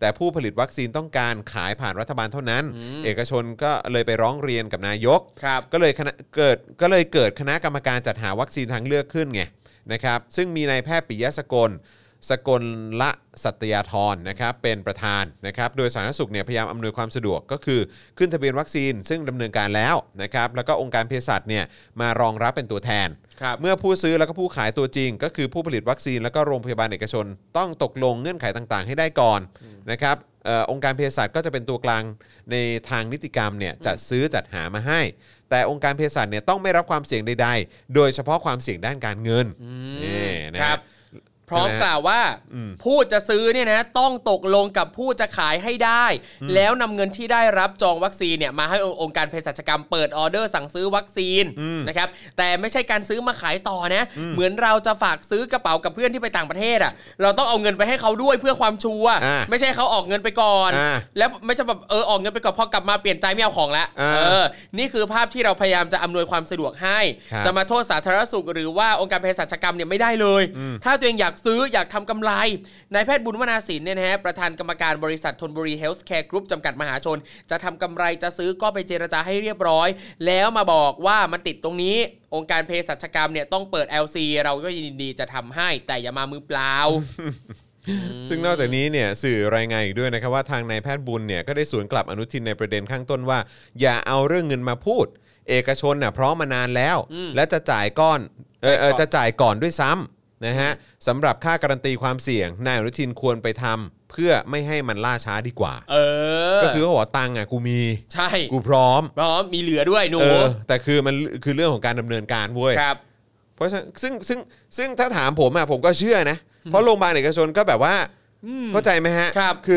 แต่ผู้ผลิตวัคซีนต้องการขายผ่านรัฐบาลเท่านั้น เอกชนก็เลยไปร้องเรียนกับนายก ครับ ก็เลยคณะเกิดก็เลยเกิดคณะกรรมการจัดหาวัคซีนทางเลือกขึ้นไงนะครับ ซึ่งมีนายแพทย์ปิยะสกล สกลละสัตยาธรนะครับเป็นประธานนะครับ โดยสาธารณสุขเนี่ยพยายามอำนวยความสะดวกก็คือขึ้นทะเบียนวัคซีนซึ่งดำเนินการแล้วนะครับ แล้วก็องค์การเภสัชเนี่ยมารองรับเป็นตัวแทน ครับ เมื่อผู้ซื้อแล้วก็ผู้ขายตัวจริง ก็คือผู้ผลิตวัคซีนแล้วก็โรงพยาบาลเอกชน ต้องตกลงเงื่อนไขต่างๆ ให้ได้ก่อนนะครับเอ่อองค์การเภสัชก็จะเป็นตัวกลางในทางนิติกรรมเนี่ยจัดซื้อจัดหามาให้ แต่องค์การเภสัชเนี่ยต้องไม่รับความเสี่ยงใด ๆ โดยเฉพาะความเสี่ยงด้านการเงินนี่นะ ค ค รั รับ บ พร้อมกล่าวว่าผู้จะซื้อเนี่ยนะต้องตกลงกับผู้จะขายให้ได้ แล้วนำเงินที่ได้รับจองวัคซีนเนี่ยมาให้องค์การเภสัชกรรมเปิดออเดอร์สั่งซื้อวัคซีนนะครับแต่ไม่ใช่การซื้อมาขายต่อนะ เหมือนเราจะฝากซื้อกระเป๋ากับเพื่อนที่ไปต่างประเทศอ่ะเราต้องเอาเงินไปให้เขาด้วยเพื่อความชัวร์ อ่า ไม่ใช่เขาออกเงินไปก่อน อ่า แล้วไม่ใช่แบบเออออกเงินไปก่อนพอกลับมาเปลี่ยนใจไม่เอาของละ อ่า เออ นี่คือภาพที่เราพยายามจะอำนวยความสะดวกให้ ครับ จะมาโทษสาธารณสุขหรือว่าองค์การเภสัชกรรมเนี่ยไม่ได้เลย ถ้าตัวเองอยาก ซื้ออยากทำกำไร นายแพทย์บุญวนาสินเนี่ยนะฮะประธานกรรมการบริษัทธนบุรีเฮลส์แคร์กรุ๊ปจำกัดมหาชน จะทำกำไรจะซื้อก็ไปเจรจาให้เรียบร้อย แล้วมาบอกว่ามันติดตรงนี้ องค์การเภสัชกรรมเนี่ยต้องเปิด LC เราก็ยินดีจะทำให้แต่อย่ามามือเป <laughs> ล่า ซึ่งนอกจากนี้เนี่ยสื่อรายงานอีกด้วยนะครับว่าทางนายแพทย์บุญเนี่ยก็ได้สวนกลับอนุทินในประเด็นข้างต้นว่า อย่าเอาเรื่องเงินมาพูด เอกชนน่ะพร้อมมานานแล้ว และจะจ่ายก้อนเออเออจะจ่ายก่อนด้วยซ้ำนะฮะสำหรับค่าการันตีความเสี่ยงนายอนุทินควรไปทำเพื่อไม่ให้มันล่าช้าดีกว่า เออ ก็คือเขาบอกว่าตังค์อ่ะกูมี ใช่ กูพร้อม พร้อมมีเหลือด้วยหนู เออแต่คือมันคือเรื่องของการดำเนินการเว้ย ครับ เพราะฉะนั้นซึ่งซึ่งซึ่งถ้าถามผมอ่ะผมก็เชื่อนะ เพราะโรงพยาบาลเอกชนก็แบบว่าเข้าใจไหมฮะ ครับ อ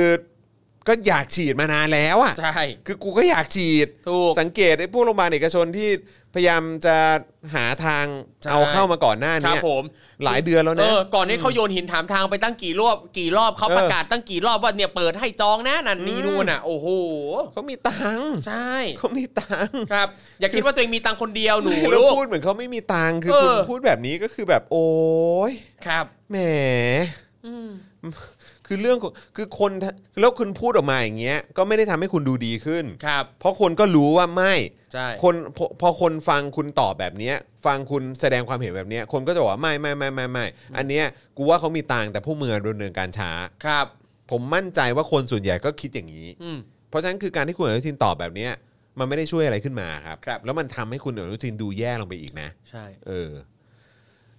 ก็อยากฉีดมานานแล้วอ่ะ ใช่ คือกูก็อยากฉีด ถูก สังเกตไอ้พวกโรงพยาบาลเอกชนที่พยายามจะหาทาง ใช่ เอาเข้ามาก่อนหน้า ครั เนี้ บ ย ผม หลายเดือนแล้ว เอ นะ อก่อนนี้เขาโยนหินถามทางไปตั้งกี่รอบกี่รอบเขา เออ ประกาศตั้งกี่รอบว่าเนี่ยเปิดให้จองนะนั่นนี่นู่นอ่ะ โอ้โห เขามีตังค์ ใช่ เขามีตังค์ ครับ อย่าคิดว่าตัวเองมีตังค์คนเดียวหนู แล้ว ลูก พูดเหมือนเขาไม่มีตังค์คือ เออ คุณพูดแบบนี้ก็คือแบบโอ๊ย ครับ แหม คือเรื่องของคือคนแล้วคุณพูดออกมาอย่างเงี้ยก็ไม่ได้ทำให้คุณดูดีขึ้น ครับ เพราะคนก็รู้ว่าไม่ ใช่ คนพอพอคนฟังคุณตอบแบบเนี้ยฟังคุณแสดงความเห็นแบบเนี้ยคนก็จะบอกว่าไม่ไม่ไม่ไม่ไม่อันเนี้ยกูว่าเขามีตังค์แต่พวกมือดำเนินการช้า ครับ ผมมั่นใจว่าคนส่วนใหญ่ก็คิดอย่างนี้ อืม เพราะฉะนั้นคือการที่คุณอนุทินตอบแบบเนี้ยมันไม่ได้ช่วยอะไรขึ้นมาครับ ครับ แล้วมันทำให้คุณอนุทินดูแย่ลงไปอีกนะ ใช่ เออ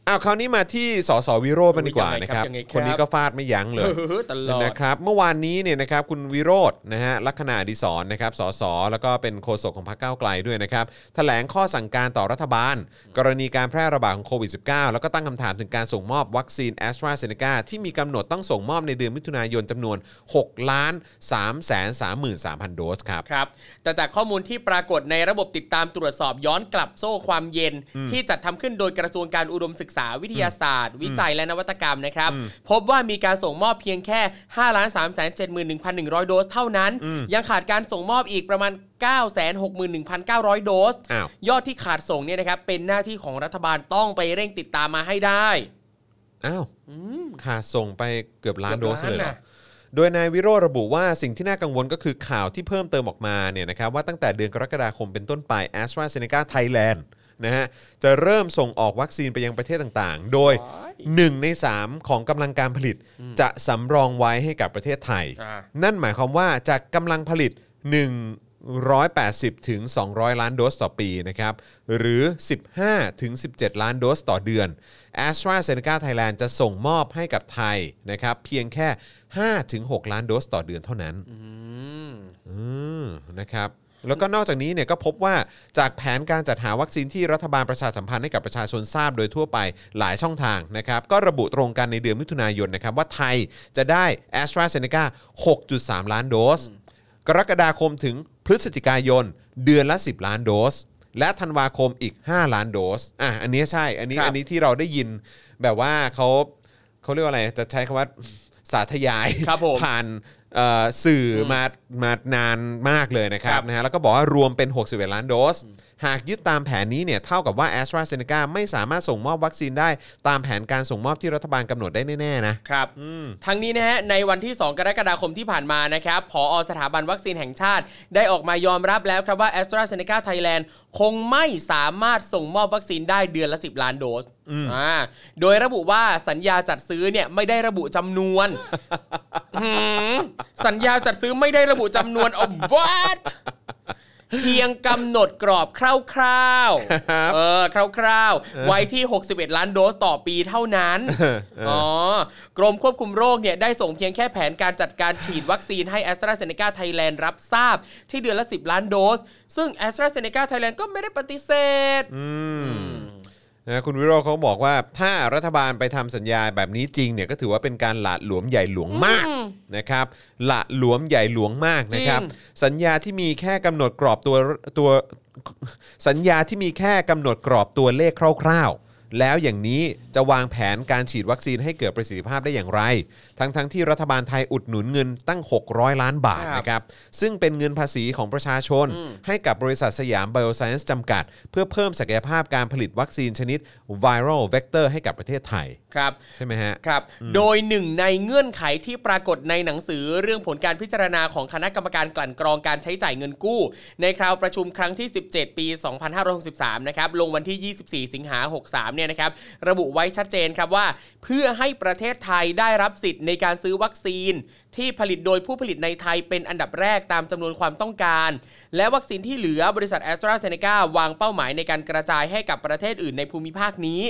อ้าวคราวนี้มาที่สสวิโรจน์มันดีกว่า ยังไง นะ ค ค รั รั บบ ยังไงครับ คนนี้ก็ฟาดไม่ยั้งเลย เออตลอด นะครับเมื่อวานนี้เนี่ยนะครับคุณวิโรจน์นะฮะลัคนาดิศรนะครับสสแล้วก็เป็นโฆษกของพรรคก้าวไกลด้วยนะครับแถลงข้อสั่งการต่อรัฐบาล กรณีการแพร่ระบาดของโควิด -19 แล้วก็ตั้งคำถามถึงการส่งมอบวัคซีนแอสตราเซเนกาที่มีกำหนดต้องส่งมอบในเดือนมิถุนายนจำนวน6ล้าน3 3 3 3 0 0โดสครับ ครับแต่จากข้อมูลที่ปรากฏในระบบติดตามตรวจสอบย้อนกลับโซ่ความเย็น ที่จัดทำขึ้นโดยกระทรวงการอุดมศึกษาวิทยาศาสตร์ วิจัยและนวัตกรรมนะครับ พบว่ามีการส่งมอบเพียงแค่5 3 7 1 1 0 0 โดสเท่านั้น ยังขาดการส่งมอบอีกประมาณ 961,900 โดส อ้าว ยอดที่ขาดส่งเนี่ยนะครับเป็นหน้าที่ของรัฐบาลต้องไปเร่งติดตามมาให้ได้ อ้าวขาดส่งไปเกือบล้าน เกื โด อบ ส ล้าน เลยเหรอ น่ะ โดยนายวิโรจน์ระบุว่าสิ่งที่น่ากังวลก็คือข่าวที่เพิ่มเติมออกมาเนี่ยนะครับว่าตั้งแต่เดือนกรกฎาคมเป็นต้นไป a s t r a z e ซ e c a Thailand นะฮะจะเริ่มส่งออกวัคซีนไปยังประเทศต่างๆ โดย 1 ใน 3 ของกำลังการผลิต จะสำรองไว้ให้กับประเทศไทย อ่า นั่นหมายความว่าจากกำลังผลิต 180ถึง200 ล้านโดสต่อปีนะครับ หรือ 15ถึง17 ล้านโดสต่อเดือน a s t r a z e ซ e c a Thailand จะส่งมอบให้กับไทยนะครับเพียงแค่5ถึง6ล้านโดสต่อเดือนเท่านั้น อืมนะครับแล้วก็นอกจากนี้เนี่ยก็พบว่าจากแผนการจัดหาวัคซีนที่รัฐบาลประชาสัมพันธ์ให้กับประชาชนทราบโดยทั่วไปหลายช่องทางนะครับ ก็ระบุตรงกันในเดือนมิถุนายนนะครับ ว่าไทยจะได้ a s t r a z e ซ e c a 6.3 ล้านโดส กรกฎาคมถึงพฤศจิกายน เดือนละ 10 ล้านโดส และธันวาคมอีก 5 ล้านโดสอ่ะอันนี้ใช่อันนี้ ครับ อันนี้ที่เราได้ยินแบบว่าเขาเขาเรียกว่าอะไรจะใช้คำว่า <laughs> สาธยาย ครับผม ผ่านเอ่อสื่อมามานานมากเลยนะครั ครับ บ นะฮะแล้วก็บอกว่ารวมเป็น 61 ล้านโดส หากยึดตามแผนนี้เนี่ยเท่ากับว่า a s t r a z e ซ e c a ไม่สามารถส่งมอบวัคซีนได้ ตามแผนการส่งมอบที่รัฐบาลกำหนดได้แน่ ๆ นะ ครับทั้งนี้นะฮะในวันที่ 2 กรกฎาคมที่ผ่านมานะครับผอสถาบันวัคซีนแห่งชาติ ได้ออกมายอมรับแล้วครับว่า a s t r a z e ซ e c a Thailand คงไม่สามารถส่งมอบวัคซีนได้เดือนละ 10 ล้านโดสอ่าโดยระบุว่าสัญญาจัดซื้อเนี่ยไม่ได้ระบุจำน <laughs> วน หืมสัญญาจัดซื้อไม่ได้ระบุจำนวนอ what เพียงกำหนดกรอบคร่าวๆเออคร่าวๆ ไว้ที่ 61 ล้านโดสต่อปีเท่านั้น อ๋อกรมควบคุมโรคเนี่ยได้ส่งเพียงแค่แผนการจัดการฉีดวัคซีนให้ a s t r a z e ซ e c a Thailand รับทราบที่เดือนละ 10 ล้านโดส ซึ่ง a s t r a z e ซ e c a Thailand ก็ไม่ได้ปฏิเสธ นะคุณวิโรจน์เขาบอกว่าถ้ารัฐบาลไปทำสัญญาแบบนี้จริงเนี่ยก็ถือว่าเป็นการหละหลวมใหญ่หลวงมากนะครับหละหลวมใหญ่หลวงมากนะครับ จริ สัญญาที่มีแค่กำหนดกรอบตัวตัว สัญญาที่มีแค่กำหนดกรอบตัวเลขคร่าวๆ แล้วอย่างนี้ จะวางแผนการฉีดวัคซีนให้เกิดประสิทธิภาพได้อย่างไร ทั้งๆทที่รัฐบาลไทยอุดหนุนเงินตั้ง 600 ล้านบาท ครับ นะครับซึ่งเป็นเงินภาษีของประชาชน ให้กับบริษัทสยามไบโอไซเอนซ์จำกัด เพื่อเพิ่มศักยภาพการผลิตวัคซีนชนิดไวรัลเวกเตอร์ให้กับประเทศไทย ครับ ใช่ไหมฮะ ครับ โดยหนึ่งในเงื่อนไขที่ปรากฏในหนังสือเรื่องผลการพิจารณาของคณะกรรมการกลั่นกรองการใช้จ่ายเงินกู้ ในคราวประชุมครั้งที่ 17 ปี 2563 นะครับ ลงวันที่ 24 สิงหา 63 เนี่ยนะครับ ระบุไว้ชัดเจนครับว่า เพื่อให้ประเทศไทยได้รับสิทธิ์ในการซื้อวัคซีน ที่ผลิตโดยผู้ผลิตในไทยเป็นอันดับแรกตามจำนวนความต้องการ และวัคซีนที่เหลือบริษัทแอสตราเซเนกาวางเป้าหมายในการกระจายให้กับประเทศอื่นในภูมิภาคนี้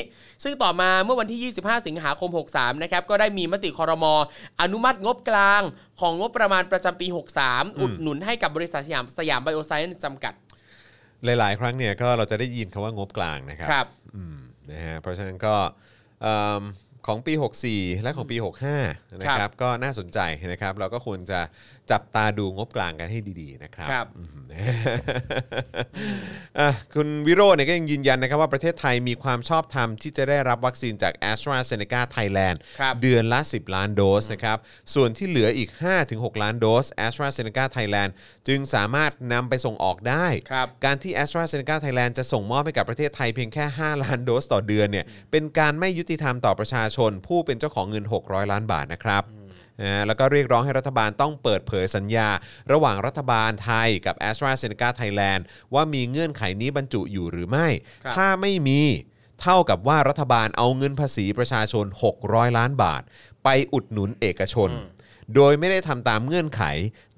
ซึ่งต่อมาเมื่อวันที่ 25 สิงหาคม 63 นะครับ ก็ได้มีมติคอรมออนุมัติงบกลางของงบประมาณประจำปี 63 อุดหนุนให้กับบริษัทสยามสยามไบโอไซน์จำกัด หลาย ๆ ครั้งเนี่ยก็เราจะได้ยินคำว่างบกลางนะครับ ครับ อืมนะฮะเพราะฉะนั้นก็เอิ่มของปี 64 และของปี 65 นะค ครั รับบ ก็น่าสนใจนะครับ เราก็ควรจะจับตาดูงบกลางกันให้ดีๆนะครับ ครับ อืมนะฮะ <laughs> อ่ะคุณวิโรจน์เนี่ยก็ยังยืนยันนะครับว่าประเทศไทยมีความชอบธรรมที่จะได้รับวัคซีนจาก a s t r a z e ซ e c a Thailand ครับ เดือนละ 10 ล้านโดสนะครับ ส่วนที่เหลืออีก 5-6 ล้านโดส a s t r a z e ซ e c a Thailand จึงสามารถนำไปส่งออกได้ ครับ การที่ a s t r a z e ซ e c a Thailand จะส่งมอบให้กับประเทศไทยเพียงแค่ 5 ล้านโดสต่อเดือนเนี่ยเป็นการไม่ยุติธรรมต่อประชาชน ผู้เป็นเจ้าของเงิน 600 ล้านบาทนะครับนะฮะแล้วก็เรียกร้องให้รัฐบาลต้องเปิดเผยสัญญา ระหว่างรัฐบาลไทยกับ a s t r a z e ซ e c a Thailand ว่ามีเงื่อนไขนี้บรรจุอยู่หรือไม่ ครับ ถ้าไม่มีเท่ากับว่ารัฐบาลเอาเงินภาษีประชาชน 600 ล้านบาท ไปอุดหนุนเอกชน โดยไม่ได้ทำตามเงื่อนไข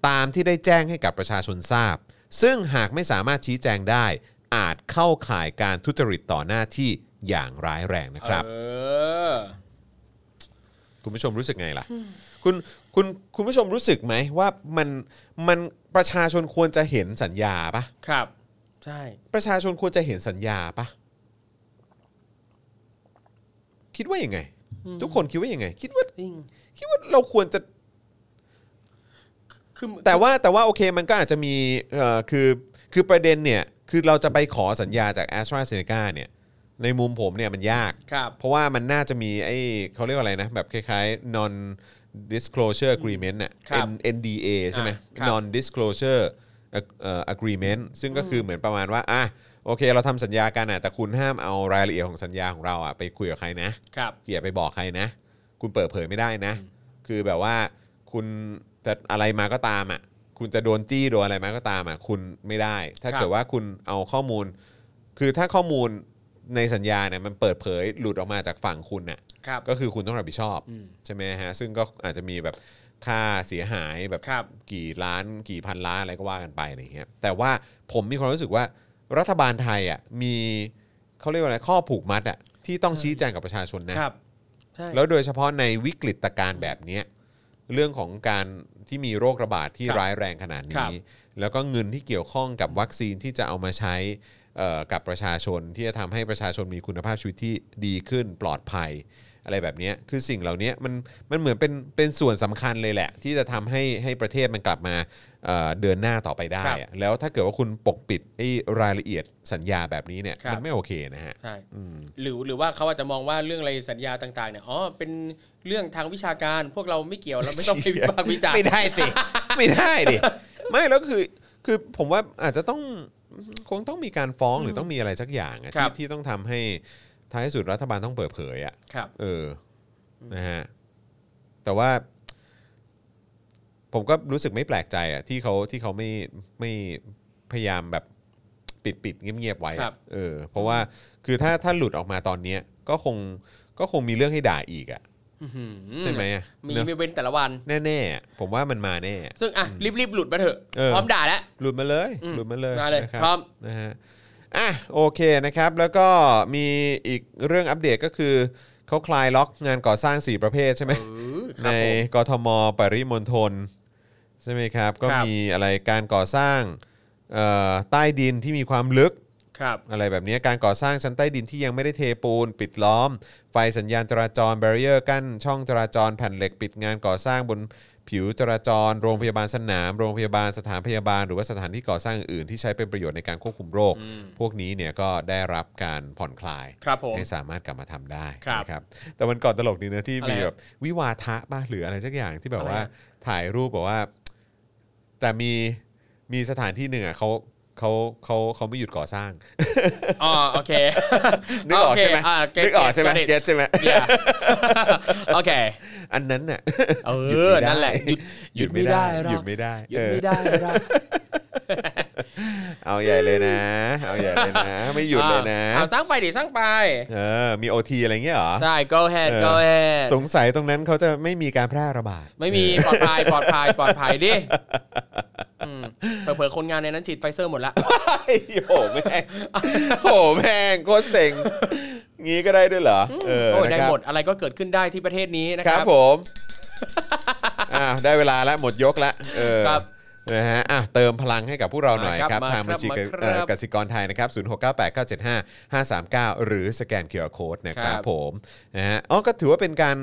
ตามที่ได้แจ้งให้กับประชาชนทราบ ซึ่งหากไม่สามารถชี้แจงได้ อาจเข้าข่ายการทุจริตต่อหน้าที่อย่างร้ายแรงนะครับ เออ คุณผู้ชมรู้สึกไงล่ะ คุณคุณคุณผู้ชมรู้สึกไหมว่ามันมันประชาชนควรจะเห็นสัญญาปะ ครับ ใช่ ประชาชนควรจะเห็นสัญญาปะคิดว่ายังไง ทุกคนคิดว่ายังไง คิดว่า จริง คิดว่าเราควรจะ คือ แต่ว่าแต่ว่าโอเคมันก็อาจจะมีเอ่อคือคือประเด็นเนี่ย คือเราจะไปขอสัญญาจาก a s t r a z e ซ e c a เนี่ยในมุมผมเนี่ยมันยาก ครับ เพราะว่ามันน่าจะมีไอ้เขาเรียกว่าอะไรนะ แบบคล้ายๆ non disclosure agreement น่ะ ครับ N- NDA ใช่ไหม ครับ non disclosure ag- เอ่อ agreement ซึ่งก็คือเหมือนประมาณว่าอ่ะโอเค เราทำสัญญากันนะแต่คุณห้ามเอารายละเอียดของสัญญาของเราอ่ะไปคุยกับใครนะ ครับ อย่าไปบอกใครนะ คุณเปิดเผยไม่ได้นะ คือแบบว่าคุณจะอะไรมาก็ตามอ่ะ คุณจะโดนจี้โดนอะไรมาก็ตามอ่ะ คุณไม่ได้ ถ้า ครับ เกิดว่าคุณเอาข้อมูล คือถ้าข้อมูลในสัญญาเนี่ยมันเปิดเผยหลุดออกมาจากฝั่งคุณน่ะ ครับ ก็คือคุณต้องรับผิดชอบ อืม ใช่ไหมฮะ ซึ่งก็อาจจะมีแบบค่าเสียหายแบบ ครับ กี่ล้าน กี่พันล้านอะไรก็ว่ากันไปอะไรอย่างเงี้ย แต่ว่าผมมีความรู้สึกว่ารัฐบาลไทยอ่ะมีเขาเรียกว่าอะไรข้อผูกมัดอ่ะที่ต้องชี้แจงกับประชาชนนะ ครับ ใช่ แล้วโดยเฉพาะในวิกฤตการณ์แบบเนี้ยเรื่องของการที่มีโรคระบาดที่ ครับ ร้ายแรงขนาด ครั นี้ บ แล้วก็เงินที่เกี่ยวข้องกับวัคซีนที่จะเอามาใช้เอ่อกับประชาชนที่จะทำให้ประชาชนมีคุณภาพชีวิตที่ดีขึ้นปลอดภัย อะไรแบบเนี้ยคือสิ่งเหล่านี้มันมันเหมือนเป็นเป็นส่วนสำคัญเลยแหละ ที่จะทำให้ให้ประเทศมันกลับมาเอ่อเดินหน้าต่อไปได้ ครับ อะแล้วถ้าเกิดว่าคุณปกปิดไอ้รายละเอียดสัญญาแบบนี้เนี่ย ครับ มันไม่โอเคนะฮะ ใช่ หรือหรือว่าเขาอาจจะมองว่าเรื่องอะไรสัญญาต่างๆเนี่ย อ๋อ เป็นเรื่องทางวิชาการ พวกเราไม่เกี่ยวเราไม่ต้องไปวิพากษ์วิจารณ์ ไม่ได้สิ <laughs> ไม่ได้ดิ ไม่แล้วคือคือผมว่าอาจจะต้องคงต้องมีการฟ้องหรือต้องมีอะไรสักอย่างอะ ครั ที่ บ ที่ต้องทำให้ท้ายสุดรัฐบาลต้องเปิดเผยอะ ครับ เออนะฮะแต่ว่า ผมก็รู้สึกไม่แปลกใจอะที่เขาที่เขาไม่ไม่พยายามแบบปิดปิดเงียบๆไว้อะ ครับ เออ เพราะว่าคือถ้าถ้าหลุดออกมาตอนเนี้ย ก็คงก็คงมีเรื่องให้ด่าอีกอะ อื้อหือ ใช่ไหมอะ มี เนอะ มีเว้นแต่ละวัน แน่ๆอะผมว่ามันมาแน่ ซึ่งอ่ะรีบๆหลุดมาเถอะ เออ พร้อมด่าแล้ว หลุดมาเลย อืม หลุดมาเลย มาเลย นะค พร้ รั อบ ม นะฮะอ่ะโอเคนะครับ แล้วก็มีอีกเรื่องอัปเดตก็คือเขาคลายล็อกงานก่อสร้าง 4 ประเภทใช่ไหม เออค ใน รับผม กทม ปริมณฑลใช่ไหมครับ ก็ ครับ มีอะไรการก่อสร้างเอ่อใต้ดินที่มีความลึก ครับ อะไรแบบนี้การก่อสร้างชั้นใต้ดินที่ยังไม่ได้เทปูน ปิดล้อม ไฟสัญญาณจราจรแบเรียร์กั้นช่องจราจรแผ่นเหล็กปิดงานก่อสร้างบนผิวจราจร โรงพยาบาลสนาม โรงพยาบาลสถานพยาบาล หรือว่าสถานที่ก่อสร้างอื่นๆที่ใช้เป็นประโยชน์ในการควบคุมโรค พวกนี้เนี่ยก็ได้รับการผ่อนคลาย ครับผม ให้สามารถกลับมาทำได้ ครับ นะครับแต่วันก่อนตลกดีนะที่มี อะไรอะ แบบวิวาทะบ้างหรืออะไรสักอย่างที่แบบ อะไรอะ ว่าถ่ายรูปแบบว่า แต่มีมีสถานที่หนึ่งอ่ะเขาเขาเขาเขาไม่หยุดก่อสร้าง อ๋อโอเค <laughs> นึกออกใช่ไหม โเคา get- นึกออกใช่ไหม get it เก็ตใช่ไหม Yeah <laughs> โอเค อันนั้นน่ะ เอ หยุด อ ไม่ได้ นั่นแหละ หยุด หยุดไม่ได้ ห ห ยุ ยุ ด ด ไม่ได้ ไม่ เอ ได้หรอก อเอาใหญ่เลยนะ เอาใหญ่เลยนะ ไม่หยุดเลยนะ เอาสร้างไปดิสร้างไป เออ มีโอทีอะไรเงี้ยเหรอ ใช่ go ahead เออ go ahead สงสัยตรงนั้นเขาจะไม่มีการแพร่ระบาด ไม่มีปลอดภัยปลอดภัยปลอดภัยดิอืมเผลอๆคนงานในนั้นฉีดไฟเซอร์หมดละ เฮ้ยโอ้แม่งโอ้แม่งโคตรเซ็งงี้ก็ได้ด้วยเหรอเออ โอ้ย นะ ได้ ครับ หมดอะไรก็เกิดขึ้นได้ที่ประเทศนี้นะ ค ค รั รั บบ ผม <laughs> อ่าได้เวลาละหมดยกละเออ ครับ นะฮะอ่ะเติมพลังให้กับพวกเราหน่อย มา ค ครัรับบ มา ทางบัญชี ครับมาครับ เอ่อกสิกรไทยนะครับ0 6 9 8 9 7 5 5 3 9 หรือสแกนเคอร์โคดนะครับ ครับ ผมนะฮะอ๋อก็ถือว่าเป็นการ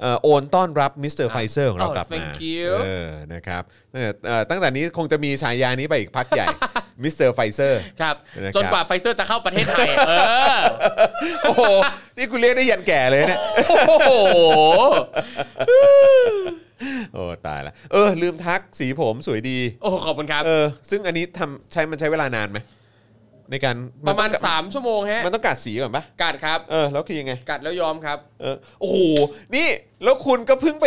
เอ่อโอนต้อนรับมิสเตอร์ไฟเซอร์ของเรา อ๋อก ลับมา thank you เออนะครับเนี่ยเอ่อตั้งแต่นี้คงจะมีฉายานี้ไปอีกพักใหญ่ <laughs> มิสเตอร์ไฟเซอร์ ครับ นะครับ จนกว่าไฟเซอร์จะเข้าประเทศไทย เออ โอ้โห นี่กูเรียกได้ยันแก่เลยเนี่ย โอ้โห โอ้ ตายละเออ ลืมทักสีผมสวยดี โอ้ ขอบคุณครับ เออ ซึ่งอันนี้ทำใช้มันใช้เวลานานไหมในการ ประมาณ นต้อง 3 ชั่วโมงฮะ มันต้องกัดสีก่อนปะ กัดครับ เออแล้วคือยังไง กัดแล้วยอมครับ เออโอ้โห นี่ แล้วคุณก็เพิ่งไป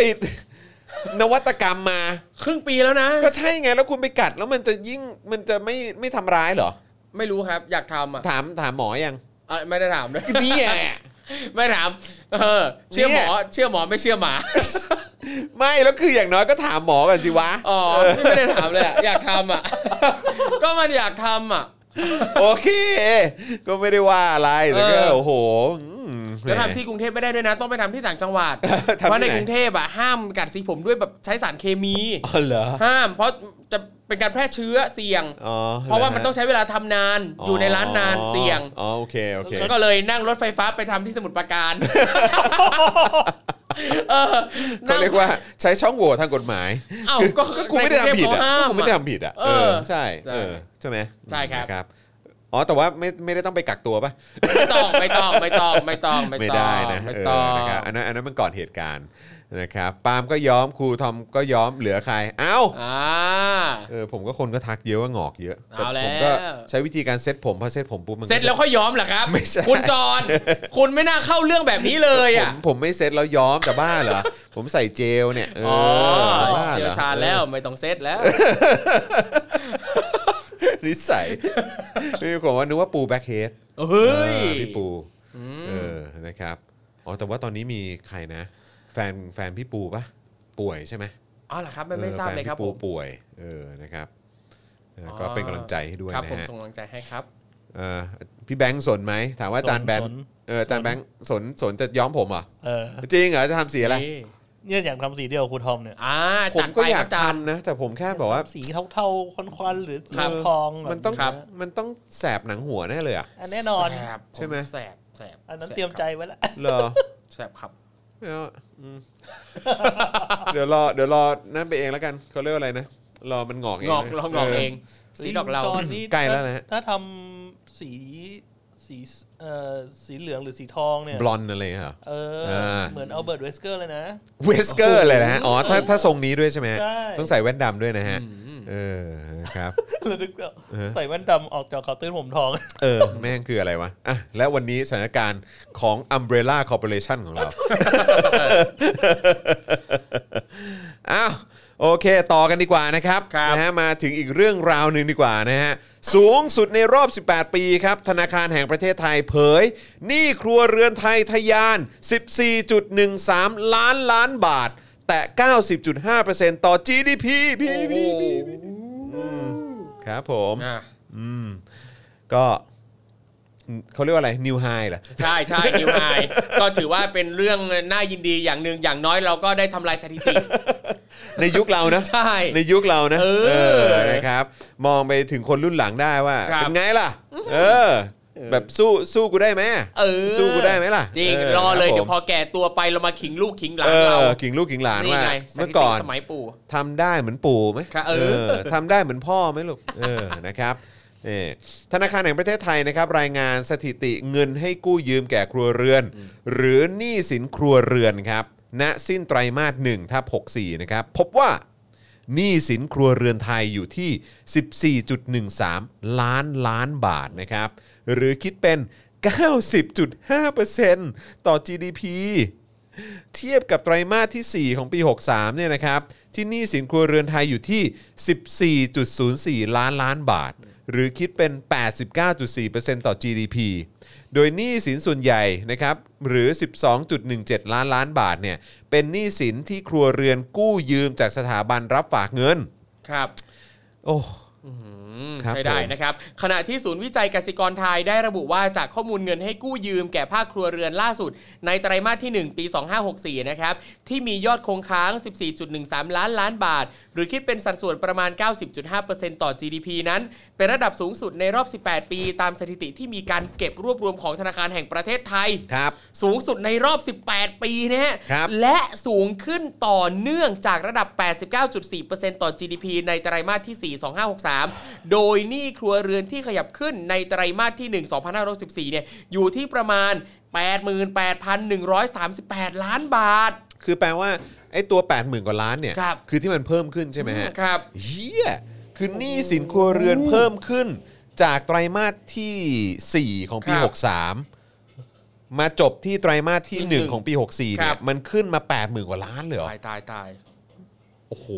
<laughs> นวัตกรรมมา ครึ่งปีแล้วนะ ก็ใช่ไง แล้วคุณไปกัด แล้วมันจะยิ่ง มันจะไม่ ไม่ทำร้ายเหรอ ไม่รู้ครับ อยากทำอ่ะ ถาม ถามหมอยัง อ่ะ ไม่ได้ถามด้วย <laughs> นี่แหละ ไม่ถาม เออ เชื่อหมอ เชื่อหมอไม่เชื่อหมา ไม่ แล้วคืออย่างน้อยก็ถามหมอก่อนสิวะ อ๋อ ไม่ได้ถามเลยอะอยากทำอ่ะ <laughs> ก็มันอยากทำอ่ะ โอเค ก็ไม่ได้ว่าอะไร แต่ก็ เออ โอ้โหอืม แล้วทำที่กรุงเทพไม่ได้ด้วยนะ ต้องไปทำที่ต่างจังห <laughs> วัด ทำที่ไหน เพราะในกรุงเทพอ่ะห้ามกัดสีผมด้วยแบบใช้สารเคมี <laughs> อ๋อเหรอ ห้าม เพราะจะเป็นการแพร่เชื้อเสี่ยง อ๋อหอ เพราะว่ามันต้องใช้เวลาทำนาน อยู่ในร้านนานเสี่ยง อ๋อโอเค โอเค ก็เลยนั่งรถไฟฟ้าไปทำที่สมุทรปราการ <laughs> เออ เขาเรียกว่าใช้ช่องโหว่ทางกฎหมาย เอ้าก็ ก็กูไม่ได้ทำผิด ในกรุงเทพ อ่ะ เขาห้า ก็ ม กูไม่ได้ อะ ทำผิดอ่ะ เออ ใช่ ใช่ เออใช่ไหม ใช่ครับ นะอ๋อแต่ว่าไม่ไม่ได้ต้องไปกักตัวป่ะ ไม่ต้องไม่ต้องไม่ต้องไม่ต้อง ไม่ ต้อง ได้นะ ไม่ เออ ต้อง นะครับอันนั้นอันนั้นมันก่อนเหตุการณ์นะครับปาล์มก็ย้อมครูทอมก็ย้อมเหลือใครเอ้า อ่า เออผมก็คนก็ทักเยอะว่าหงอกเยอะแต่ เอาแล้ว ผมก็ใช้วิธีการเซ็ตผมพอเซ็ตผมปุ๊บมันก็ เสร็จแล้วค่อยย้อมเหรอครับ ไม่ใช่ คุณจอนคุณไม่น่าเข้าเรื่องแบบนี้เลย ผม อ่ะ ผมไม่เซ็ตแล้วย้อมแต่บ้าเหรอ <laughs> ผมใส่เจลเนี่ยเออ อ๋อ บ้าหรอ เชี่ยวชาญแล้วไม่ต้องเซตแล้ว <laughs> นิสั <laughs> ยนี่ผมว่านึกว่าปูแบ็คเฮด เฮ้ย อ่าพี่ปูเออนะครับอ๋อแต่ว่าตอนนี้มีใครนะ แฟนแฟนพี่ปูปะป่วยใช่ไหม อ๋อเหรอครับไม่ไม่ ออ ทราบเลย แฟน ครับ พี่ ผ ปู ม ป่วยเออนะครับเอออ อ ก็เป็นกำลังใจให้ด้วย ครับ นะ ผม ฮะ ส่งกำลังใจให้ครับ เออพี่แบงค์สนไหมถามว่าอาจารย์แบงค์ สน เอออาจารย์แบงค์สนสนจะย้อมผมเหรอ เออ จริงเหรอจะทำสีอะไร นี่ เนี่ยอยากทำสีเดียวกับครูทอมเนี่ย อ่า ผ จั ม ด ก็ ไป อยา ค ก รับจาน ทำนะ แต่ผมแค่แบบว่า สีเทาๆควันๆหรือสี ครับ ทองแบบ มันต้อง เย มันต้องแสบหนังหัวแน่เลยอ่ะ อันแน่นอน แสบ ใช่ไหม แสบแสบ อันนั้น แสบ เตรียมใจไว้แล้ว เหรอ แสบครับ ไม่เอาอะอืม <laughs> เดี๋ยวรอเดี๋ยวรอนั่นไปเองแล้วกันเขาเรียกว่าอะไรนะรอมันงอกเอง งอก นะ ลองงอกเอง สีดอกเรา จอนนี่ ใกล้แล้วนะฮะ ถ้าถ้าทำสีสีเอ่อสีเหลืองหรือสีทองเนี่ย บลอนด์อะไรเหรอ เออ อ่า เหมือนอัลเบิร์ตเวสเกอร์เลยนะ <laughs> เวสเกอร์เลยนะฮะอ๋อถ้าถ้าทรงนี้ด้วยใช่ไหมฮะ ใช่ ต้องใส่แว่นดำด้วยนะฮะ อืม เออครับ แล้วนึกว่าใส่แว่นดำออกจากเขาวตื้นผมทอง เออ แม่งคืออะไรวะอ่ะและวันนี้สถานการณ์ของ Umbrella Corporation ของเรา อ้าวโอเค ต่อกันดีกว่านะครับ ครับ นะฮะมาถึงอีกเรื่องราวหนึ่งดีกว่านะฮะ สูงสุดในรอบ 18 ปีครับ ธนาคารแห่งประเทศไทยเผยหนี้ครัวเรือนไทยทะยาน 14.13 ล้านล้านบาท แต่ 90.5%ต่อ GDP พี่พี่พี่พี่ครับผม อ่า ก็อืมเขาเรียกว่าอะไรนิวไฮเหรอ ใช่ใช่นิวไฮก็ถือว่าเป็นเรื่องน่ายินดีอย่างหนึ่งอย่างน้อยเราก็ได้ทำลายสถิ <laughs> ติ ในยุคเรานะ ใช่ ในยุคเรานะ เออ นะครับ มองไปถึงคนรุ่นหลังได้ว่า ครับ เป็นไงล่ะเ เออ แบบสู้สู้กูได้ไหมอะ เออ สู้กูได้ไหมล่ะ จริง เ รอเลย คบ เดี๋ยวพอแก่ตัวไปเรามาขิงลูกขิงหลา เอน เรา อขิงลูกขิงหลานว่า ไงส เมื่อ ถิ ก่ ติ อน สมัยปู่ ทำได้เหมือนปู่ไหม ครับเออ ทำได้เหมือนพ่อไหมลูกเออนะครับนี่ธนาคารแห่งประเทศไทยนะครับ รายงานสถิติเงินให้กู้ยืมแก่ครัวเรือน หรือหนี้สินครัวเรือนครับณสิ้นไตรมาส1ทับ64นะครับพบว่า หนี้สินครัวเรือนไทยอยู่ที่ 14.13 ล้านล้านบาทนะครับ หรือคิดเป็น 90.5%ต่อ GDP เทียบกับไตรมาสที่ 4 ของปี 63เนี่ยนะครับ ที่หนี้สินครัวเรือนไทยอยู่ที่ 14.04 ล้านล้านบาท หรือคิดเป็น 89.4%ต่อ GDP โดยหนี้สินส่วนใหญ่นะครับหรือ 12.17 ล้านล้านบาทเนี่ยเป็นหนี้สินที่ครัวเรือนกู้ยืมจากสถาบันรับฝากเงิน ครับ โอ้ อืม ครับ ใช่ผได้ม นะครับขณะที่ศูนย์วิจัยกสิกรไทยได้ระบุว่าจากข้อมูลเงินให้กู้ยืมแก่ภาคครัวเรือนล่าสุด ในไตรมาสที่ 1 ปี 2564 นะครับที่มียอดคงค้าง 14.13 ล้านล้านบาท หรือคิดเป็นสัดส่วนประมาณ 90.5%ต่อ GDP นั้น เป็นระดับสูงสุดในรอบ 18 ปี ตามสถิติที่มีการเก็บรวบรวมของธนาคารแห่งประเทศไทย ครับ สูงสุดในรอบ 18 ปีนะฮะ ครับ และสูงขึ้นต่อเนื่องจากระดับ 89.4%ต่อ GDP ในไตรมาสที่ 4 2563 โดยหนี้ครัวเรือนที่ขยับขึ้นในไตรมาสที่ 1 2564เนี่ยอยู่ที่ประมาณ 88,138 ล้านบาท คือแปลว่าไอ้ตัว 80,000 กว่าล้านเนี่ย ครับ อที่มันเพิ่มขึ้นใช่ไหมฮะ ครับ เฮียคือหนี้สินครัวเรือนเพิ่มขึ้น จากไตรมาสที่ 4 ของปี ครับ 63 มาจบที่ไตรมาสที่ หนึ่ง 1 ของปี 64 ค เนี่ รั ย บ มันขึ้นมา 80,000 กว่าล้านเลยเหรอ ตายตายตาย โอ้โห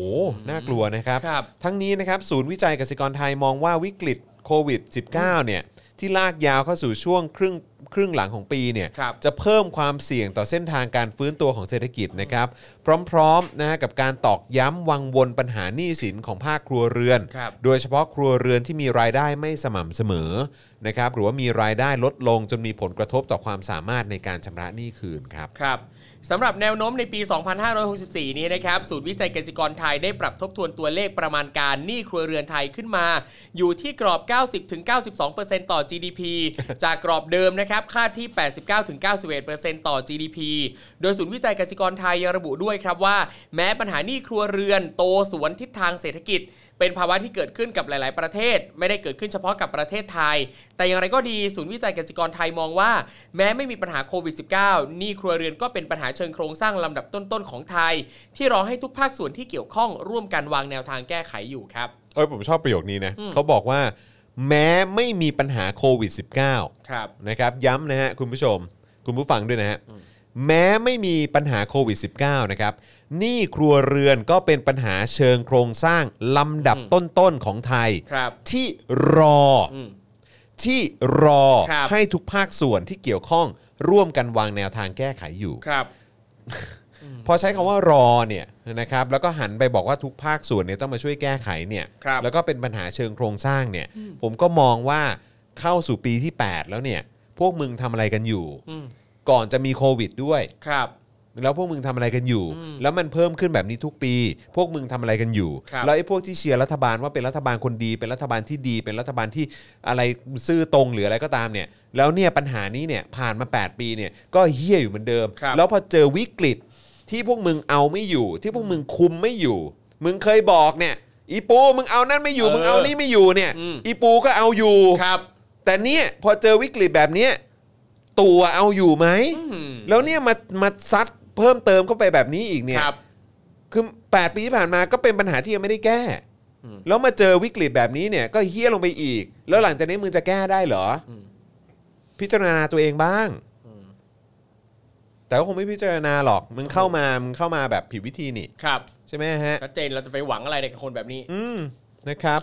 น่ากลัวนะครับ ครับ ทั้งนี้นะครับ ศูนย์วิจัยกสิกรไทยมองว่าวิกฤตโควิด -19 เนี่ย ที่ลากยาวเข้าสู่ช่วงครึ่งครึ่งหลังของปีเนี่ย ครับ จะเพิ่มความเสี่ยงต่อเส้นทางการฟื้นตัวของเศรษฐกิจนะครับ พร้อมๆนะฮะกับการตอกย้ำวังวนปัญหาหนี้สินของภาคครัวเรือน ครับ โดยเฉพาะครัวเรือนที่มีรายได้ไม่สม่ำเสมอนะครับ หรือว่ามีรายได้ลดลงจนมีผลกระทบต่อความสามารถในการชำระหนี้คืนครับ ครับสำหรับแนวโน้มในปี 2564 นี้นะครับ ศูนย์วิจัยเกษตรกรไทยได้ปรับทบทวนตัวเลขประมาณการหนี้ครัวเรือนไทยขึ้นมา อยู่ที่กรอบ 90-92%ต่อ GDP จากกรอบเดิมนะครับ คาดที่ 89-91%ต่อ GDP โดยศูนย์วิจัยเกษตรกรไทยยังระบุด้วยครับว่า แม้ปัญหาหนี้ครัวเรือนโตสวนทิศทางเศรษฐกิจ เป็นภาวะที่เกิดขึ้นกับหลาย ๆ ประเทศ ไม่ได้เกิดขึ้นเฉพาะกับประเทศไทย แต่อย่างไรก็ดีศูนย์วิจัยเกษตรกรไทยมองว่า แม้ไม่มีปัญหาโควิด -19 หนี้ครัวเรือนก็เป็นปัญหาเชิงโครงสร้างลำดับต้น ๆ ของไทย ที่รอให้ทุกภาคส่วนที่เกี่ยวข้องร่วมกันวางแนวทางแก้ไขอยู่ครับ เอ้ยผมชอบประโยคนี้นะเขาบอกว่า แม้ไม่มีปัญหาโควิด -19 ครับ นะครับย้ำนะฮะคุณผู้ชม คุณผู้ฟังด้วยนะฮะแม้ไม่มีปัญหาโควิด -19 นะครับหนี้ครัวเรือนก็เป็นปัญหาเชิงโครงสร้างลำดับต้นๆของไทย ครับ ที่รออ ม ที่รอ ครับ ให้ทุกภาคส่วนที่เกี่ยวข้องร่วมกันวางแนวทางแก้ไขอยู่ ครับ พอใช้คำว่ารอเนี่ยนะครับแล้วก็หันไปบอกว่าทุกภาคส่วนเนี่ยต้องมาช่วยแก้ไขเนี่ย ครับ แล้วก็เป็นปัญหาเชิงโครงสร้างเนี่ยผมก็มองว่าเข้าสู่ปีที่ 8 แล้วเนี่ยพวกมึงทำอะไรกันอยู่ อืม ก่อนจะมีโควิดด้วย ครับ แล้วพวกมึงทำอะไรกันอยู่ แล้วมันเพิ่มขึ้นแบบนี้ทุกปี พวกมึงทำอะไรกันอยู่ ครับ แล้วไอ้พวกที่เชียร์รัฐบาลว่าเป็นรัฐบาลคนดี เป็นรัฐบาลที่ดี เป็นรัฐบาลที่อะไรซื่อตรงหรืออะไรก็ตามเนี่ย แล้วเนี่ยปัญหานี้เนี่ยผ่านมา 8 ปีเนี่ยก็เฮี้ยอยู่เหมือนเดิม ครับ แล้วพอเจอวิกฤตที่พวกมึงเอาไม่อยู่ ที่พวกมึงคุมไม่อยู่ มึงเคยบอกเนี่ย อีปูมึงเอานั่นไม่อยู่ มึงเอานี่ไม่อยู่เนี่ย อีปูก็เอาอยู่ ครับ แต่เนี่ยพอเจอวิกฤตแบบเนี้ยตัวเอาอยู่ไหม แล้วเนี่ยมามาซัดเพิ่มเติมเข้าไปแบบนี้อีกเนี่ย ครับ คือ 8 ปีที่ผ่านมาก็เป็นปัญหาที่ยังไม่ได้แก้ แล้วมาเจอวิกฤตแบบนี้เนี่ยก็เฮี้ยลงไปอีก แล้วหลังจากนี้มึงจะแก้ได้เหรออพิจารณาตัวเองบ้าง แต่ก็คงไม่พิจารณาหรอก มึงเข้ามามึงเข้ามาแบบผิดวิธีนี่ ครับ ใช่ไหมฮะ ชัดเจนเราจะไปหวังอะไรกับคนแบบนี้ อืมนะครับ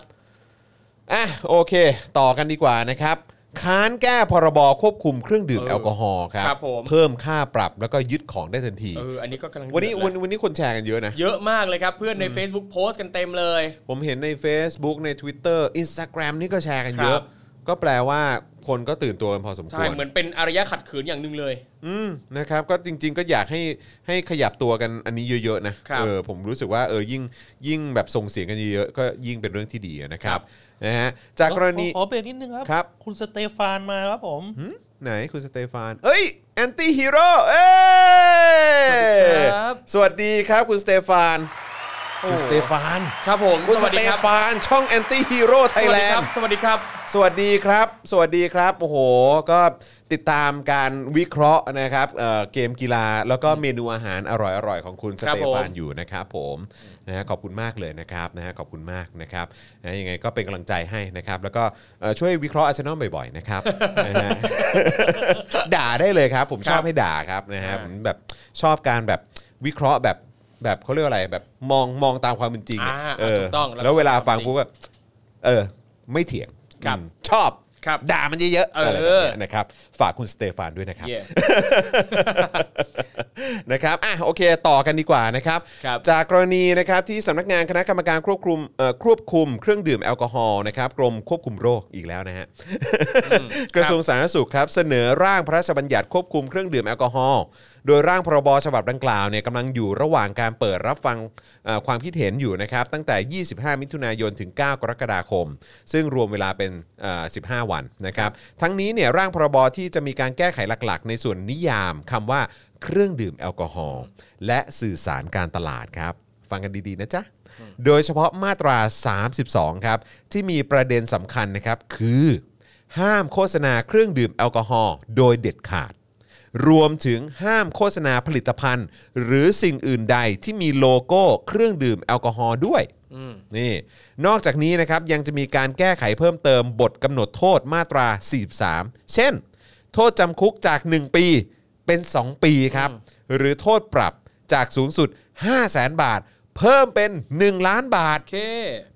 อ่ะโอเค ต่อกันดีกว่านะครับ ค้านแก้พรบควบคุมเครื่องดื่ม เออ แอลกอฮอล์ครับ ครับผม เพิ่มค่าปรับแล้วก็ยึดของได้ทันที เอออันนี้ก็กำลัง <laughs> วันนี้ เดือด วัน เลย วันนี้คนแชร์กันเยอะนะ เยอะมากเลยครับเพื่อนใน Facebook โพสต์กันเต็มเลย ผมเห็นใน Facebook ใน Twitter Instagram นี่ก็แชร์กันเยอะ ครับ ก็แปลว่า คนก็ตื่นตัวกันพอสมคว ใช่ ร เหมือนเป็นอารยะขัดขืนอย่างหนึ่งเลย อืมนะครับก็จริง ๆ ก็อยากให้ให้ขยับตัวกันอันนี้เยอะๆนะครับ เออผมรู้สึกว่าเออยิ่งยิ่งแบบส่งเสียงกันเยอะๆก็ยิ่งเป็นเรื่องที่ดีนะครั ครับ บ นะฮะจากกรณี ขอขอเบรกนิดนึงครับ ครับ คุณสเตฟานมาครับผม หืมไหนคุณสเตฟานเอ้ยแอนตี้ฮีโร่เอ้ย สวัสดีครับ สวัสดีครับคุณสเตฟาน โอ้ คุณสเตฟาน ครับผม คุณ ส ส วัส เต ดีครับ ฟานช่องแอนตี้ฮีโร่ไทยแลนด์ สวัสดีครับ สวัสดีครับ สวัสดีครับ โอ้โห ก็ติดตามการวิเคราะห์นะครับเอ่อเกมกีฬาแล้วก็เมนูอาหารอร่อยๆ ของคุณส ครับ เต ผม ฟานอยู่นะครับผมนะฮะขอบคุณมากเลยนะครับนะฮะขอบคุณมากนะครับนะยังไงก็เป็นกำลังใจให้นะครับ แล้วก็เอ่อช่วยวิเคราะห์อาร์เซนอลบ่อยๆ นะครับ นะ <laughs> ฮะด่าได้เลยครับ ผมชอบให้ด่าครับนะฮะ อ่า ผมแบบชอบการแบบวิเคราะห์แบบแบบเขาเรียกว่าอะไรแบบมองมองตามความเป็นจริงะ อ่า เออ ถูกต้อง แล้วเวลาฟังปุ๊บก็เออ ไม่เถียง ครับ อืมชอบ ครับ ด่ามันเยอะๆ เออ อะไรแบบนี้นะครับ ฝากคุณสเตฟานด้วยนะครับ เย่ นะครับ อ่ะ โอเค ต่อกันดีกว่านะครับ ครับ จากกรณีนะครับที่สำนักงานคณะกรรมการควบคุมเอ่อควบคุมเครื่องดื่มแอลกอฮอล์นะครับ กรมควบคุมโรคอีกแล้วนะฮะ กระทรวงสาธารณสุขครับ เสนอร่างพระราชบัญญัติควบคุมเครื่องดื่มแอลกอฮอล์ โดยร่างพรบฉบับดังกล่าวเนี่ยกำลังอยู่ระหว่างการเปิดรับฟังเอ่อความคิดเห็นอยู่นะครับ ตั้งแต่ 25 มิถุนายนถึง 9 กรกฎาคม ซึ่งรวมเวลาเป็นเอ่อ15 วันนะครับ ทั้งนี้เนี่ยร่างพรบที่จะมีการแก้ไขหลักๆ ในส่วนนิยามคำว่า เครื่องดื่มแอลกอฮอล์และสื่อสารการตลาดครับ ฟังกันดี ๆ นะจ๊ะ โดยเฉพาะมาตรา 32 ครับ ที่มีประเด็นสำคัญนะครับ คือ ห้ามโฆษณาเครื่องดื่มแอลกอฮอล์โดยเด็ดขาด รวมถึงห้ามโฆษณาผลิตภัณฑ์ หรือสิ่งอื่นใดที่มีโลโก้เครื่องดื่มแอลกอฮอล์ด้วย นี่ นอกจากนี้นะครับยังจะมีการแก้ไขเพิ่มเติมบทกำหนดโทษมาตรา 43 เช่น โทษจำคุกจาก 1 ปีเป็น 2 ปีครับ หรือโทษปรับจากสูงสุด 5 0 0 0 0 0 บาท เพิ่มเป็น 1 ล้านบาท โอเค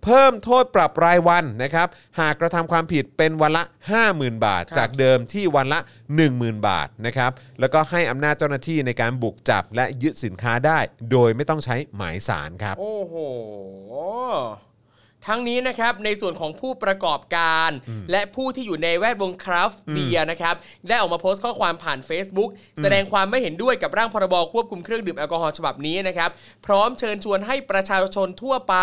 เพิ่มโทษปรับรายวันนะครับ หากกระทำความผิดเป็นวันละ 50,000 บาท ครับ จากเดิมที่วันละ 10,000 บาทนะครับ แล้วก็ให้อำนาจเจ้าหน้าที่ในการบุกจับและยึดสินค้าได้ โดยไม่ต้องใช้หมายสารครับ โอ้โห ทั้งนี้นะครับในส่วนของผู้ประกอบการ และผู้ที่อยู่ในแวดวงคราฟต์เบียร์นะครับ ได้ออกมาโพสต์ข้อความผ่าน Facebook แสดงความไม่เห็นด้วยกับร่างพรบควบคุมเครื่องดื่มแอลกอฮอล์ฉบับนี้นะครับ พร้อมเชิญชวนให้ประชาชนทั่วไป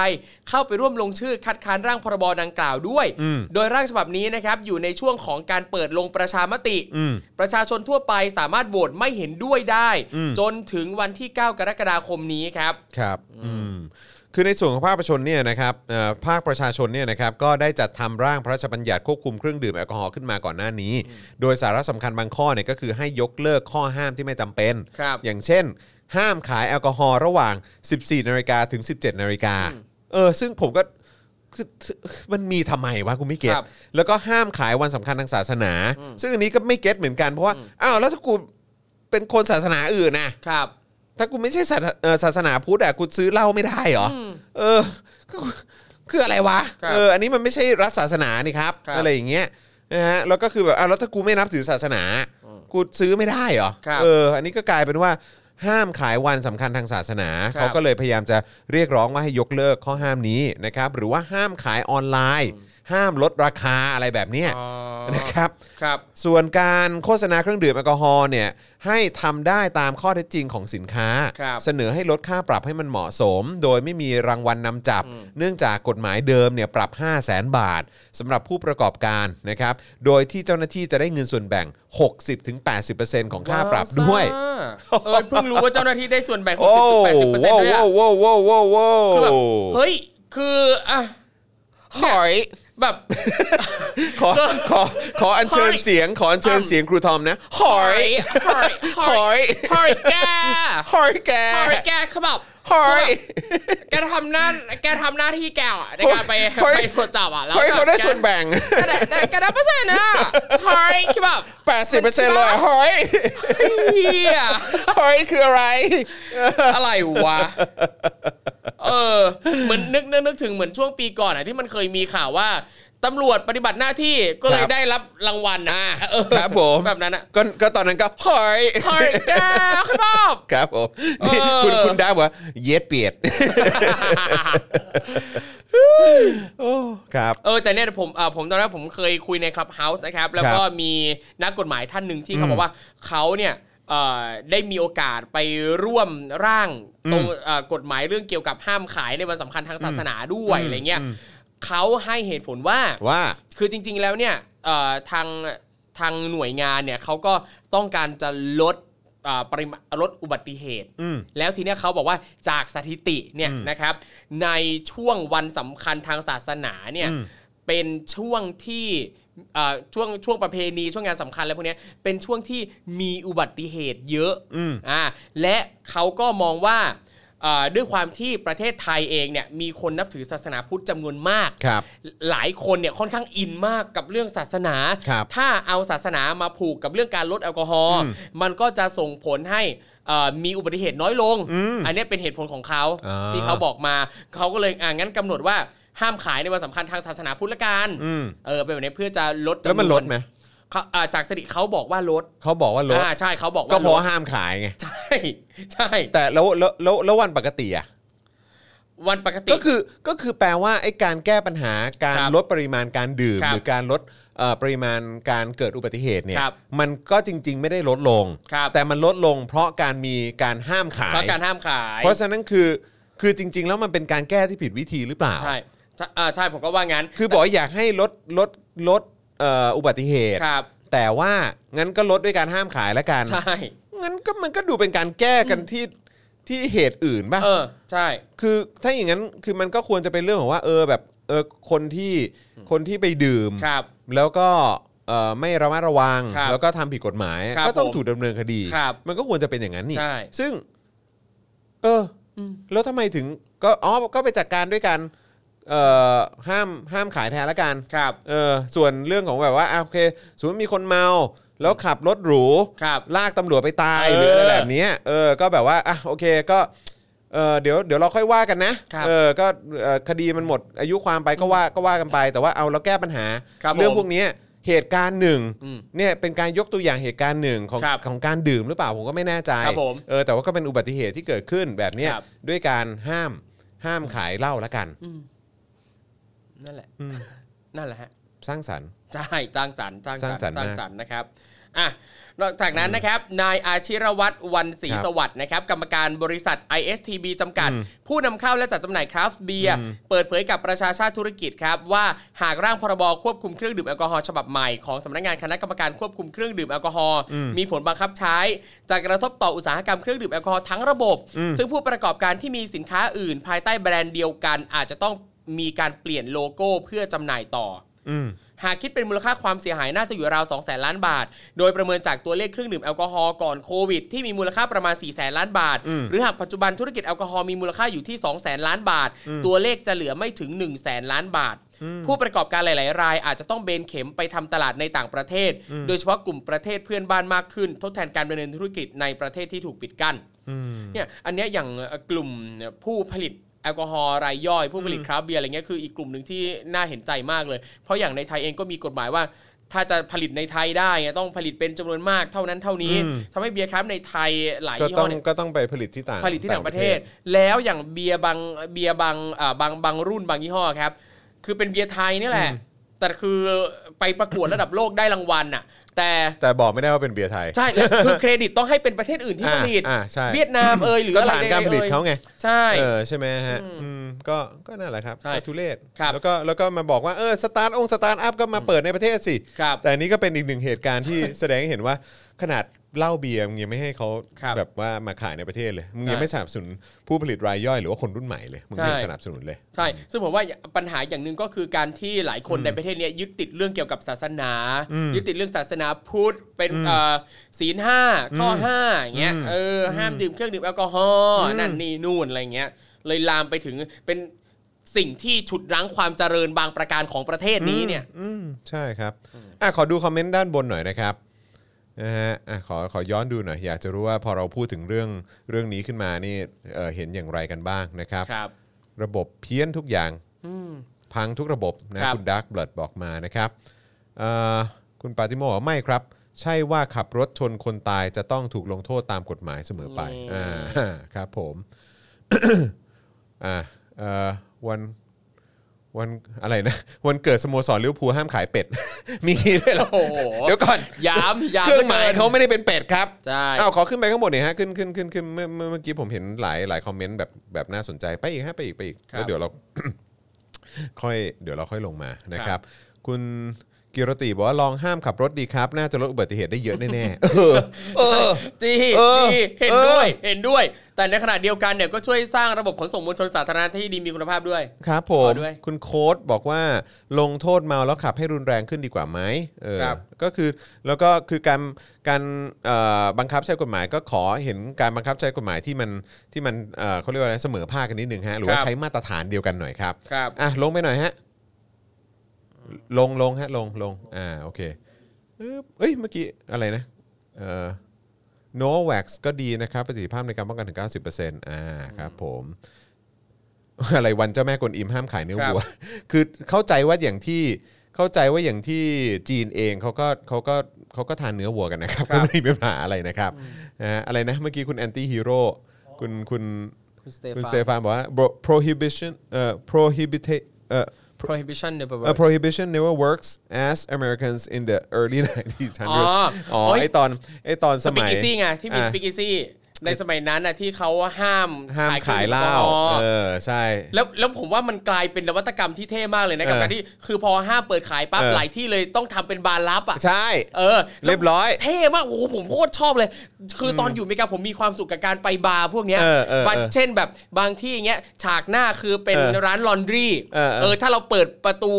เข้าไปร่วมลงชื่อคัดค้านร่างพรบดังกล่าวด้วย โดยร่างฉบับนี้นะครับอยู่ในช่วงของการเปิดลงประชามติ อืม ประชาชนทั่วไปสามารถโหวตไม่เห็นด้วยได้ จนถึงวันที่ 9 กรกฎาคมนี้ครับ ครับอืมคือในส่วนของภาคประชาชนเนี่ยนะครับเอ่อภาคประชาชนเนี่ยนะครับก็ได้จัดทำร่างพระราชบัญญัติควบคุมเครื่องดื่มแอลกอฮอล์ขึ้นมาก่อนหน้านี้ โดยสาระสำคัญบางข้อเนี่ยก็คือให้ยกเลิกข้อห้ามที่ไม่จำเป็น ครับ อย่างเช่น ห้ามขายแอลกอฮอล์ระหว่าง 14 นาฬิกาถึง 17 นาฬิกาเออซึ่งผมก็คือมันมีทำไมวะกูไม่เก็ต ครับ แล้วก็ห้ามขายวันสำคัญทางศาสนา ซึ่งอันนี้ก็ไม่เก็ตเหมือนกันเพราะว่าอ้าวแล้วถ้ากูเป็นคนศาสนาอื่นนะ ครับ ถ้ากูไม่ใช่ศาสเอ่อศาสนาพุทธอะกูซื้อเหล้าไม่ได้เหรออเออคือคืออะไรวะ ครับ เอออันนี้มันไม่ใช่รัฐศาสนานี่ครับ ครับ อะไรอย่างเงี้ยนะฮะแล้วก็คือแบบอ้าวแล้วถ้ากูไม่นับถือศาสนา กูซื้อไม่ได้เหรอ ครับ เออ อันนี้ก็กลายเป็นว่าห้ามขายวันสำคัญทางศาสนา ครับ เขาก็เลยพยายามจะเรียกร้องว่าให้ยกเลิกข้อห้ามนี้นะครับ หรือว่าห้ามขายออนไลน์ ห้ามลดราคาอะไรแบบเนี้ย อ๋อ นะครับ ครับ ส่วนการโฆษณาเครื่องดื่มแอลกอฮอล์เนี่ยให้ทำได้ตามข้อเท็จจริงของสินค้า ครับ เสนอให้ลดค่าปรับให้มันเหมาะสม โดยไม่มีรางวัลนนำจับ เนื่องจากกฎหมายเดิมเนี่ยปรับ 5 0 0แสนบาทสำหรับผู้ประกอบการนะครับโดยที่เจ้าหน้าที่จะได้เงินส่วนแบ่ง 60-80%ของค่าปรับด้วย าวซ่าเออเพิ่งรู้ว่าเจ้าหน้าที่ได้ส่วนแบ่ง โอ้ 60-80% โห ด้วยอะ โอ้โหโอ้โหโอ้โหคือแบบเฮ้ย คืออ่ะ หอย แบบ ขอขอขออัญเชิญ หอย เสียงขออัญเชิญเสียงครูทอมนะหอย หอย หอย หอย <laughs> แก หอยแก หอยแกคือแบบ หอย แกทำหน้าแกทำหน้าที่แกอ่ะในการไป หอย ไปตรวจจับอ่ะแล้ว เฮ้ยเขาได้ส่วน แก แบ่ง ก็ได้ได้แกได้เปอร์เซ็นต์นะหอยคือแบบ 80%เลยหอย เฮีย หอยคืออะไร อะไรวะ เออ เหมือนนึกนึกนึกถึงเหมือนช่วงปีก่อนอะที่มันเคยมีข่าวว่าตำรวจปฏิบัติหน้าที่ก็เลย ครับ ได้รับรางวัลนะเออ ครับผม แบบนั้นอะ ก็ก็ตอนนั้นก็หอย เฮ้ยแกคุณบอบ ครับผมนี่ เออ คุณคุณดาบอกว่าเย็ดเปียดโอ้ ครับ เออแต่เนี่ยผมเออผมตอนแรกผมเคยคุยในคลับเฮาส์นะครับ แล้วก็มีนักกฎหมายท่านหนึ่งที่เขาบอกว่าเขาเนี่ยเอ่อได้มีโอกาสไปร่วมร่างตรงเอ่อกฎหมายเรื่องเกี่ยวกับห้ามขายในวันสำคัญทางศาสนาด้วยอะไรเงี้ยเขาให้เหตุผลว่า ว่า คือจริงๆ แล้วเนี่ยเอ่อทางทางหน่วยงานเนี่ยเขาก็ต้องการจะลดเอ่อปริมาณลดอุบัติเหตุ อืม แล้วทีเนี้ยเขาบอกว่าจากสถิติเนี่ยนะครับ ในช่วงวันสำคัญทางศาสนาเนี่ย อืม เป็นช่วงที่เอ่อช่วงช่วงประเพณีช่วงงานสำคัญอะไรพวกเนี้ยเป็นช่วงที่มีอุบัติเหตุเยอะ อืม อ่าและเขาก็มองว่าเอ่อด้วยความที่ประเทศไทยเองเนี่ยมีคนนับถือศาสนาพุทธจำนวนมาก ครับ หลายคนเนี่ยค่อนข้างอินมากกับเรื่องศาสนา ครับ ถ้าเอาศาสนามาผูกกับเรื่องการลดแอลกอฮอล์ อืม มันก็จะส่งผลให้เอ่อมีอุบัติเหตุน้อยลง อืม อันเนี้ยเป็นเหตุผลของเขา อ่า ที่เขาบอกมา เขาก็เลยอ่างั้นกำหนดว่าห้ามขายในวันสำคัญทางศาสนาพุทธละกัน อืม เออเป็นแบบนี้เพื่อจะลดจำว แล้วมันลดไหม เขาอ่าจากสถิติเขาบอกว่าลด เขาบอกว่าลด อ่าใช่เขาบอกว่า ก็เพราะ ลด ว่าห้ามขายไง ใช่ <laughs> ใช่ แต่แล้วแล้วแล้วแล้ววันปกติอ่ะ วันปกติ ก็คือก็คือแปลว่าไอ้การแก้ปัญหาการ ครับ ลดปริมาณการดื่ม ครับ หรือการลดเอ่อปริมาณการเกิดอุบัติเหตุเนี่ย ครับ มันก็จริง ๆ ไม่ได้ลดลง ครับ แต่มันลดลงเพราะการมีการห้ามขาย เพราะการห้ามขาย เพราะฉะนั้นคือคือจริง ๆ แล้วมันเป็นการแก้ที่ผิดวิธีหรือเปล่า ใช่ใช่อ่าใช่ผมก็ว่างั้น คือบอกว่าอยากให้ลดลดลดเอ่ออุบัติเหตุ ครับ แต่ว่างั้นก็ลดด้วยการห้ามขายละกัน ใช่ งั้นก็มันก็ดูเป็นการแก้กันที่ที่เหตุอื่นป่ะ เออใช่ คือถ้าอย่างนั้นคือมันก็ควรจะเป็นเรื่องของว่า เออแบบเออคนที่คนที่ไปดื่ม ครับ แล้วก็เอ่อไม่ระมัดระวัง ครับ แล้วก็ทำผิดกฎหมาย ครับ ก็ต้อง ผม ถูกดำเนินคดี ครับ มันก็ควรจะเป็นอย่างนั้นนี่ ใช่ ซึ่ง เอออ ม แล้วทำไมถึง ก็อ๋อก็ไปจัดการด้วยการเอ่อห้ามห้ามขายแทนละกัน ครับ เออส่วนเรื่องของแบบว่าอ่ะโอเคสมมติมีคนเมาแล้วขับรถหรู ครับ ลากตำรวจไปตาย เออ หรืออะไรแบบเนี้ยเออก็แบบว่าอ่ะโอเคก็เออเดี๋ยวเดี๋ยวเราค่อยว่ากันนะครับ เออก็เอ่อคดีมันหมดอายุความไปก็ว่าก็ว่ากันไป แต่ว่าเอาเราแก้ปัญหา ครับผม เรื่องพวกเนี้ยเหตุการณ์หนึ่ง อืม เนี่ยเป็นการยกตัวอย่างเหตุการณ์หนึ่งของ ครับ ของการดื่มหรือเปล่าผมก็ไม่แน่ใจ ครับผม เออแต่ว่าก็เป็นอุบัติเหตุที่เกิดขึ้นแบบเนี้ย ครับ ด้วยการห้ามห้ามขายเหล้าละกัน นั่นแหละ อืม นั่นแหละฮะ สร้างสรรค์ ใช่ตั้างสรรค์ตั้างสรรค์ สร้างสรรค์ ตั้างสรรค์นะครับอ่ะนอกจากนั้นนะครับ นายอาชิรวัตรวันศรี ครับ สวัสดิ์นะครับ กรรมการบริษัท ISTB จำกัด อืม ผู้นำเข้าและจัดจำหน่ายคราฟต์เบียร์เปิดเผยกับประชาชาติธุรกิจครับ ว่าหากร่างพรบควบคุมเครื่องดื่มแอลกอฮอล์ฉบับใหม่ของสำนักงานคณะกรรมการควบคุมเครื่องดื่มแอลกอฮอล์ อืม มีผลบังคับใช้ จะกระทบต่ออุตสาหกรรมเครื่องดื่มแอลกอฮอล์ทั้งระบบ ซึ่งผู้ประกอบการที่มีสินค้าอื่น ภายใต้แบรนด์เดียวกัน อาจจะต้องมีการเปลี่ยนโลโก้เพื่อจำหน่ายต่อ อืม หากคิดเป็นมูลค่าความเสียหายน่าจะอยู่ราว 2 แสนล้านบาท โดยประเมินจากตัวเลขเครื่องดื่มแอลกอฮอล์ก่อนโควิด ที่มีมูลค่าประมาณ 4 แสนล้านบาท อืม หรือหากปัจจุบันธุรกิจแอลกอฮอล์มีมูลค่าอยู่ที่ 2 แสนล้านบาท ตัวเลขจะเหลือไม่ถึง 1 แสนล้านบาท ผู้ประกอบการหลาย ๆ ราย อาจจะต้องเบนเข็มไปทำตลาดในต่างประเทศ โดยเฉพาะกลุ่มประเทศเพื่อนบ้านมากขึ้น ทดแทนการดำเนินธุรกิจในประเทศที่ถูกปิดกั้น อืม เนี่ยอันเนี้ยอย่างเอ่อกลุ่มผู้ผลิตแอลกอฮอล์รายย่อย ผู้ผลิตคราฟต์เบียร์อะไรเงี้ยคืออีกกลุ่มหนึ่งที่น่าเห็นใจมากเลย เพราะอย่างในไทยเองก็มีกฎหมายว่า ถ้าจะผลิตในไทยได้เนี่ยต้องผลิตเป็นจำนวนมากเท่านั้นเท่านี้ อืม ทำให้เบียร์คราฟต์ในไทยหลาย ก็ ยี่ ต้ ห้ อ อง เนี่ย ก็ต้องไปผลิตที่ต่าง ผลิตที่ต่างประเทศ แล้วอย่างเบียร์บางเบียร์บางอ่าบางบางรุ่นบางยี่ห้อครับ คือเป็นเบียร์ไทยนี่แหละ แต่คือไปประกวดระดับโลกได้รางวัลน่ะ แต่ แต่บอกไม่ได้ว่าเป็นเบียร์ไทย ใช่แล้วคือเครดิตต้องให้เป็นประเทศอื่นที่ผลิต อ่าอ่าใช่ เวียดนามเอยหรือ ก็ อะไร ฐานการผลิต อ่ย เขาไง ใช่ เออใช่ไหมฮะอืมก็ก็นั่นแหละครับ ใช่ ก็ทุเรศ ครับ แล้วก็แล้วก็มาบอกว่าเออสตาร์ทองสตาร์ทอัพก็มาเปิดในประเทศสิ ครับ แต่อันนี้ก็เป็นอีกหนึ่งเหตุการณ์ที่ แสดงให้เห็นว่าขนาดเหล้าเบียร์มึงยังไม่ให้เขา ครับ แบบว่ามาขายในประเทศเลยมึง ใช่ ยังไม่สนับสนุนผู้ผลิตรายย่อยหรือว่าคนรุ่นใหม่เลยมึงไม่ ใช่ สนับสนุนเลย ใช่ ซึ่งผมว่าปัญหาอย่างหนึ่งก็คือการที่หลายคนในประเทศเนี้ยยึดติดเรื่องเกี่ยวกับศาสนา อืม ยึดติดเรื่องศาสนาพุทธ เป็นเอ่อศีลห้าข้ออ ม ห้าอย่างเงี้ย เออ ห้ามดื่มเครื่องดื่มแอลกอฮอล์ นั่นนี่นู่นอะไรเงี้ย เลยลามไปถึงเป็นสิ่งที่ฉุดรั้งความเจริญบางประการของประเทศนี้เนี่ย อืมใช่ครับอ่ะขอดูคอมเมนต์ด้านบนหน่อยนะครับนะฮะอ่ะขอขอย้อนดูหน่อย อยากจะรู้ว่าพอเราพูดถึงเรื่องเรื่องนี้ขึ้นมานี่เอ่อเห็นอย่างไรกันบ้างนะครับ ครับ ระบบเพี้ยนทุกอย่าง อืม พังทุกระบบนะครับ คุณดักบลัดบอกมานะครับเอ่อคุณปาติโมบอกว่าไม่ครับ ใช่ว่าขับรถชนคนตายจะต้องถูกลงโทษตามกฎหมายเสมอไปอ่า <coughs> ครับผม อ่าเอ่อวัน วันอะไรนะ วันเกิดสโมสรลิเวอร์พูลห้ามขายเป็ด <laughs> มีด้วยเหรอ โอ้โห เดี๋ยวก่อน ยามยาม เครื่องหมายเขา หลือกิน ไม่ได้เป็นเป็ดครับ ใช่ อ้าวขอขึ้นไปข้างบนหน่อยฮะขึ้นขึ้นขึ้นขึ้นเมื่อเมื่อเมื่อกี้ผมเห็นหลายหลายคอมเมนต์แบบแบบน่าสนใจไปอีกฮะไปอีกไปอีกแล้วเดี๋ยวเรา <coughs> ค่อยเดี๋ยวเราค่อยลงมานะครับ คุณกิรติบอกว่าลองห้ามขับรถดีครับ น่าจะลดอุบัติเหตุได้เยอะแน่ๆ <laughs> เออเออ จี เออ จีเห็น เออ ด้วยเห็นด้วย แต่ในขณะเดียวกันเนี่ยก็ช่วยสร้างระบบขนส่งมวลชนสาธารณะที่ดีมีคุณภาพด้วย ครับผม ขอด้วย คุณโค้ดบอกว่าลงโทษเมาแล้วขับให้รุนแรงขึ้นดีกว่าไหมเออ ครับ ก็คือแล้วก็คือการการเอ่อบังคับใช้กฎหมายก็ขอเห็นการบังคับใช้กฎหมายที่มันที่มันเอ่อเขาเรียกว่าอะไรเสมอภาคกันนิดนึงฮะหรือว่า ครับ ใช้มาตรฐานเดียวกันหน่อยครับ ครับ อ่ะลงไปหน่อยฮะ ลงลงฮะลงลงอ่าโอเคอึ๊บเอ้ยเมื่อกี้อะไรนะเอ่อ no wax ก็ดีนะครับประสิทธิภาพในการป้องกันถึง 90%อ่าครับผม <laughs> อะไรวันเจ้าแม่กวนอิมห้ามขายเนื้อ ครับ วัว คือเข้าใจว่าอย่างที่เข้าใจว่าอย่างที่จีนเองเขาก็เขาก็เขาก็ทานเนื้อวัวกันนะครับ ครั ก็ บ <laughs> ไม่มีปัญหาอะไรนะครับนะฮะอะไรนะเมื่อกี้คุณแอนตี้ฮีโร่คุณคุณ คุณส คุณส เต เต ฟาน ฟานบอกว่า bro- prohibition เอ่อ prohibit เอ่อ prohibition never a works prohibition never works as Americans in the early <laughs> 1900s อ๋อ อ๋อ โอ้ย ไอตอนไอตอนส สปิก มัย อีซี่ไงที่มี อ่ะ สปิกอีซี่ในสมัยนั้นน่ะที่เขาห้าม ห้ามขายเหล้า ขยเครื่องดื่มแอลกอฮอล์ เออ ใช่ แล้วแล้วผมว่ามันกลายเป็นนวัตกรรมที่เท่มากเลยนะกับ เออ การที่คือพอห้ามเปิดขายปั๊บ เออ หลายที่เลยต้องทำเป็นบาร์ลับอ่ะ ใช่ เออแล้ว เรียบร้อย เท่มากโอ้โหผมโคตรชอบเลย คือตอนอยู่อเมริกาผมมีความสุขกับการไปบาร์พวกเนี้ย เออเออเออบ างเช่นแบบบางที่อย่างเงี้ยฉากหน้าคือเป็น เออ ร้านลอนดรี เออเออ เออถ้าเราเปิดประตู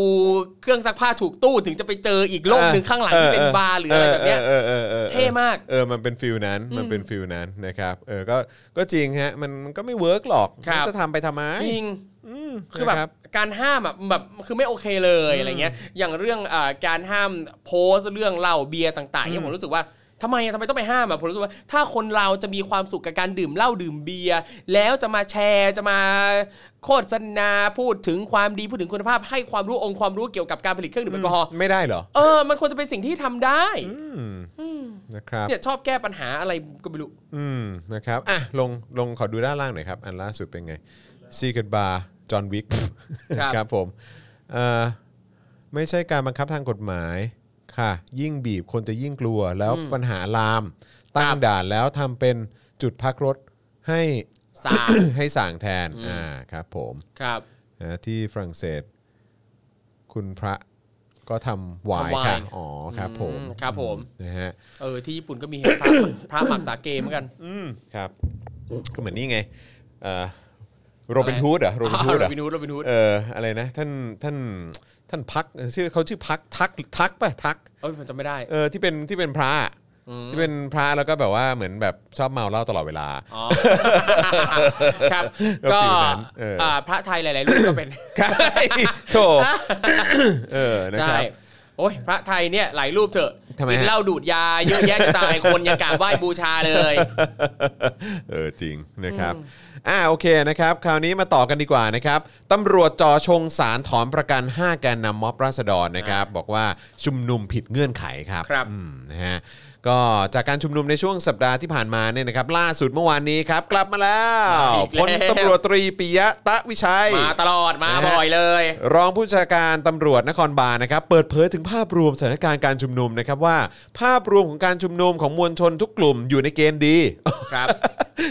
เครื่องซักผ้าถูกตู้ถึงจะไปเจออีกโลกหนึ่งข้างหลังที่เป็นบาร์หรืออะไรแบบเนี้ย ออออออออออ เท่มาก เออมันเป็นฟิลนั้นมันเป็นฟิลนั้นนะครับเออก็ก็จริงฮะมันมันก็ไม่เวิร์กหรอก ครับ มันจะทำไปทำไม จริง ม คือแบบ นะรับ การห้ามอะแบบคือไม่โอเคเลยอะไรเงี้ย อย่างเรื่องอาการห้ามโพสต์เรื่องเหล้าเบียร์ต่างๆเนี่ยผมรู้สึกว่าทำไมอะทำไมต้องไปห้ามอ่ะผมรู้สึกว่าถ้าคนเราจะมีความสุขกับการดื่มเหล้าดื่มเบียร์แล้วจะมาแชร์จะมาโฆษณาพูดถึงความดีพูดถึงคุณภาพ ให้ความรู้องค์ความรู้เกี่ยวกับการผลิตเครื่องดื่มแอลกอฮอล์ ไม่ได้เหรอ เออมันควรจะเป็นสิ่งที่ทำได้ อืมนะครับ เนี่ยชอบแก้ปัญหาอะไรก็ไม่รู้ <coughs> อืมนะครับอ่ะลงลงขอดูด้านล่างหน่อยครับ อันล่าสุดเป็นไง Secret Bar จอห์นวิก <laughs> ครับ ครับผมเอ่อไม่ใช่การบังคับทางกฎหมายค่ะ ยิ่งบีบคนจะยิ่งกลัวแล้วปัญหาลาม ตั้งด่านแล้วทำเป็นจุดพักรถให้ <coughs> สาม ให้สั่งแทนอ่าครับผม ครับ นะที่ฝรั่งเศส คุณพระก็ทำหวาย ทำหวาย ค่ะอ๋อครับผม อืครับผม นะฮะ เออที่ญี่ปุ่น <coughs> ก็มีเห็นพระพระหมักสาเกเหมือนกัน อืมครับก็เหมือนนี่ไงโรบินฮูดเหรอโร <laughs> บินฮูดเหร โร อ บินฮูดโรบินฮูด เอออะไรนะท่านท่านท่านพักชื่อเขาชื่อพักทักทักป่ะทัก เอ้ยผมจำไม่ได้ เออที่เป็นที่เป็นพระอะที่เป็นพระแล้วก็แบบว่าเหมือนแบบชอบเมาเหล้าตลอดเวล <laughs> า อ๋อ ครับ ก็ ก็ ฟิลนั้นเอออ่ าพระไทยหลาย ๆ รูปก็ <coughs> เป็น ครับโถ <coughs> เออนะค ใช่ รับ โอ้ยพระไทยเนี่ยหลายรูปเถอะ ทำไม กิ ฮะ เหล้าดูดยาเยอะแยะจะตายคนยังกราบไหว้บูชาเลย เออจริงนะครับอ่าโอเคนะครับ คราวนี้มาต่อกันดีกว่านะครับตำรวจจ่อชงสารถอนประกัน 5 แกนนำม็อบราษฎรนะครับ บอกว่าชุมนุมผิดเงื่อนไขครับ ครับ อืมนะฮะก็จากการชุมนุมในช่วงสัปดาห์ที่ผ่านมาเนี่ยนะครับ ล่าสุดเมื่อวานนี้ครับ กลับมาแล้ว มาอีก พลแล้วตำรวจตรีปิยะตะวิชัย มาตลอดมา นะฮะ บ่อยเลย รองผู้บัญชาการตำรวจนครบาลนะครับ เปิดเผยถึงภาพรวมสถานการณ์การชุมนุมนะครับว่า ภาพรวมของการชุมนุมของมวลชนทุกกลุ่มอยู่ในเกณฑ์ดี ครับ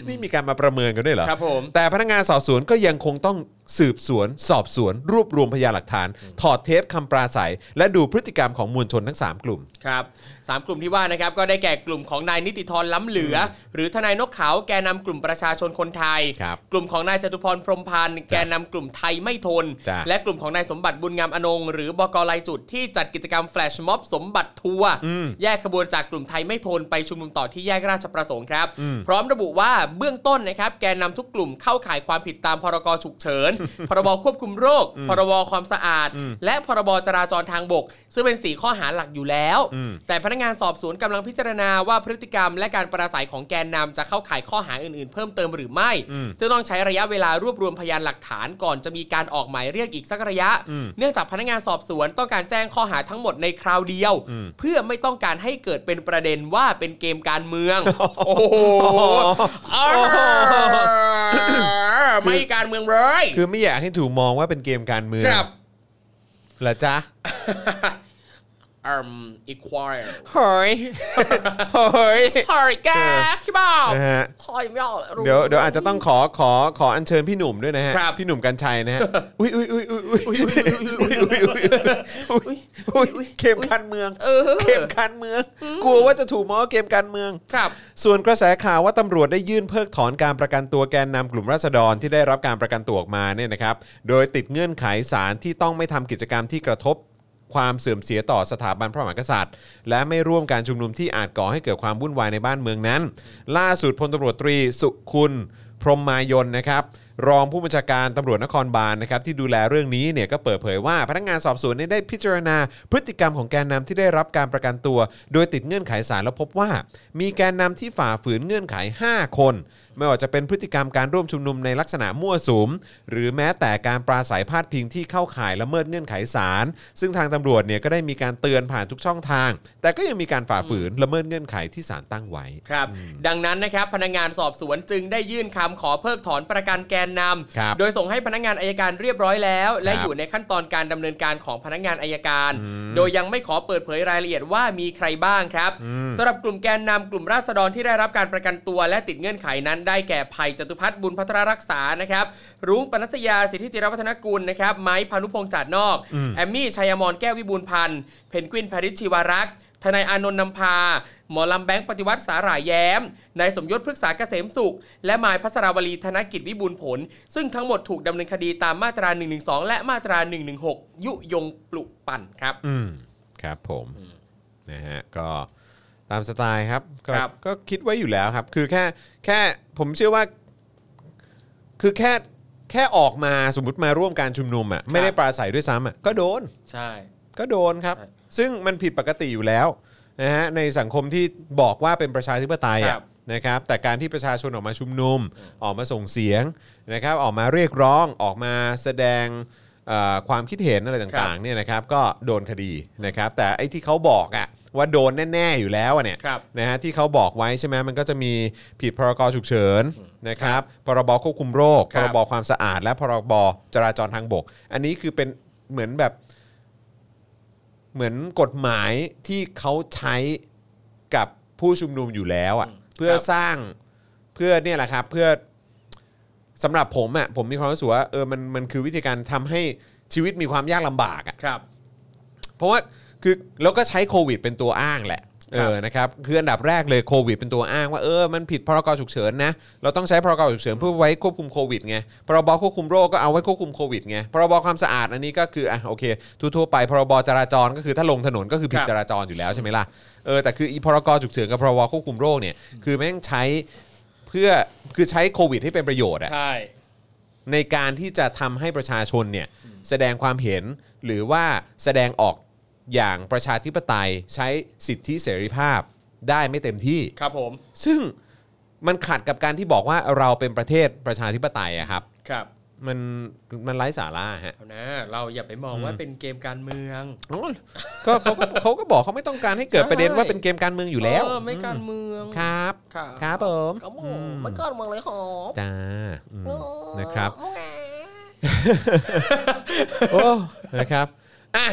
นี่มีการมาประเมินกันด้วยเหรอ ครับผม แต่พนักงานสอบสวนก็ยังคงต้องสืบสวน สอบสวน รวบรวมพยานหลักฐาน ถอดเทปคำปราศัย และดูพฤติกรรมของมวลชนทั้ง 3 กลุ่ม ครับสามกลุ่มที่ว่านะครับก็ได้แก่กลุ่มของนายนิติธรล้ำเหลือ หรือทนายนกเขาวแกนนำกลุ่มประชาชนคนไทย ครับ กลุ่มของนายจตุพรพรหมพันธ์แกนนำกลุ่มไทยไม่ทน จ้ะ และกลุ่มของนายสมบัติบุญงามอนงค์หรือบอกลายจุดที่จัดกิจกรรมแฟลชม็อบสมบัติทัวร์แยกขบวนจากกลุ่มไทยไม่ทนไปชุมนุมต่อที่แยกราชประสงค์ครับ พร้อมระบุว่าเบื้องต้นนะครับแกนนำทุกกลุ่มเข้าข่ายความผิดตามพรกฉุกเฉิน พรบควบคุมโรค พรบความสะอาด และพรบจราจรทางบก ซึ่งเป็นสีข้อหาหลักอยู่แล้ว อืม แต่พนักงานสอบสวนกำลังพิจารณาว่าพฤติกรรมและการปราศัยของแกนนำจะเข้าข่ายข้อหาอื่นๆ เพิ่มเติมหรือไม่ ซึ่งต้องใช้ระยะเวลารวบรวมพยานหลักฐานก่อนจะมีการออกหมายเรียกอีกสักระยะ เนื่องจากพนักงานสอบสวนต้องการแจ้งข้อหาทั้งหมดในคราวเดียว เพื่อไม่ต้องการให้เกิดเป็นประเด็นว่าเป็นเกมการเมือง โอ้โหอ้าวไม่การเมืองเลย คือไม่อยากให้ถูกมองว่าเป็นเกมการเมือง ครับ เหรอจ๊ะ um equal เฮ้ยเฮ้ย หอยแกใช่เปล่า นะฮะ หอยไม่ออกรู้ เดี๋ยวเดี๋ยวอาจจะต้องขอขอขออัญเชิญพี่หนุ่มด้วยนะฮะ ครับ พี่หนุ่มกัญชัยนะฮะ อุ้ยอุ้ยอุ้ยอุ้ยอุ้ยอุ้ยอุ้ยอุ้ยเกมการเมือง เออ เกมการเมือง กลัวว่าจะถูกมองว่าเกมการเมือง ครับ ส่วนกระแสข่าวว่าตำรวจได้ยื่นเพิกถอนการประกันตัวแกนนำกลุ่มราษฎรที่ได้รับการประกันตัวออกมาเนี่ยนะครับ โดยติดเงื่อนไขสารที่ต้องไม่ทำกิจกรรมที่กระทบความเสื่อมเสียต่อสถาบันพระมหากษัตริย์ และไม่ร่วมการชุมนุมที่อาจก่อให้เกิดความวุ่นวายในบ้านเมืองนั้น ล่าสุดพลตำรวจตรีสุคุณ พรหมมายนนะครับ รองผู้บัญชาการตำรวจนครบาลนะครับที่ดูแลเรื่องนี้เนี่ยก็เปิดเผยว่าพนักงานสอบสวนเนี่ยได้พิจารณาพฤติกรรมของแกนนำที่ได้รับการประกันตัว โดยติดเงื่อนไขสารแล้วพบว่า มีแกนนำที่ฝ่าฝืนเงื่อนไข 5 คน ไม่ว่าจะเป็นพฤติกรรมการร่วมชุมนุมในลักษณะมั่วสุม หรือแม้แต่การปราศัยพาดพิงที่เข้าข่ายละเมิดเงื่อนไขสารซึ่งทางตำรวจเนี่ยก็ได้มีการเตือนผ่านทุกช่องทาง แต่ก็ยังมีการฝ่าฝืนละเมิดเงื่อนไขที่สารตั้งไว้ ครับดังนั้นนะครับพนักงานสอบสวนจึงได้ยื่นคำขอเพิกถอนประกันแกนน ครับ ำโดยส่งให้พนักงานอายการเรียบร้อยแล้ว และ ครับ อยู่ในขั้นตอนการดำเนินการของพนักงานอายการ โดยยังไม่ขอเปิดเผยรายละเอียดว่ามีใครบ้างครับสำหรับกลุ่มแกนนำกลุ่มราษฎรที่ได้รับการประกันตัว และติดเงื่อนไขนั้น ได้แก่ภัยจตุพัฒน์บุญพัทรรักษานะครับรุ้งปนัสยาสิทธิจิรวัฒนกุลนะครับไม้พานุพงษ์จัดนอก อืม แอมมี่ชัยอมรแก้ววิบูลย์พันธ์เพนกวินพาริชชีวารักษ์ ทนายอานนท์นำพา หมอลำแบงค์ปฏิวัติสาหร่ายแย้ม นายสมยศพฤกษาเกษมสุข และนายพัสราวลีธนกิจวิบูลย์ผล ซึ่งทั้งหมดถูกดำเนินคดีตามมาตรา 112 และมาตรา 116 ยุยงปลุกปั่นครับ อืมครับผมนะฮะก็ตามสไตล์ครับก็ ครับ ก็คิดไว้อยู่แล้วครับ คือแค่แค่ผมเชื่อว่า คือแค่แค่ออกมาสมมติมาร่วมการชุมนุมอ่ะไม่ได้ปราศัยด้วยซ้ำอ่ะก็โดน ใช่ ก็โดนครับ ใช่ ซึ่งมันผิดปกติอยู่แล้วนะฮะในสังคมที่บอกว่าเป็นประชาธิปไตย ค อ่ะ รับ นะครับ แต่การที่ประชาชนออกมาชุมนุม ออกมาส่งเสียงนะครับ ออกมาเรียกร้องออกมาแสดงเอ่อความคิดเห็นอะไรต่างๆ เนี่ยนะครับก็โดนคดีนะครับ แต่ไอ้ที่เขาบอกอะว่าโดนแน่ๆอยู่แล้วอะเนี่ย ครับ นะฮะที่เขาบอกไว้ใช่ไหมมันก็จะมีผิดพรกฉุกเฉินนะครับพรบควบคุมโรค ค พ รับ รบความสะอาด และพรบจราจรทางบก อันนี้คือเป็นเหมือนแบบเหมือนกฎหมายที่เขาใช้กับผู้ชุมนุมอยู่แล้วอะ อืม เพื่อ ครับ สร้างเพื่อเนี่ยแหละครับเพื่อ สำหรับผมอ่ะผมมีความรู้สึกว่าเออมันมันคือวิธีการทำให้ชีวิตมีความยากลำบากอ่ะ ครับ เพราะว่าคือแล้วก็ใช้โควิดเป็นตัวอ้างแหละ ครับ เออนะครับคืออันดับแรกเลยโควิดเป็นตัวอ้างว่าเออมันผิดพรกฉุกเฉินนะเราต้องใช้พรกฉุกเฉินเพื่อไว้ควบคุมโควิดไงพรบควบคุมโรคก็เอาไว้ควบคุมโควิดไงพรบความสะอาดอันนี้ก็คืออ่ะโอเคทั่วๆไปพรบจราจรก็คือถ้าลงถนนก็คือผิด ครับ จราจรอยู่แล้วใช่ไหมล่ะเออแต่คืออีพรกฉุกเฉินกับพรบควบคุมโรคเนี่ยคือแม่งใช้เพื่อคือใช้โควิดให้เป็นประโยชน์อะ ใช่ ในการที่จะทำให้ประชาชนเนี่ยแสดงความเห็นหรือว่าแสดงออกอย่างประชาธิปไตยใช้สิทธิเสรีภาพได้ไม่เต็มที่ ครับผม ซึ่งมันขัดกับการที่บอกว่าเราเป็นประเทศประชาธิปไตยอะครับ ครับ มันมันไร้สาระ <laughs> ฮะ เอานะ เราอย่าไปมองว่าเป็นเกมการเมือง อ๋อก็เขาก็เขาก็บอกเขาไม่ต้องการให้เกิดประเด็นว่าเป็นเกมการเมืองอยู่แล้ว เออไม่การเมือง ครับ ครับ ครับผม ครับผมไม่การเมืองเลยหอม จ้าอืมนะครับ โอ้ <laughs> ย โอ้ นะครับ <clears throat> อ่ะ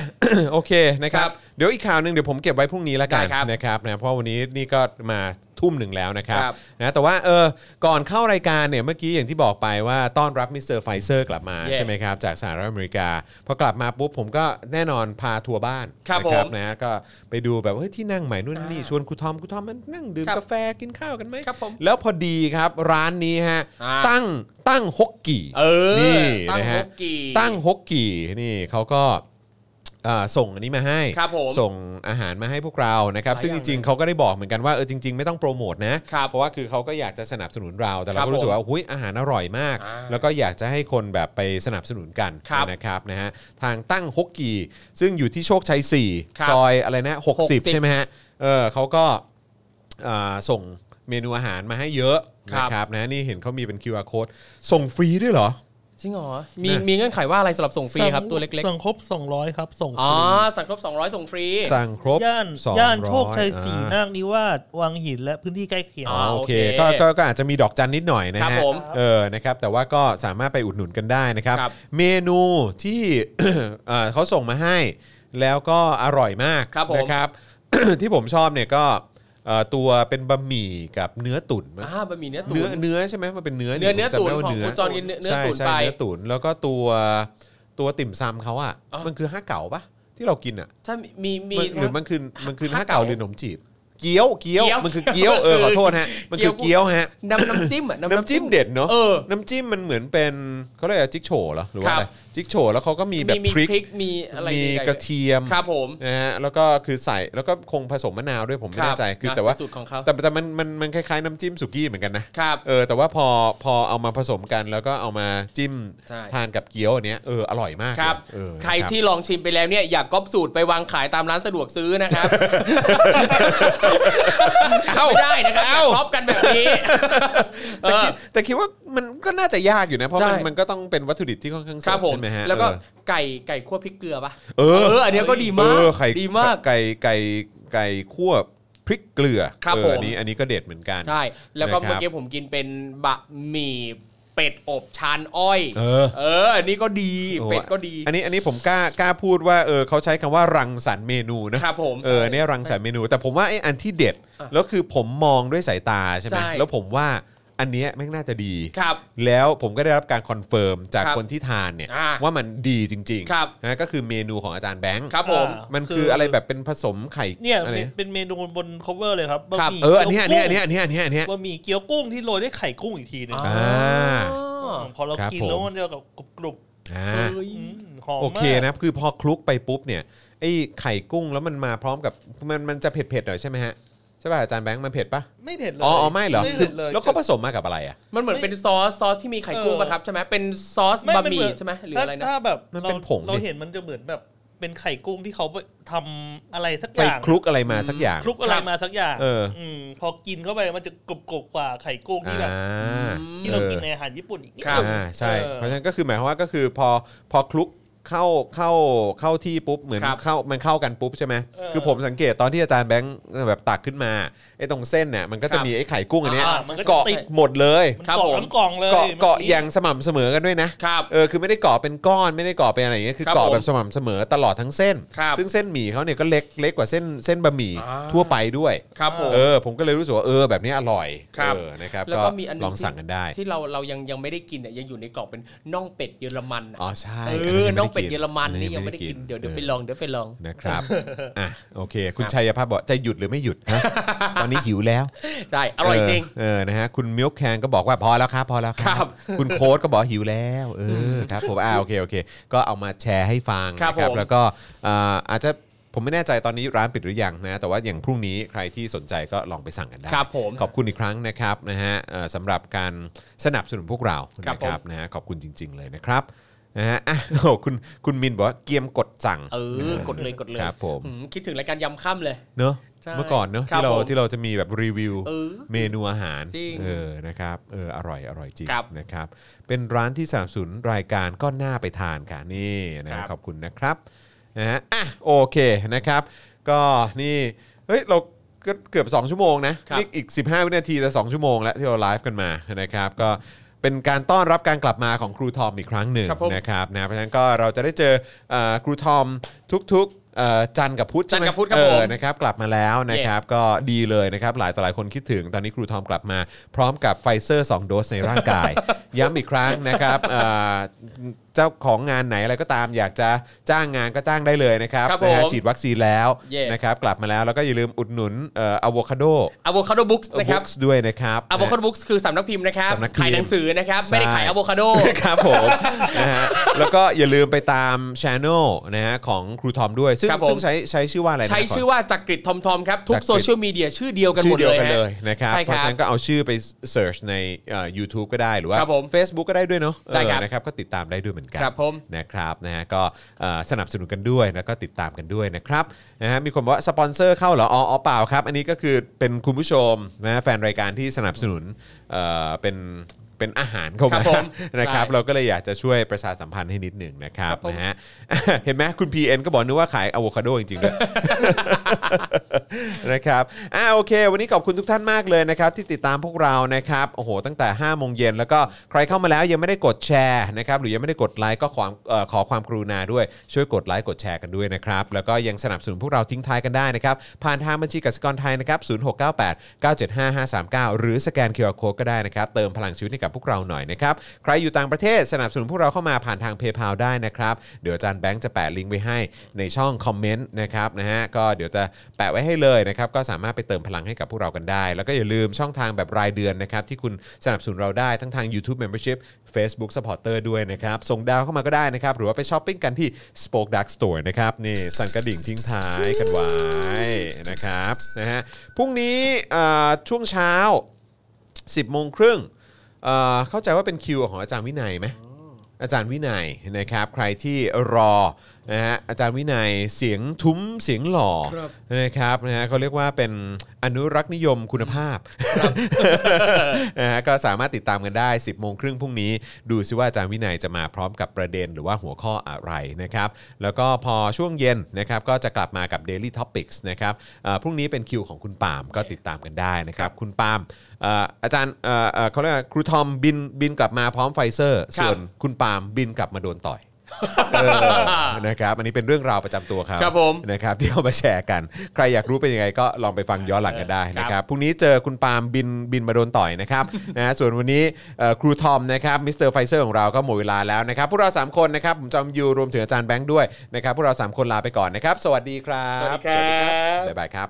โอเค นะครับ ครับ เดี๋ยวอีกข่าวหนึ่งเดี๋ยวผมเก็บไว้พรุ่งนี้แล้วกัน ได้ครับ นะครับนะ เพราะวันนี้นี่ก็มาทุ่มหนึ่งแล้วนะครับ ครับ นะ แต่ว่า เออ ก่อนเข้ารายการเนี่ย เมื่อกี้อย่างที่บอกไปว่าต้อนรับมิสเตอร์ไฟเซอร์กลับมา Yeah ใช่ไหมครับ จากสหรัฐอเมริกา พอกลับมาปุ๊บผมก็แน่นอนพาทัวร์บ้าน ครับ นะ ผม นะ ก็ไปดูแบบเฮ้ยที่นั่งใหม่นู่นนี่ อ่า ชวนครูทอมครูทอมมันนั่งดื่ม ครับ กาแฟกินข้าวกันไหม ครับผม แล้วพอดีครับร้านนี้ฮะ อ่า ตั้ง ตั้งฮกกี่ เออ นี่ ตั้ง นะ ฮ ฮะ กกี ตั้งฮกกี่นี่เขาก็เอ่อส่งอันนี้มาให้ ครับผม ส่งอาหารมาให้พวกเรานะครับ หลาย ซึ่ง อ จ ย่าง ริงๆเขาก็ได้บอกเหมือนกันว่าเออจริง ๆ ไม่ต้องโปรโมทนะ ครับ เพราะว่าคือเขาก็อยากจะสนับสนุนเราแต่เรา ครับ ก็รู้สึกว่าหุ้ยอาหารอร่อยมาก อ่า แล้วก็อยากจะให้คนแบบไปสนับสนุนกัน ครับ นะครับนะฮะทางตั้งฮกกี่ซึ่งอยู่ที่โชคชัย ครับ 4 ซอยอะไรนะ60 60 ใช่ไหมฮะเออเขาก็เอ่อส่งเมนูอาหารมาให้เยอะ ครับ นะครับนะนี่เห็นเขามีเป็น QR code ส่งฟรีด้วยเหรอ จริงเหรอมีมีเงื่อนไขว่าอะไรสำหรับส่งฟรีครับตัวเล็ก สั่งครบ200ครับส่ง ๆ ฟ อ๋อ รี สั่งครบ200 ส่งฟรี สั่งครบ ย่าน สอง ย่าน ร้อ โชคชัยสี่ อ่า นาคนิวาสวังหินและพื้นที่ใกล้เคียง อ๋ อ่าโอเค โอเค ก็ก็ก็อาจจะมีดอกจันนิดหน่อยนะครับ ฮะ ผม เออนะครับแต่ว่าก็สามารถไปอุดหนุนกันได้นะครับ ครับ เมนูที่ <coughs> เอ่อเขาส่งมาให้ แล้วก็อร่อยมาก ครับผม นะครับ <coughs> ที่ผมชอบเนี่ยก็เอ่อตัวเป็นบะหมี่กับเนื้อตุ๋นมั้ง อ่าบะหมี่เนื้อตุ๋ เนื้อน เนื้อใช่ไหมมันเป็นเนื้อ เนื้อเนื้อ ผมจำ ตุ๋น ได้ว่า ของคุณจอนกินเนื้อเนื้อ ใช่ ตุ๋น ใช่ ไป เนื้อตุ๋นแล้วก็ตัวตัวติ่มซำเขาอ่ะ อ๋อ มันคือห้าเก๋าปะที่เรากินอ่ะ ถ้ามีมี มันหรือมันคือมันคือห ห้า น้าเก่า เก่า หรือขนมจีบเกี๊ยวเกี๊ยว เกี๊ยว มันคือเกี๊ยวเออขอโทษฮะมันคือ เกี๊ เกี๊ย ยวว ฮะ น้ำน้ำจิ้มอะน้ำ น้ำจิ้มเด็ดเนาะ เออ น้ำจิ้มมันเหมือนเป็นเขาเรียกอะไรจิ๊กโฉเหรอหรือว่า ครับ อะไรจิ๊กโฉแล้วเขาก็มีแบบ มี พริก พริกมีอะไร มี ใดๆ กระเทียม ครับผม นะฮะแล้วก็คือใส่แล้วก็คงผสมมะนาวด้วยผมไม่แน่ใจคือ นะ แต่ว่า เป็นสูตรของเขา แต่แต่มันมันมันคล้ายๆน้ำจิ้มสุกี้เหมือนกันนะครับ เออแต่ว่าพอพอเอามาผสมกันแล้วก็เอามาจิ้ม ใช่ ทานกับเกี๊ยวอันเนี้ยเอออร่อยมาก ครับ เออนะ ใคร บ ที่ลองชิมไปแล้วเนี่ยอยากก๊อปสูตรไปวางขายตามร้านสะดวกซื้อนะครับ ไม่ได้นะครับอย่าก๊อปกันแบบนี้ เอ แต่ อ คิดแต่คิดว่ามันก็น่าจะยากอยู่นะ เพราะมัน ใช่ มันก็ต้องเป็นวัตถุดิบที่ค่อนข้างส ครั ด บผม ใช่ไหมฮะ แล้วก็ เออ ไก่ไก่คั่วพริกเกลือปะ เออ อันเนี้ยก็ดี เอ มาก อไข่ ดีมาก ไก่ไก่ไก่คั่วพริกเกลือ ครับ เออ ผม อันนี้อันนี้ก็เด็ดเหมือนกัน ใช่ แล้วนะครัก็บ เมื่อกี้ผมกินเป็นบะหมี่เป็ดอบชานอ้อย เออ เอออันนี้ก็ดี โอ้ เป็ดก็ดี อันนี้อันนี้ผมกล้ากล้าพูดว่าเออเขาใช้คำว่ารังสรรค์เมนูนะครับ ผม เออเนี่ยรังสรรค์เมนู แต่ผมว่าไอ้อันที่เด็ดแล้วคือผมมองด้วยสายตาใช่ไหม ใช่ แล้วผมว่าอันเนี้ยแม่งน่าจะดี ครับ แล้วผมก็ได้รับการคอนเฟิร์มจาก ครับ คนที่ทานเนี่ย อ่า ว่ามันดีจริง ครับ ๆนะก็คือเมนูของอาจารย์แบงค์ ครับผม อ่า มัน คื คือ ออ อะไรแบบเป็นผสมไข่ เนี่ย อะไร เป็นเป็นเมนูบน cover เลยครับบะ ครับ หมี่ เอออันเนี้ยอันเนี้ยอันเนี้ยกี๊ยว อันเนี้ยอันเนี้ยอันเนี้ย กุ้งบะหมี่เกี๊ยวกุ้งที่โรยด้วยไข่กุ้งอีกทีหนึง อ๋ อ่า พอเรา ครับ กิน ผม แล้วมันจะกับกรุบ อ่า เอ้ย ๆอืมหอมมาก โอเคนะคือพอคลุกไปปุ๊บเนี่ยไอ้ไข่กุ้งแล้วมันมาพร้อมกับมันมันจะเผ็ดเผ็ดๆหน่อยใช่ไหมฮะใช่ป่ะอาจารย์แบงค์มันเผ็ดปะ ไม่เผ็ดเลย อ๋ออ๋อไม่เหรอ ไม่ คื เผ็ อ ดเลย แล้วเขาผสมมากับอะไรอ่ะ มันเหมือนเป็นซอสซอสที่มีไข่กุ้ง เออ ปะครับใช่ไหมเป็นซอส ไน บะหมี่ เน ใช่ไหมหรืออะไรนะ ถ้าแบบ มัน รา เป็นผงดิ เราเห็นมันจะเหมือนแบบเป็นไข่กุ้งที่เขาไปทำอะไรสักอ ไป ย่าง คลุกอะไรมาสักอย่าง คลุกอะไรมาสักอย่าง เออ มพอกินเข้าไปมันจะกรุบกกว่าไข่กุ้ง อ่ ที่แบบ า ที่เรากินในอาหารญี่ปุ่นอีกนิด ครับ นึง อ่าใช่ เออ เพราะฉะนั้นก็คือหมายความว่าก็คือพอพอคลุกเข้าเข้าเข้าที่ปุ๊บเหมือน ครับ เข้ามันเข้ากันปุ๊บใช่ไหมคือผมสังเกตตอนที่อาจารย์แบงค์แบบตักขึ้นมาไอ้ตรงเส้นเนี่ยมันก็จะมีไอ้ไข่กุ้งอันเนี้ย อ่ามันก็จะ เกาะ ติด หมดเลย มัน ครับ เกาะ ผม ทั้งกล่องเลย เกาะเกาะ มื่กี้ อย่างสม่ำเสมอกันด้วยนะครับ เออคือไม่ได้เกาะเป็นก้อนไม่ได้เกาะเป็นอะไรอย่างเงี้ยคือ ครับ เกาะ ผม แบบสม่ำเสมอตลอดทั้งเส้น ครับ ซึ่งเส้นหมี่เขาเนี่ยก็เล็กเล็กกว่าเส้นเส้นบะหมี่ อ่า ทั่วไปด้วย ครับผม เออผมก็เลยรู้สึกว่าเออแบบนี้อร่อย ครับ เออนะครับ แล้ว ก็ ก็มีอันหนึ ลองสั่งกันได้ ที่เราเรายังยังไม่ได้กินเนี่ยยังอยู่ในกล่องเป็นน่องเป็ดเยอรมันอะ อ๋อใช่ เอ นี้ยังไม่ได้อน่องเป็ดเยอรมันนี่ยังไม่ได้กิน ออ เดี๋ยวเดี๋ยวไปลองเดี๋ยวไปลอง นะครับอ่ะโอเค คุณ ครับ ชัยภาพบอกจะหยุดหรือไม่หยุดฮะตอนนี้หิวแล้ว ใช่อร่อยจริง เออเออนะฮะคุณมิลค์แคนก็บอกว่าพอแล้วครับพอแล้วค ค รั รับ บ คุณโค้ดก็บอกหิวแล้วเออครับผมอ่าโอเคโอเค ก็เอามาแชร์ให้ฟังนะครับ ผม แล้วก็อ่าอาจจะผมไม่แน่ใจตอนนี้ร้านปิดหรือยังนะแต่ว่าอย่างพรุ่งนี้ใครที่สนใจก็ลองไปสั่งกันได้ ครับผม ขอบคุณอีกครั้งนะครับนะฮะเอ่อสำหรับการสนับสนุนพวกเรา ครับ นะครับนะฮะขอบคุณจริง ๆ เลยนะครับนะฮะ <laughs> อ่ะโอ้คุณคุณมินบอกว่าเกียมกดสั่ง เออกดเลยกดเลย ครับผม อืมคิดถึงรายการยำค่ำเลย เนอะ ใช่ เมื่อก่อนเนอะ ครับ ที่เรา ผม ที่เราจะมีแบบรีวิว เออ เมนูอาหาร จริง เออนะครับเอออร่อยอร่อยจริง ครับ นะครับ เป็นร้านที่สนับสนุนรายการก็น่าไปทานค่ะนี่นะครับ ขอบคุณนะครับนะฮะอ่ะโอเคนะครับ ก็นี่เฮ้ยเราก็เกือบ 2 ชั่วโมงนะนี่อีก 15 วินาทีจะ2ชั่วโมงแล้วที่เราไลฟ์กันมานะครับ ก็เป็นการต้อนรับการกลับมาของครูทอมอีกครั้งหนึ่ง ครับผม นะครับนะเพราะฉะนั้นก็เราจะได้เจอเอ่อครูทอมทุกๆเอ่อจันทร์กับพุธใช่ไห จันทร์กับพุธครับผม เออ นะครับกลับมาแล้วนะครับก็ดีเลยนะครับหลายต่อหลายคนคิดถึงตอนนี้ครูทอมกลับมา พร้อมกับไฟเซอร์2โดสในร่างกาย <laughs> ย้ำอีกครั้งนะครับเอ่อเจ้าของงานไหนอะไรก็ตามอยากจะจ้างงานก็จ้างได้เลยนะครับ ครับ นะฮะ ผม ฉีดวัคซีนแล้ว Yeah นะครับกลับมาแล้วแล้วก็อย่าลืมอุดหนุนเอะโวคาโด อะโวคาโดบุ๊กนะค บุ๊ รับ กด้วยนะครับ อะโวคาโดบุ๊กคือสำนักพิมพ์นะครับ สำนักพิมพ์ ขายหนังสือนะครับ <laughs> ใช่ ไม่ได้ขายอะโวคาโด <laughs> ครับผมนะฮะแล้วก็อย่าลืมไปตามช anel นะฮะของครูทอมด้วยซึ่ง ครับผม ซึ่งใช้ใช้ชื่อว่าอะไรนะ ใช้ ข ชื่อว่าจักริดทอมทอมครับ ทุ จักกริด โซเชียลมีเดียชื่อเดียวกันหมด ชื่อเดียว เลย กัน ฮะ เลยนะครับ ใช่ เพ ครับ ราะฉะนั้นก็เอาชื่อไปเสิร์ชในยูทูบก็ได้หรือว่า ครับผม Facebook ก็ได้ด้วยเนาะ ใช่ครับ เออนะครับก็ติดตามได้ด้วยเหมือนกัน ครับผม นะครับนะฮะก็เอ่อสนับสนุนกันด้วยแล้วก็ติดตามกันด้วยนะครับนะฮะมีคนบอกว่าสปอนเซอร์เข้าเหรออ๋ออ๋อเปล่าครับ อันนี้ก็คือเป็นคุณผู้ชมนะฮะแฟนรายการที่สนับสนุนเอ่อเป็น เป็นอาหารเข้า ครั มา บผม นะครับ ใช่ เราก็เลยอยากจะช่วยประชาสัมพันธ์ให้นิดหนึ่งนะครับ ครับผม นะฮะ <laughs> เห็นไหมคุณ PN ก็บอกนึกว่าขายอะโวคาโดจริงๆด้วย นะครับอ่าโอเค วันนี้ขอบคุณทุกท่านมากเลยนะครับที่ติดตามพวกเรานะครับโอ้โหตั้งแต่5้าโมงเย็นแล้วก็ใครเข้ามาแล้วยังไม่ได้กดแชร์นะครับหรือยังไม่ได้กดไลค์ก็ขอเอ่อขอความกรุณาด้วยช่วยกดไลค์กดแชร์กันด้วยนะครับแล้วก็ยังสนับสนุนพวกเราทิ้งท้ายกันได้นะครับผ่านทางบัญชีกสิกรไทยนะครับศูนย์หกเก้าแปดเก้าเจ็ดห้าห้าสามเก้าหรือสแกนเคอร์โคก็ได้นะครับเติมพลังชีวิตให้กับพวกเราหน่อยนะครับใครอยู่ต่างประเทศสนับสนุนพวกเราเข้ามาผ่านทางเพย์พาได้นะครับเดี๋ยวอาจารย์แบงค์จะแปะลิงก์ไว้ให้ในช่องคอมเมนต์นะครับนะฮะก็เดี๋ยวจะ แปะไว้ให้เลยนะครับก็สามารถไปเติมพลังให้กับพวกเรากันได้ แล้วก็อย่าลืมช่องทางแบบรายเดือนนะครับที่คุณสนับสนุนเราได้ทั้งทาง YouTube Membership Facebook Supporter ด้วยนะครับ ส่งดาวเข้ามาก็ได้นะครับ หรือว่าไปช้อปปิ้งกันที่ Spoke Dark Store นะครับนี่สั่นกระดิ่งทิ้งท้ายกันไว้นะครับนะฮะพรุ่งนี้เอ่อช่วงเช้า 10โมงครึ่งเอ่อเข้าใจว่าเป็นคิวของอาจารย์วินัยไหม อาจารย์วินัยนะครับใครที่รอนะฮะอาจารย์วินัยเสียงทุ้มเสียงหล่อ ครับ นะครับนะฮะเขาเรียกว่าเป็นอนุรักษ์นิยมคุณภาพ <laughs> นะฮะก็สามารถติดตามกันได้ 10บโมงครึ่งพรุ่งนี้ ดูซิว่าอาจารย์วินัยจะมาพร้อมกับประเด็นหรือว่าหัวข้ออะไรนะครับแล้วก็พอช่วงเย็นนะครับก็จะกลับมากับ Daily Topics นะครับเอ่อพรุ่งนี้เป็นคิวของคุณปาล์มก็ติดตามกันได้นะครับคุณปาล์มเอ่ออาจารย์เอ่อเอ่อเขาเรียกว่าครูทอมบินบินกลับมาพร้อมไฟเซอร์ส่วน คุณปาล์มบินกลับมาโดนต่อย เอ <laughs> อนะครับอันนี้เป็นเรื่องราวประจำตัวครับ ครับผม นะครับ <laughs> ที่เอามาแชร์กัน ใครอยากรู้เป็นยังไงก็ลองไปฟังย้อนหลังกันได้นะครับพรุ่งนี้เจอคุณปาล์มบินบินมาโดนต่อย <laughs> นะครับนะฮะส่วนวันนี้เอ่อครูทอมนะครับมิสเตอร์ไฟเซอร์ของเราก็หมดเวลาแล้วนะครับพวกเราสามคนนะครับผมจอมยูรวมถึงอาจารย์แบงค์ด้วยนะครับพวกเราสามคนลาไปก่อนนะครับสวัสดีครับ สวัสดีครับ บ๊ายบายครับ